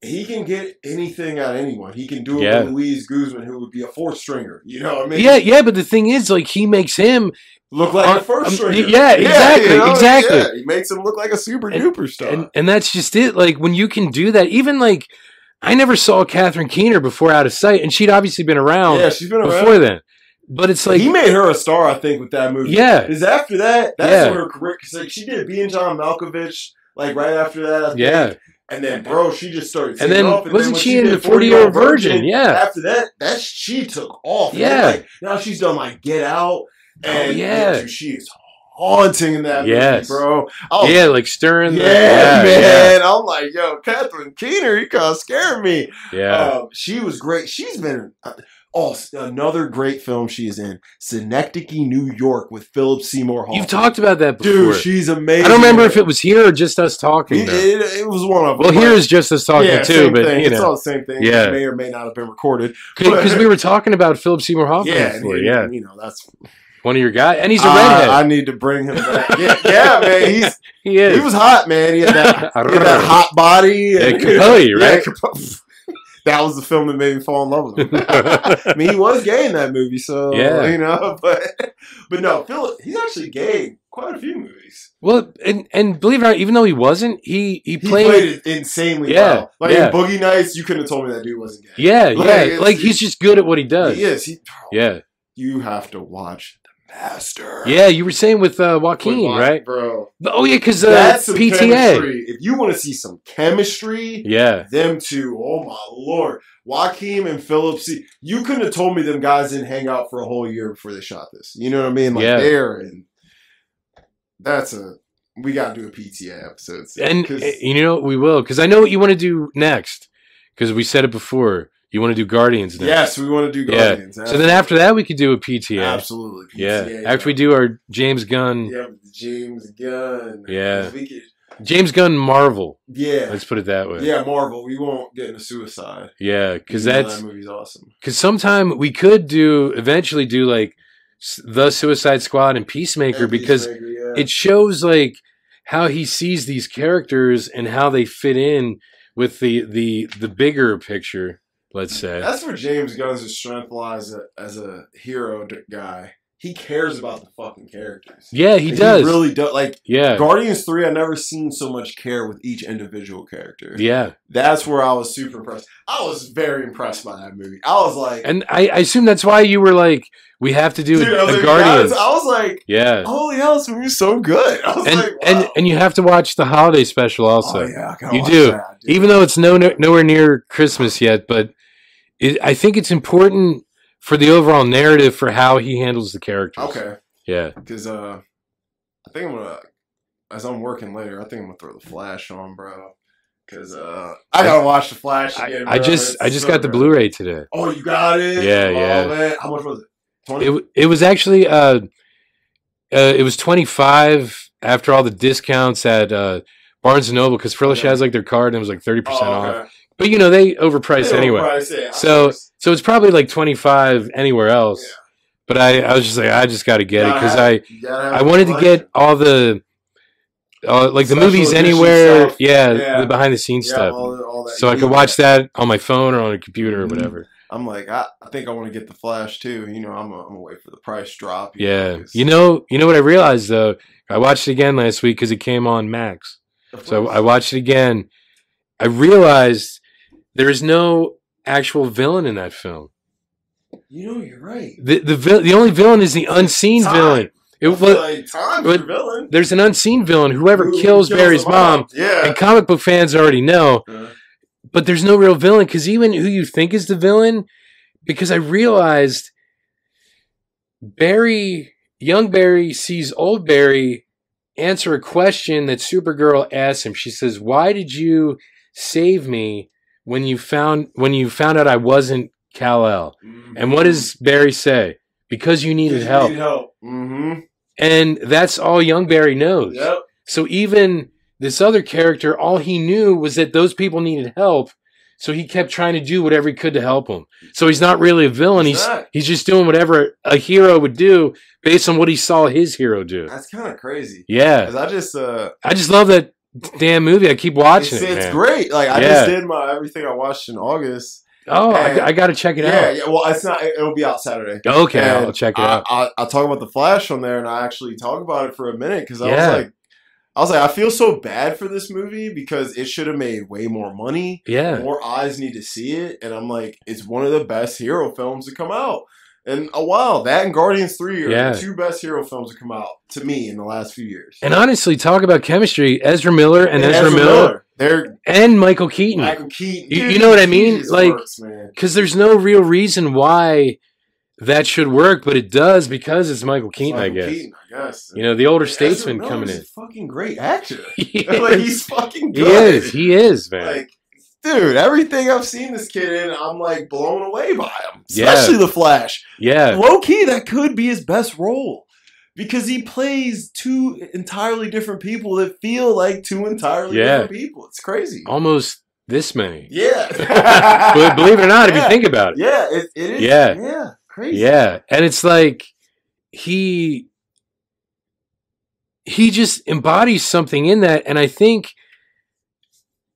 Speaker 2: he can get anything out of anyone. He can do it
Speaker 1: Yeah.
Speaker 2: with Louise Guzman, who would be a fourth stringer. You know, what I mean,
Speaker 1: Yeah, yeah, but the thing is, like, he makes him,
Speaker 2: look like
Speaker 1: Uh,
Speaker 2: a first
Speaker 1: um,
Speaker 2: stringer.
Speaker 1: yeah, exactly, exactly.
Speaker 2: yeah, he makes him look like a super
Speaker 1: And-
Speaker 2: duper star.
Speaker 1: and, and that's just it. Like, when you can do that, even like, I never saw Catherine Keener before out of sight, and she'd obviously been around
Speaker 2: yeah, she's been around.
Speaker 1: before then. But it's like,
Speaker 2: he made her a star, I think, with that movie.
Speaker 1: yeah,
Speaker 2: Because after that, that's
Speaker 1: Yeah.
Speaker 2: when her career. Because like she did being John Malkovich, like right after that, I think.
Speaker 1: yeah,
Speaker 2: And then, bro, she just started.
Speaker 1: and
Speaker 2: taking
Speaker 1: then
Speaker 2: off,
Speaker 1: wasn't
Speaker 2: when
Speaker 1: she in
Speaker 2: did
Speaker 1: the Forty Year Old Virgin? Yeah,
Speaker 2: After that, that she took off. man.
Speaker 1: Yeah. Oh,
Speaker 2: Like, now she's done like Get Out, and
Speaker 1: yeah.
Speaker 2: yeah, dude, she is haunting in that
Speaker 1: Yes.
Speaker 2: movie, bro. Oh, yeah,
Speaker 1: yeah, like stirring. the-
Speaker 2: man. I'm like, yo, Catherine Keener, you kind of scaring me.
Speaker 1: yeah, yeah.
Speaker 2: Um, she was great. She's been uh, oh s- another great film she is in Synecdoche, New York, with Philip Seymour Hoffman.
Speaker 1: You've talked about that before.
Speaker 2: dude. She's amazing.
Speaker 1: I don't remember if it was here or just us talking.
Speaker 2: It,
Speaker 1: though.
Speaker 2: it- it was one of
Speaker 1: Well,
Speaker 2: them.
Speaker 1: here is just us talking
Speaker 2: yeah,
Speaker 1: too,
Speaker 2: same
Speaker 1: but
Speaker 2: thing.
Speaker 1: you
Speaker 2: it's
Speaker 1: know,
Speaker 2: all the same thing.
Speaker 1: Yeah.
Speaker 2: It may or may not have been recorded.
Speaker 1: because we were talking about Philip Seymour Hoffman
Speaker 2: yeah,
Speaker 1: before,
Speaker 2: and, Uh,
Speaker 1: yeah,
Speaker 2: you know that's
Speaker 1: one of your guys, and he's a
Speaker 2: I-
Speaker 1: redhead.
Speaker 2: I, need to bring him back. Yeah, yeah man, he's
Speaker 1: he is.
Speaker 2: he was hot, man. He had that, he had that hot body.
Speaker 1: Yeah,
Speaker 2: and-
Speaker 1: Capote, right?
Speaker 2: Yeah, Capote. that was the film that made me fall in love with him. I mean, he was gay in that movie, so
Speaker 1: Yeah.
Speaker 2: you know, but but no, Philip, he's actually gay quite a few movies.
Speaker 1: Well, and and believe it or not, even though he wasn't, he he
Speaker 2: He
Speaker 1: played.
Speaker 2: played, it insanely
Speaker 1: Yeah,
Speaker 2: well. Like
Speaker 1: yeah.
Speaker 2: in Boogie Nights, you couldn't have told me that dude wasn't gay.
Speaker 1: yeah,
Speaker 2: Like,
Speaker 1: yeah.
Speaker 2: it's-
Speaker 1: Like he's just good at what he does.
Speaker 2: He is. He,
Speaker 1: Yeah,
Speaker 2: You have to watch The Master.
Speaker 1: yeah. You were saying with uh,
Speaker 2: With
Speaker 1: Joaquin,
Speaker 2: Mon-
Speaker 1: right?
Speaker 2: Bro.
Speaker 1: Oh yeah, because uh,
Speaker 2: That's some
Speaker 1: PTA.
Speaker 2: chemistry. If you want to see some chemistry,
Speaker 1: Yeah,
Speaker 2: them two, oh my lord. Joaquin and Phillips, see, you couldn't have told me them guys didn't hang out for a whole year before they shot this. You know what I mean? Like
Speaker 1: Yeah.
Speaker 2: they're and that's a we gotta do a PTA episode. soon,
Speaker 1: and
Speaker 2: 'cause-
Speaker 1: uh, you know we will because I know what you want to do next because we said it before. You want to do Guardians next.
Speaker 2: yes, we want to do
Speaker 1: Yeah.
Speaker 2: Guardians.
Speaker 1: So then after that we could do a PTA.
Speaker 2: absolutely
Speaker 1: Yeah.
Speaker 2: PTA,
Speaker 1: After we
Speaker 2: bro.
Speaker 1: do our James Gunn,
Speaker 2: Yeah, with James Gunn.
Speaker 1: Yeah.
Speaker 2: 'Cause we could-
Speaker 1: James Gunn Marvel.
Speaker 2: yeah.
Speaker 1: Let's put it that way.
Speaker 2: Yeah, Marvel. We won't get into suicide.
Speaker 1: Yeah, because
Speaker 2: even though
Speaker 1: that's
Speaker 2: that movie's awesome.
Speaker 1: because sometime we could do eventually do like s- the Suicide Squad and Peacemaker
Speaker 2: And
Speaker 1: because
Speaker 2: Peacemaker, yeah.
Speaker 1: it shows like how he sees these characters and how they fit in with the the the bigger picture. Let's say.
Speaker 2: That's where James Gunn's strength lies a- as a hero d- guy. He cares about the fucking characters.
Speaker 1: yeah, he
Speaker 2: Like,
Speaker 1: does.
Speaker 2: really does. Like
Speaker 1: yeah,
Speaker 2: Guardians Three, I never seen so much care with each individual character.
Speaker 1: yeah,
Speaker 2: That's where I was super impressed. I was very impressed by that movie. I was like,
Speaker 1: and I, I assume that's why you were like, we have to do
Speaker 2: dude, I
Speaker 1: a
Speaker 2: was like,
Speaker 1: Guardians.
Speaker 2: guys, I was like,
Speaker 1: yeah,
Speaker 2: holy hell, this movie's so good. I was
Speaker 1: and
Speaker 2: like, wow.
Speaker 1: and and you have to watch the holiday special also.
Speaker 2: oh, yeah, I gotta
Speaker 1: you
Speaker 2: watch
Speaker 1: do.
Speaker 2: that, dude.
Speaker 1: even though it's no, nowhere near Christmas yet, but it, I think it's important for the overall narrative for how he handles the characters.
Speaker 2: okay,
Speaker 1: Yeah.
Speaker 2: because uh, I think I'm gonna as I'm working later. I think I'm gonna throw the Flash on, bro. Because uh, I gotta watch the Flash
Speaker 1: I,
Speaker 2: again.
Speaker 1: I
Speaker 2: bro.
Speaker 1: just
Speaker 2: It's
Speaker 1: I just
Speaker 2: so
Speaker 1: got the
Speaker 2: good.
Speaker 1: Blu-ray today.
Speaker 2: Oh, you got it.
Speaker 1: Yeah,
Speaker 2: oh,
Speaker 1: yeah.
Speaker 2: Man. How much was it?
Speaker 1: It
Speaker 2: Twenty.
Speaker 1: w- it was actually uh, uh it was twenty five after all the discounts at uh Barnes and Noble because Frillish
Speaker 2: Yeah.
Speaker 1: has like their card and it was like thirty percent
Speaker 2: Oh, okay.
Speaker 1: off. But you know they overprice
Speaker 2: Yeah,
Speaker 1: anyway,
Speaker 2: price, yeah.
Speaker 1: So,
Speaker 2: I was-
Speaker 1: so it's probably like twenty five anywhere else.
Speaker 2: Yeah.
Speaker 1: But I I was just like I just got to get it
Speaker 2: Gotta
Speaker 1: because
Speaker 2: have-
Speaker 1: I.
Speaker 2: you gotta have
Speaker 1: I
Speaker 2: the
Speaker 1: wanted to
Speaker 2: collection.
Speaker 1: get all the, uh, like the
Speaker 2: Special
Speaker 1: movies
Speaker 2: edition
Speaker 1: anywhere.
Speaker 2: stuff.
Speaker 1: Yeah,
Speaker 2: Yeah.
Speaker 1: the behind the scenes
Speaker 2: Yeah,
Speaker 1: stuff.
Speaker 2: all the- all that
Speaker 1: so I
Speaker 2: you
Speaker 1: could
Speaker 2: need.
Speaker 1: watch that on my phone or on a computer or
Speaker 2: Mhm.
Speaker 1: whatever.
Speaker 2: I'm like, I, I think I want to get the Flash too. You know, I'm, i I'm gonna wait for the price drop. you know,
Speaker 1: Yeah,
Speaker 2: 'cause-
Speaker 1: you know, you know what I realized though. I watched it again last week because it came on Max.
Speaker 2: Of
Speaker 1: So
Speaker 2: course.
Speaker 1: I watched it again. I realized there is no actual villain in that film.
Speaker 2: you know, you're right.
Speaker 1: The the vil- the only villain is the unseen
Speaker 2: Time.
Speaker 1: villain. It
Speaker 2: I feel
Speaker 1: was,
Speaker 2: like time's
Speaker 1: but-
Speaker 2: your villain.
Speaker 1: there's an unseen villain. Whoever
Speaker 2: Who
Speaker 1: kills, Barry's
Speaker 2: the
Speaker 1: mom,
Speaker 2: Yeah.
Speaker 1: and comic book fans already know but there's no real villain because even who you think is the villain, because I realized Barry, young Barry, sees old Barry answer a question that Supergirl asks him. She says, "Why did you save me when you found when you found out I wasn't Kal El?" And what does Barry say? Because you needed help,
Speaker 2: Mm-hmm.
Speaker 1: and that's all young Barry knows.
Speaker 2: Yep.
Speaker 1: So even this other character, all he knew was that those people needed help. So he kept trying to do whatever he could to help them. So he's not really a villain.
Speaker 2: He's
Speaker 1: He's he's,
Speaker 2: not.
Speaker 1: just doing whatever a hero would do based on what he saw his hero do.
Speaker 2: That's kind of crazy.
Speaker 1: Yeah,
Speaker 2: 'Cause I just uh,
Speaker 1: I just love that damn movie. I keep
Speaker 2: it's,
Speaker 1: watching it.
Speaker 2: it's
Speaker 1: man.
Speaker 2: great. Like I
Speaker 1: Yeah.
Speaker 2: just did my everything I watched in August.
Speaker 1: Oh,
Speaker 2: And-
Speaker 1: I, I got to check it
Speaker 2: Yeah, Uh, yeah. Well, it's not. it- It'll be out Saturday.
Speaker 1: out. Okay,
Speaker 2: And
Speaker 1: I'll check it
Speaker 2: I,
Speaker 1: out.
Speaker 2: I, I talk about the Flash on there, and I actually talk about it for a minute because I
Speaker 1: Yeah.
Speaker 2: was like, I was like, I feel so bad for this movie because it should have made way more money.
Speaker 1: Yeah,
Speaker 2: More eyes need to see it, and I'm like, it's one of the best hero films to come out in a while. That and Guardians Three are
Speaker 1: Yeah.
Speaker 2: the two best hero films to come out to me in the last few years.
Speaker 1: and honestly, talk about chemistry. Ezra Miller and, Ezra, Miller,
Speaker 2: they're
Speaker 1: and Michael Keaton.
Speaker 2: Michael Keaton.
Speaker 1: You- you
Speaker 2: Dude,
Speaker 1: know what I mean?
Speaker 2: Jesus
Speaker 1: Like-
Speaker 2: works, man.
Speaker 1: because there's no real reason why that should work, but it does because it's Michael Keaton,
Speaker 2: Michael
Speaker 1: I guess.
Speaker 2: Keaton, I guess.
Speaker 1: You know, the older
Speaker 2: Ezra
Speaker 1: statesman
Speaker 2: Miller's
Speaker 1: coming
Speaker 2: a
Speaker 1: in.
Speaker 2: Fucking great actor.
Speaker 1: he,
Speaker 2: like
Speaker 1: is,
Speaker 2: he's fucking
Speaker 1: he
Speaker 2: good.
Speaker 1: is. He is, man.
Speaker 2: Like, dude, everything I've seen this kid in, I'm like blown away by him.
Speaker 1: Yeah.
Speaker 2: Especially the Flash.
Speaker 1: yeah.
Speaker 2: Low key, that could be his best role. Because he plays two entirely different people that feel like two entirely
Speaker 1: Yeah. Oh.
Speaker 2: different people. It's crazy.
Speaker 1: Almost this many.
Speaker 2: Yeah.
Speaker 1: But believe it or not, if
Speaker 2: Yeah.
Speaker 1: you think about it.
Speaker 2: Yeah, it, it is.
Speaker 1: Yeah.
Speaker 2: Yeah. Crazy.
Speaker 1: Yeah. And it's like he he just embodies something in that. And I think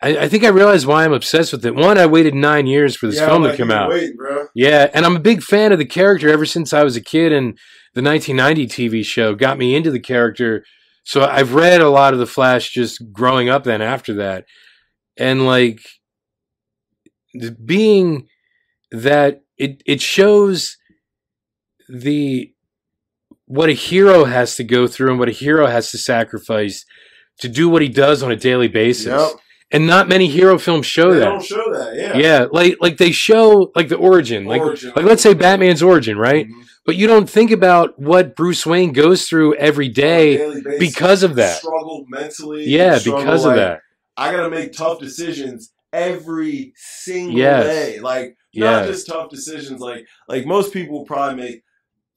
Speaker 1: I, I think I realized why I'm obsessed with it. One, I waited nine years for this
Speaker 2: Yeah,
Speaker 1: film
Speaker 2: I'm
Speaker 1: to
Speaker 2: like,
Speaker 1: come
Speaker 2: you
Speaker 1: out.
Speaker 2: Wait, bro.
Speaker 1: Yeah, and I'm a big fan of the character ever since I was a kid, and the 1990 TV show got me into the character. So I've read a lot of the Flash just growing up. Then after that, and like th- being that it it shows the what a hero has to go through and what a hero has to sacrifice to do what he does on a daily basis.
Speaker 2: Yep.
Speaker 1: And not many hero films show
Speaker 2: They
Speaker 1: that.
Speaker 2: don't show that. Yeah.
Speaker 1: Yeah. like like they show like the origin, like
Speaker 2: Origin.
Speaker 1: like let's say Batman's origin, right?
Speaker 2: Mhm.
Speaker 1: But you don't think about what Bruce Wayne goes through every day
Speaker 2: Daily basis,
Speaker 1: because of that.
Speaker 2: struggle mentally.
Speaker 1: Yeah,
Speaker 2: struggle,
Speaker 1: because of
Speaker 2: like,
Speaker 1: that.
Speaker 2: I gotta make tough decisions every single
Speaker 1: Yes.
Speaker 2: day. Like not
Speaker 1: Yeah,
Speaker 2: just tough decisions. Like like most people probably make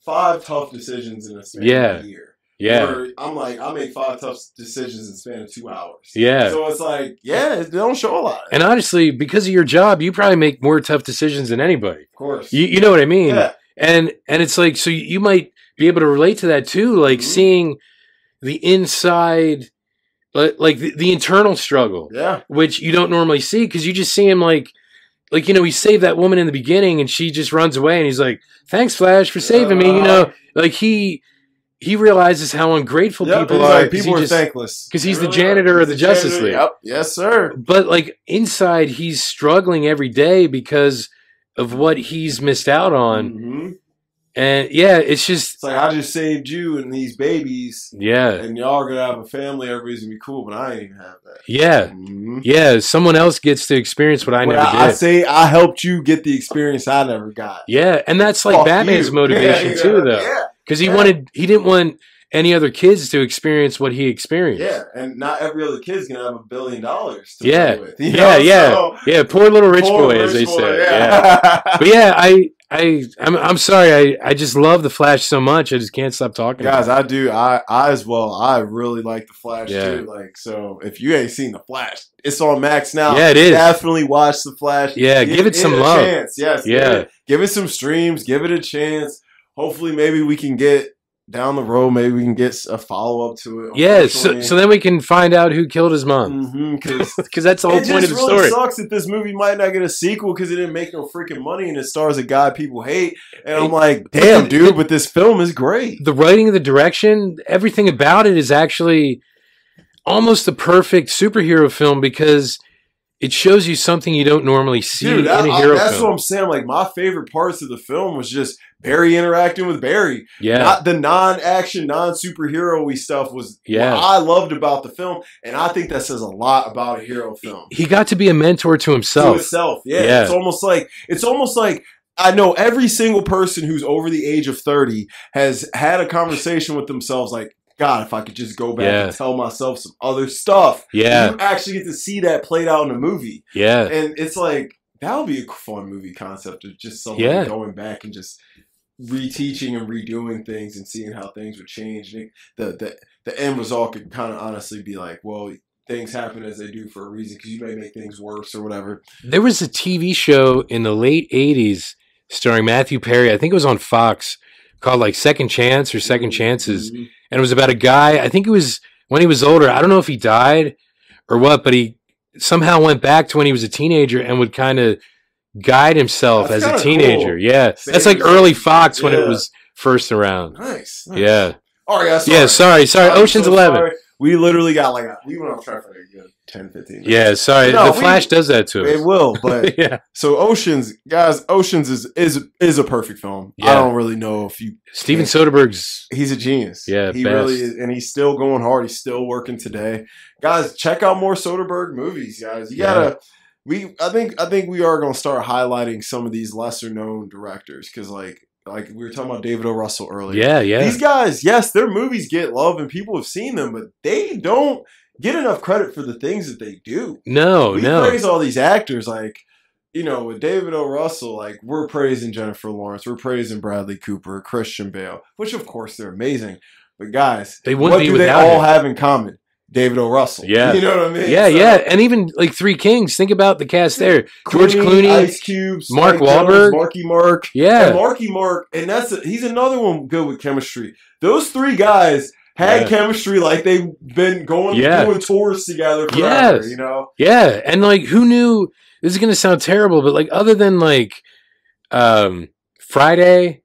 Speaker 2: five tough decisions in a span
Speaker 1: Yeah.
Speaker 2: of a year.
Speaker 1: yeah,
Speaker 2: Where I'm like I make five tough decisions in the span of two hours.
Speaker 1: yeah.
Speaker 2: So it's like yeah, they don't show a lot.
Speaker 1: And honestly, because of your job, you probably make more tough decisions than anybody.
Speaker 2: of course.
Speaker 1: You, you know what I mean?
Speaker 2: yeah.
Speaker 1: and and it's like so you might be able to relate to that too like
Speaker 2: Mhm.
Speaker 1: seeing the inside like, like the, the internal struggle
Speaker 2: Yeah.
Speaker 1: which you don't normally see because you just see him like like you know he saved that woman in the beginning and she just runs away and he's like thanks flash for saving me you know like he he realizes how ungrateful
Speaker 2: Yep,
Speaker 1: people
Speaker 2: it's
Speaker 1: are 'cause
Speaker 2: like people
Speaker 1: he
Speaker 2: are
Speaker 1: just-
Speaker 2: thankless
Speaker 1: 'cause he's
Speaker 2: They
Speaker 1: the janitor
Speaker 2: are.
Speaker 1: of the
Speaker 2: He's
Speaker 1: Justice
Speaker 2: janitor.
Speaker 1: League.
Speaker 2: Yep. Yes, sir.
Speaker 1: but like inside he's struggling every day because of what he's missed out on
Speaker 2: Mhm.
Speaker 1: and yeah it's just
Speaker 2: It's like I just saved you and these babies,
Speaker 1: yeah
Speaker 2: and y'all are gonna have a family. Everybody's gonna be cool, but I ain't even have that.
Speaker 1: yeah
Speaker 2: Mhm.
Speaker 1: Yeah, someone else gets to experience what I
Speaker 2: When
Speaker 1: never did.
Speaker 2: I say I helped you get the experience I never got.
Speaker 1: yeah, and that's like
Speaker 2: Fuck
Speaker 1: Batman's
Speaker 2: you.
Speaker 1: motivation
Speaker 2: Yeah,
Speaker 1: too, though,
Speaker 2: Yeah,
Speaker 1: because he
Speaker 2: yeah.
Speaker 1: wanted he didn't want any other kids to experience what he experienced.
Speaker 2: yeah, and not every other kid's gonna have a billion dollars. To
Speaker 1: Yeah.
Speaker 2: play with, you
Speaker 1: Yeah, yeah.
Speaker 2: So,
Speaker 1: Yeah, poor little rich
Speaker 2: poor
Speaker 1: boy, as they
Speaker 2: rich boy,
Speaker 1: say. Yeah.
Speaker 2: yeah.
Speaker 1: but yeah, I I I'm, I'm sorry, I I just love the Flash so much, I just can't stop talking.
Speaker 2: Guys,
Speaker 1: about
Speaker 2: I do. I, I as well. I really like the Flash
Speaker 1: Yeah.
Speaker 2: too. Like, so if you ain't seen the Flash, it's on Max now.
Speaker 1: it. yeah, it is.
Speaker 2: definitely watch the Flash.
Speaker 1: Yeah, give it some
Speaker 2: a
Speaker 1: love.
Speaker 2: Chance. Yes, give
Speaker 1: Yeah.
Speaker 2: it- give it some streams. Give it a chance. Hopefully, maybe we can get down the road. Maybe we can get a follow up to it.
Speaker 1: yeah, so so then we can find out who killed his mom,
Speaker 2: because
Speaker 1: because that's the whole
Speaker 2: Mm. it just
Speaker 1: point of the
Speaker 2: really
Speaker 1: story.
Speaker 2: sucks that this movie might not get a sequel because it didn't make no freaking money and it stars a guy people hate. And I'm like, damn, dude, but this film is great.
Speaker 1: the writing, the direction, everything about it is actually almost the perfect superhero film because it shows you something you don't normally see
Speaker 2: Dude,
Speaker 1: in
Speaker 2: I-
Speaker 1: a
Speaker 2: I-
Speaker 1: hero
Speaker 2: that's
Speaker 1: film.
Speaker 2: what I'm saying. Like my favorite parts of the film was just Barry interacting with Barry.
Speaker 1: yeah,
Speaker 2: Not the non-action, non-superhero-y stuff was
Speaker 1: Yeah.
Speaker 2: what I loved about the film, and I think that says a lot about a hero film.
Speaker 1: he got to be a mentor to
Speaker 2: To
Speaker 1: himself.
Speaker 2: itself, yeah,
Speaker 1: Yeah.
Speaker 2: It's almost like it's almost like I know every single person who's over the age of thirty has had a conversation with themselves, like, God, if I could just go back
Speaker 1: Yeah.
Speaker 2: and tell myself some other stuff.
Speaker 1: Yeah,
Speaker 2: You actually get to see that played out in a movie,
Speaker 1: yeah,
Speaker 2: and it's like that would be a fun movie concept of just someone
Speaker 1: Yeah.
Speaker 2: going back and just reteaching and redoing things and seeing how things would change. And it- the the the end result could kind of honestly be like, well, things happen as they do for a reason because you may make things worse or whatever.
Speaker 1: There was a TV show in the late '80s starring Matthew Perry. I think it was on Fox called like Second Chance or Second Chances,
Speaker 2: Mhm.
Speaker 1: and it was about a guy. I think it was when he was older. I don't know if he died or what, but he somehow went back to when he was a teenager and would kind of guide himself
Speaker 2: That's
Speaker 1: as a
Speaker 2: kinda
Speaker 1: teenager.
Speaker 2: cool.
Speaker 1: Yeah, that's
Speaker 2: Same.
Speaker 1: like early Fox when it
Speaker 2: Yeah.
Speaker 1: was first around.
Speaker 2: Nice, nice.
Speaker 1: Yeah,
Speaker 2: All right, guys. Sorry.
Speaker 1: yeah. Sorry, sorry.
Speaker 2: I'm
Speaker 1: Ocean's
Speaker 2: so
Speaker 1: Eleven.
Speaker 2: sorry. We literally got like a, we went on track for like a good 10, 15 minutes.
Speaker 1: Yeah, sorry.
Speaker 2: No,
Speaker 1: the
Speaker 2: we-
Speaker 1: Flash does that to
Speaker 2: It
Speaker 1: us.
Speaker 2: will, but
Speaker 1: yeah,
Speaker 2: so Oceans, guys. Oceans is is is a perfect film. I
Speaker 1: Yeah.
Speaker 2: don't really know if you
Speaker 1: Steven Soderbergh's.
Speaker 2: He's a genius.
Speaker 1: Yeah,
Speaker 2: he
Speaker 1: best.
Speaker 2: really is, and he's still going hard. He's still working today, guys. Check out more Soderbergh movies, guys. You
Speaker 1: Yeah.
Speaker 2: gotta. We, I think, I think we are gonna start highlighting some of these lesser known directors because, like, like we were talking about David O. Russell earlier.
Speaker 1: Yeah, yeah,
Speaker 2: These guys, yes, their movies get love and people have seen them, but they don't get enough credit for the things that they do.
Speaker 1: no,
Speaker 2: we
Speaker 1: Oh, no,
Speaker 2: praise all these actors, like you know, with David O. Russell, like we're praising Jennifer Lawrence, we're praising Bradley Cooper, Christian Bale, which of course they're amazing. But guys,
Speaker 1: they
Speaker 2: what
Speaker 1: wouldn't be
Speaker 2: do they
Speaker 1: without
Speaker 2: all
Speaker 1: him.
Speaker 2: have in common? David O. Russell.
Speaker 1: Yeah.
Speaker 2: you know what I mean.
Speaker 1: yeah,
Speaker 2: So,
Speaker 1: yeah, and even like Three Kings. Think about the cast there. George Clooney,
Speaker 2: Ice Cube, Spike
Speaker 1: Mark
Speaker 2: Jones,
Speaker 1: Wahlberg.
Speaker 2: Marky Mark, and
Speaker 1: Yeah,
Speaker 2: Marky Mark, and that's a, he's another one good with chemistry. Those three guys had
Speaker 1: Yeah.
Speaker 2: chemistry like they've been going
Speaker 1: Yeah.
Speaker 2: doing tours together forever.
Speaker 1: Yes.
Speaker 2: You know,
Speaker 1: yeah, and like who knew? This is gonna sound terrible, but like other than like um Friday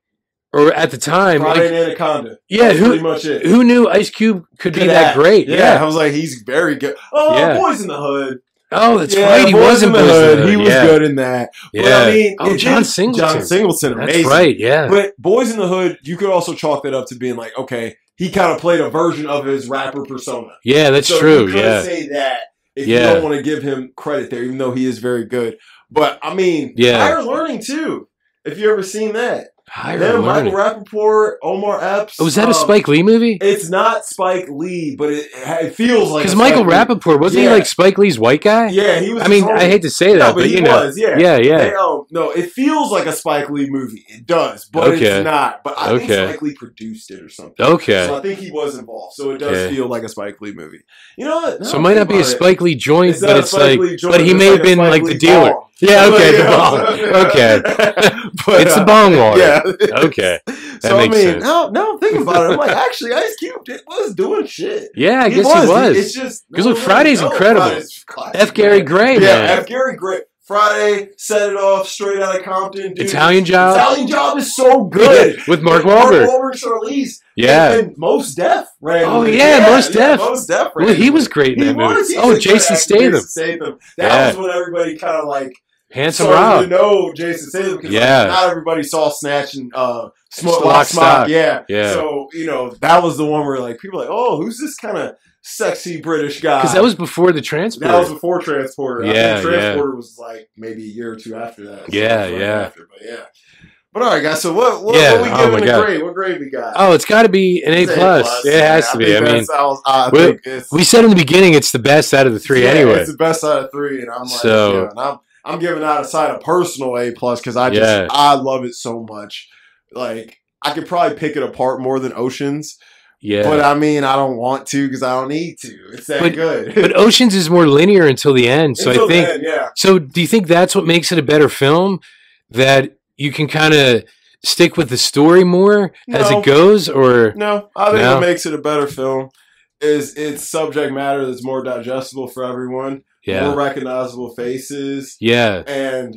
Speaker 1: or at the time,
Speaker 2: Friday
Speaker 1: like,
Speaker 2: and Anaconda.
Speaker 1: yeah,
Speaker 2: That's
Speaker 1: who
Speaker 2: pretty much it.
Speaker 1: who knew Ice Cube could be
Speaker 2: Could
Speaker 1: that
Speaker 2: act.
Speaker 1: great?
Speaker 2: Yeah, I was like, he's very good. Oh,
Speaker 1: Yeah.
Speaker 2: Boys in the Hood.
Speaker 1: Oh, that's
Speaker 2: Yeah,
Speaker 1: right. He
Speaker 2: Boys
Speaker 1: was in
Speaker 2: the
Speaker 1: Boys in the Hood.
Speaker 2: He was
Speaker 1: yeah.
Speaker 2: good in that.
Speaker 1: Yeah.
Speaker 2: But I mean,
Speaker 1: oh,
Speaker 2: it
Speaker 1: John
Speaker 2: did-
Speaker 1: Singleton.
Speaker 2: John Singleton,
Speaker 1: That's
Speaker 2: amazing.
Speaker 1: right. Yeah.
Speaker 2: But Boys in the Hood, you could also chalk that up to being like, okay, he kind of played a version of his rapper persona.
Speaker 1: yeah, that's
Speaker 2: So
Speaker 1: true.
Speaker 2: You could
Speaker 1: Yeah.
Speaker 2: say that if you
Speaker 1: Yeah.
Speaker 2: don't want to give him credit there, even though he is very good. But I mean,
Speaker 1: Yeah.
Speaker 2: higher learning too. If you ever seen that,
Speaker 1: Higher
Speaker 2: then Michael
Speaker 1: learning.
Speaker 2: Rappaport, Omar Epps.
Speaker 1: Oh, was that a
Speaker 2: um,
Speaker 1: Spike Lee movie?
Speaker 2: It's not Spike Lee, but it, it feels like
Speaker 1: Because
Speaker 2: a
Speaker 1: Michael
Speaker 2: Spike Lee.
Speaker 1: Rappaport wasn't
Speaker 2: Yeah.
Speaker 1: he like Spike Lee's white guy?
Speaker 2: Yeah, he was.
Speaker 1: I mean,
Speaker 2: his homie.
Speaker 1: I hate to say that,
Speaker 2: no,
Speaker 1: but,
Speaker 2: he
Speaker 1: you know,
Speaker 2: was. Yeah,
Speaker 1: yeah, yeah,
Speaker 2: They, um, no, it feels like a Spike Lee movie. It does, but
Speaker 1: Okay.
Speaker 2: it's not. But I
Speaker 1: Okay.
Speaker 2: think Spike Lee produced it or something.
Speaker 1: Okay,
Speaker 2: So I think he was involved. So it does
Speaker 1: Okay.
Speaker 2: feel like a Spike Lee movie. You know what? Now
Speaker 1: so
Speaker 2: I
Speaker 1: it might
Speaker 2: think
Speaker 1: not be a
Speaker 2: about it,
Speaker 1: Spike Lee joint,
Speaker 2: not
Speaker 1: but
Speaker 2: a
Speaker 1: it's
Speaker 2: Spike
Speaker 1: like,
Speaker 2: Lee joint,
Speaker 1: but he
Speaker 2: it's
Speaker 1: may have
Speaker 2: a
Speaker 1: been
Speaker 2: Spike
Speaker 1: like the
Speaker 2: Lee
Speaker 1: dealer.
Speaker 2: ball.
Speaker 1: Yeah, okay, the
Speaker 2: Yeah.
Speaker 1: bong. Okay,
Speaker 2: but,
Speaker 1: it's the
Speaker 2: uh,
Speaker 1: bong water.
Speaker 2: Yeah.
Speaker 1: Okay,
Speaker 2: so
Speaker 1: makes
Speaker 2: I mean,
Speaker 1: sense.
Speaker 2: now, now I'm thinking about it. I'm like, actually, Ice Cube did, was doing shit.
Speaker 1: yeah, I guess he was.
Speaker 2: It's just
Speaker 1: 'Cause
Speaker 2: no
Speaker 1: look,
Speaker 2: one
Speaker 1: Friday's
Speaker 2: knows.
Speaker 1: incredible.
Speaker 2: Friday's classic,
Speaker 1: F. Gary
Speaker 2: man.
Speaker 1: Gray,
Speaker 2: Yeah,
Speaker 1: man.
Speaker 2: F. Gary Gray. Friday set it off straight out of Compton. Dude.
Speaker 1: Italian Job.
Speaker 2: Italian Job is so good.
Speaker 1: with Mark
Speaker 2: Mark
Speaker 1: Wahlberg.
Speaker 2: Wahlberg, Charlize.
Speaker 1: Yeah.
Speaker 2: And, and Most Def ran.
Speaker 1: Oh,
Speaker 2: with it.
Speaker 1: yeah, Mos Def.
Speaker 2: Most Def. ran
Speaker 1: Well, he
Speaker 2: with
Speaker 1: was
Speaker 2: it.
Speaker 1: great in
Speaker 2: He
Speaker 1: that
Speaker 2: was.
Speaker 1: movie.
Speaker 2: He's a
Speaker 1: Oh,
Speaker 2: good
Speaker 1: Jason
Speaker 2: actor,
Speaker 1: Statham,
Speaker 2: Jason Statham. That
Speaker 1: Yeah.
Speaker 2: was when everybody kind of like
Speaker 1: handsome
Speaker 2: started
Speaker 1: Rob.
Speaker 2: to know Jason Statham because like,
Speaker 1: Yeah.
Speaker 2: not everybody saw Snatch and uh, Smoke
Speaker 1: Lock,
Speaker 2: Lock,
Speaker 1: Stock.
Speaker 2: Stock. Yeah.
Speaker 1: Yeah.
Speaker 2: So you know that was the one where like people were like, oh, who's this kind of sexy British guy?
Speaker 1: Because that was before the
Speaker 2: That was
Speaker 1: transport.
Speaker 2: before Transporter.
Speaker 1: Yeah,
Speaker 2: I think Transporter was like maybe a year or two after that.
Speaker 1: Yeah,
Speaker 2: Right
Speaker 1: yeah.
Speaker 2: After, but yeah. But all right, guys. So what? What,
Speaker 1: Yeah,
Speaker 2: what we
Speaker 1: oh
Speaker 2: giving
Speaker 1: my
Speaker 2: the
Speaker 1: God.
Speaker 2: grade? What grade we got?
Speaker 1: Oh, it's got to be an A
Speaker 2: It's
Speaker 1: plus. It has to
Speaker 2: Yeah, I
Speaker 1: be. I
Speaker 2: think
Speaker 1: mean,
Speaker 2: that's- I was- I
Speaker 1: we-
Speaker 2: think it's-
Speaker 1: we said in the beginning it's the best out of the three
Speaker 2: yeah,
Speaker 1: anyway.
Speaker 2: It's the best out of three, and I'm like,
Speaker 1: So-
Speaker 2: yeah, and I'm I'm giving out a side a personal A plus because I just
Speaker 1: Yeah.
Speaker 2: I love it so much. Like I could probably pick it apart more than Oceans,
Speaker 1: Yeah.
Speaker 2: but I mean I don't want to because I don't need to. It's that
Speaker 1: But-
Speaker 2: good.
Speaker 1: but Oceans is more linear until the end. So
Speaker 2: Until
Speaker 1: I think.
Speaker 2: then, yeah,
Speaker 1: So do you think that's what makes it a better film? That you can kind of stick with the story more as
Speaker 2: No.
Speaker 1: it goes, or
Speaker 2: no, I think
Speaker 1: No.
Speaker 2: what makes it a better film is its subject matter that's more digestible for everyone,
Speaker 1: yeah,
Speaker 2: more recognizable faces,
Speaker 1: yeah,
Speaker 2: and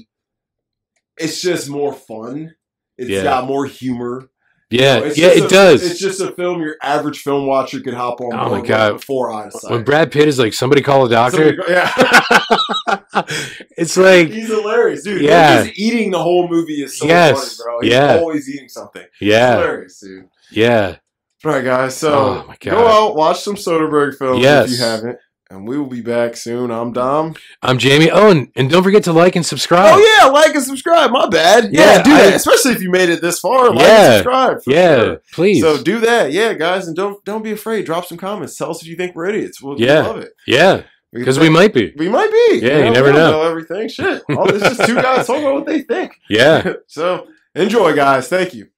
Speaker 2: it's just more fun. It's
Speaker 1: Yeah.
Speaker 2: got more humor.
Speaker 1: yeah,
Speaker 2: It's
Speaker 1: yeah.
Speaker 2: just
Speaker 1: It
Speaker 2: a- It's
Speaker 1: does.
Speaker 2: just a film your average film watcher could hop on.
Speaker 1: Oh my
Speaker 2: board with
Speaker 1: God.
Speaker 2: Before Einstein,
Speaker 1: When Brad Pitt is like, "Somebody call a
Speaker 2: Somebody
Speaker 1: doctor,"
Speaker 2: go- yeah,
Speaker 1: it's like,
Speaker 2: he's hilarious, dude. Him
Speaker 1: Yeah.
Speaker 2: just eating the whole movie is so
Speaker 1: Yes.
Speaker 2: funny, bro. He's
Speaker 1: Yeah.
Speaker 2: always eating something.
Speaker 1: yeah,
Speaker 2: Hilarious, dude.
Speaker 1: yeah.
Speaker 2: All right, guys.
Speaker 1: Oh
Speaker 2: So
Speaker 1: my
Speaker 2: go
Speaker 1: god.
Speaker 2: out, watch some Soderbergh films
Speaker 1: Yes.
Speaker 2: if you haven't, and we will be back soon. I'm Dom.
Speaker 1: I'm Jamie. Oh, and, and don't forget to like and subscribe.
Speaker 2: Oh yeah, like and subscribe. My bad. Yeah,
Speaker 1: Yeah,
Speaker 2: do
Speaker 1: I-
Speaker 2: that, especially if you made it this far. Like
Speaker 1: Yeah.
Speaker 2: and subscribe. for
Speaker 1: yeah,
Speaker 2: sure.
Speaker 1: please.
Speaker 2: So do that, yeah, guys, and don't don't be afraid. Drop some comments. Tell us if you think we're idiots. We'll we
Speaker 1: Yeah.
Speaker 2: love it.
Speaker 1: yeah, because we might be.
Speaker 2: We might be.
Speaker 1: Yeah, you
Speaker 2: we
Speaker 1: never
Speaker 2: don't
Speaker 1: know.
Speaker 2: everything. Shit. All this is two guys talking about what they think.
Speaker 1: Yeah.
Speaker 2: So enjoy, guys. Thank you.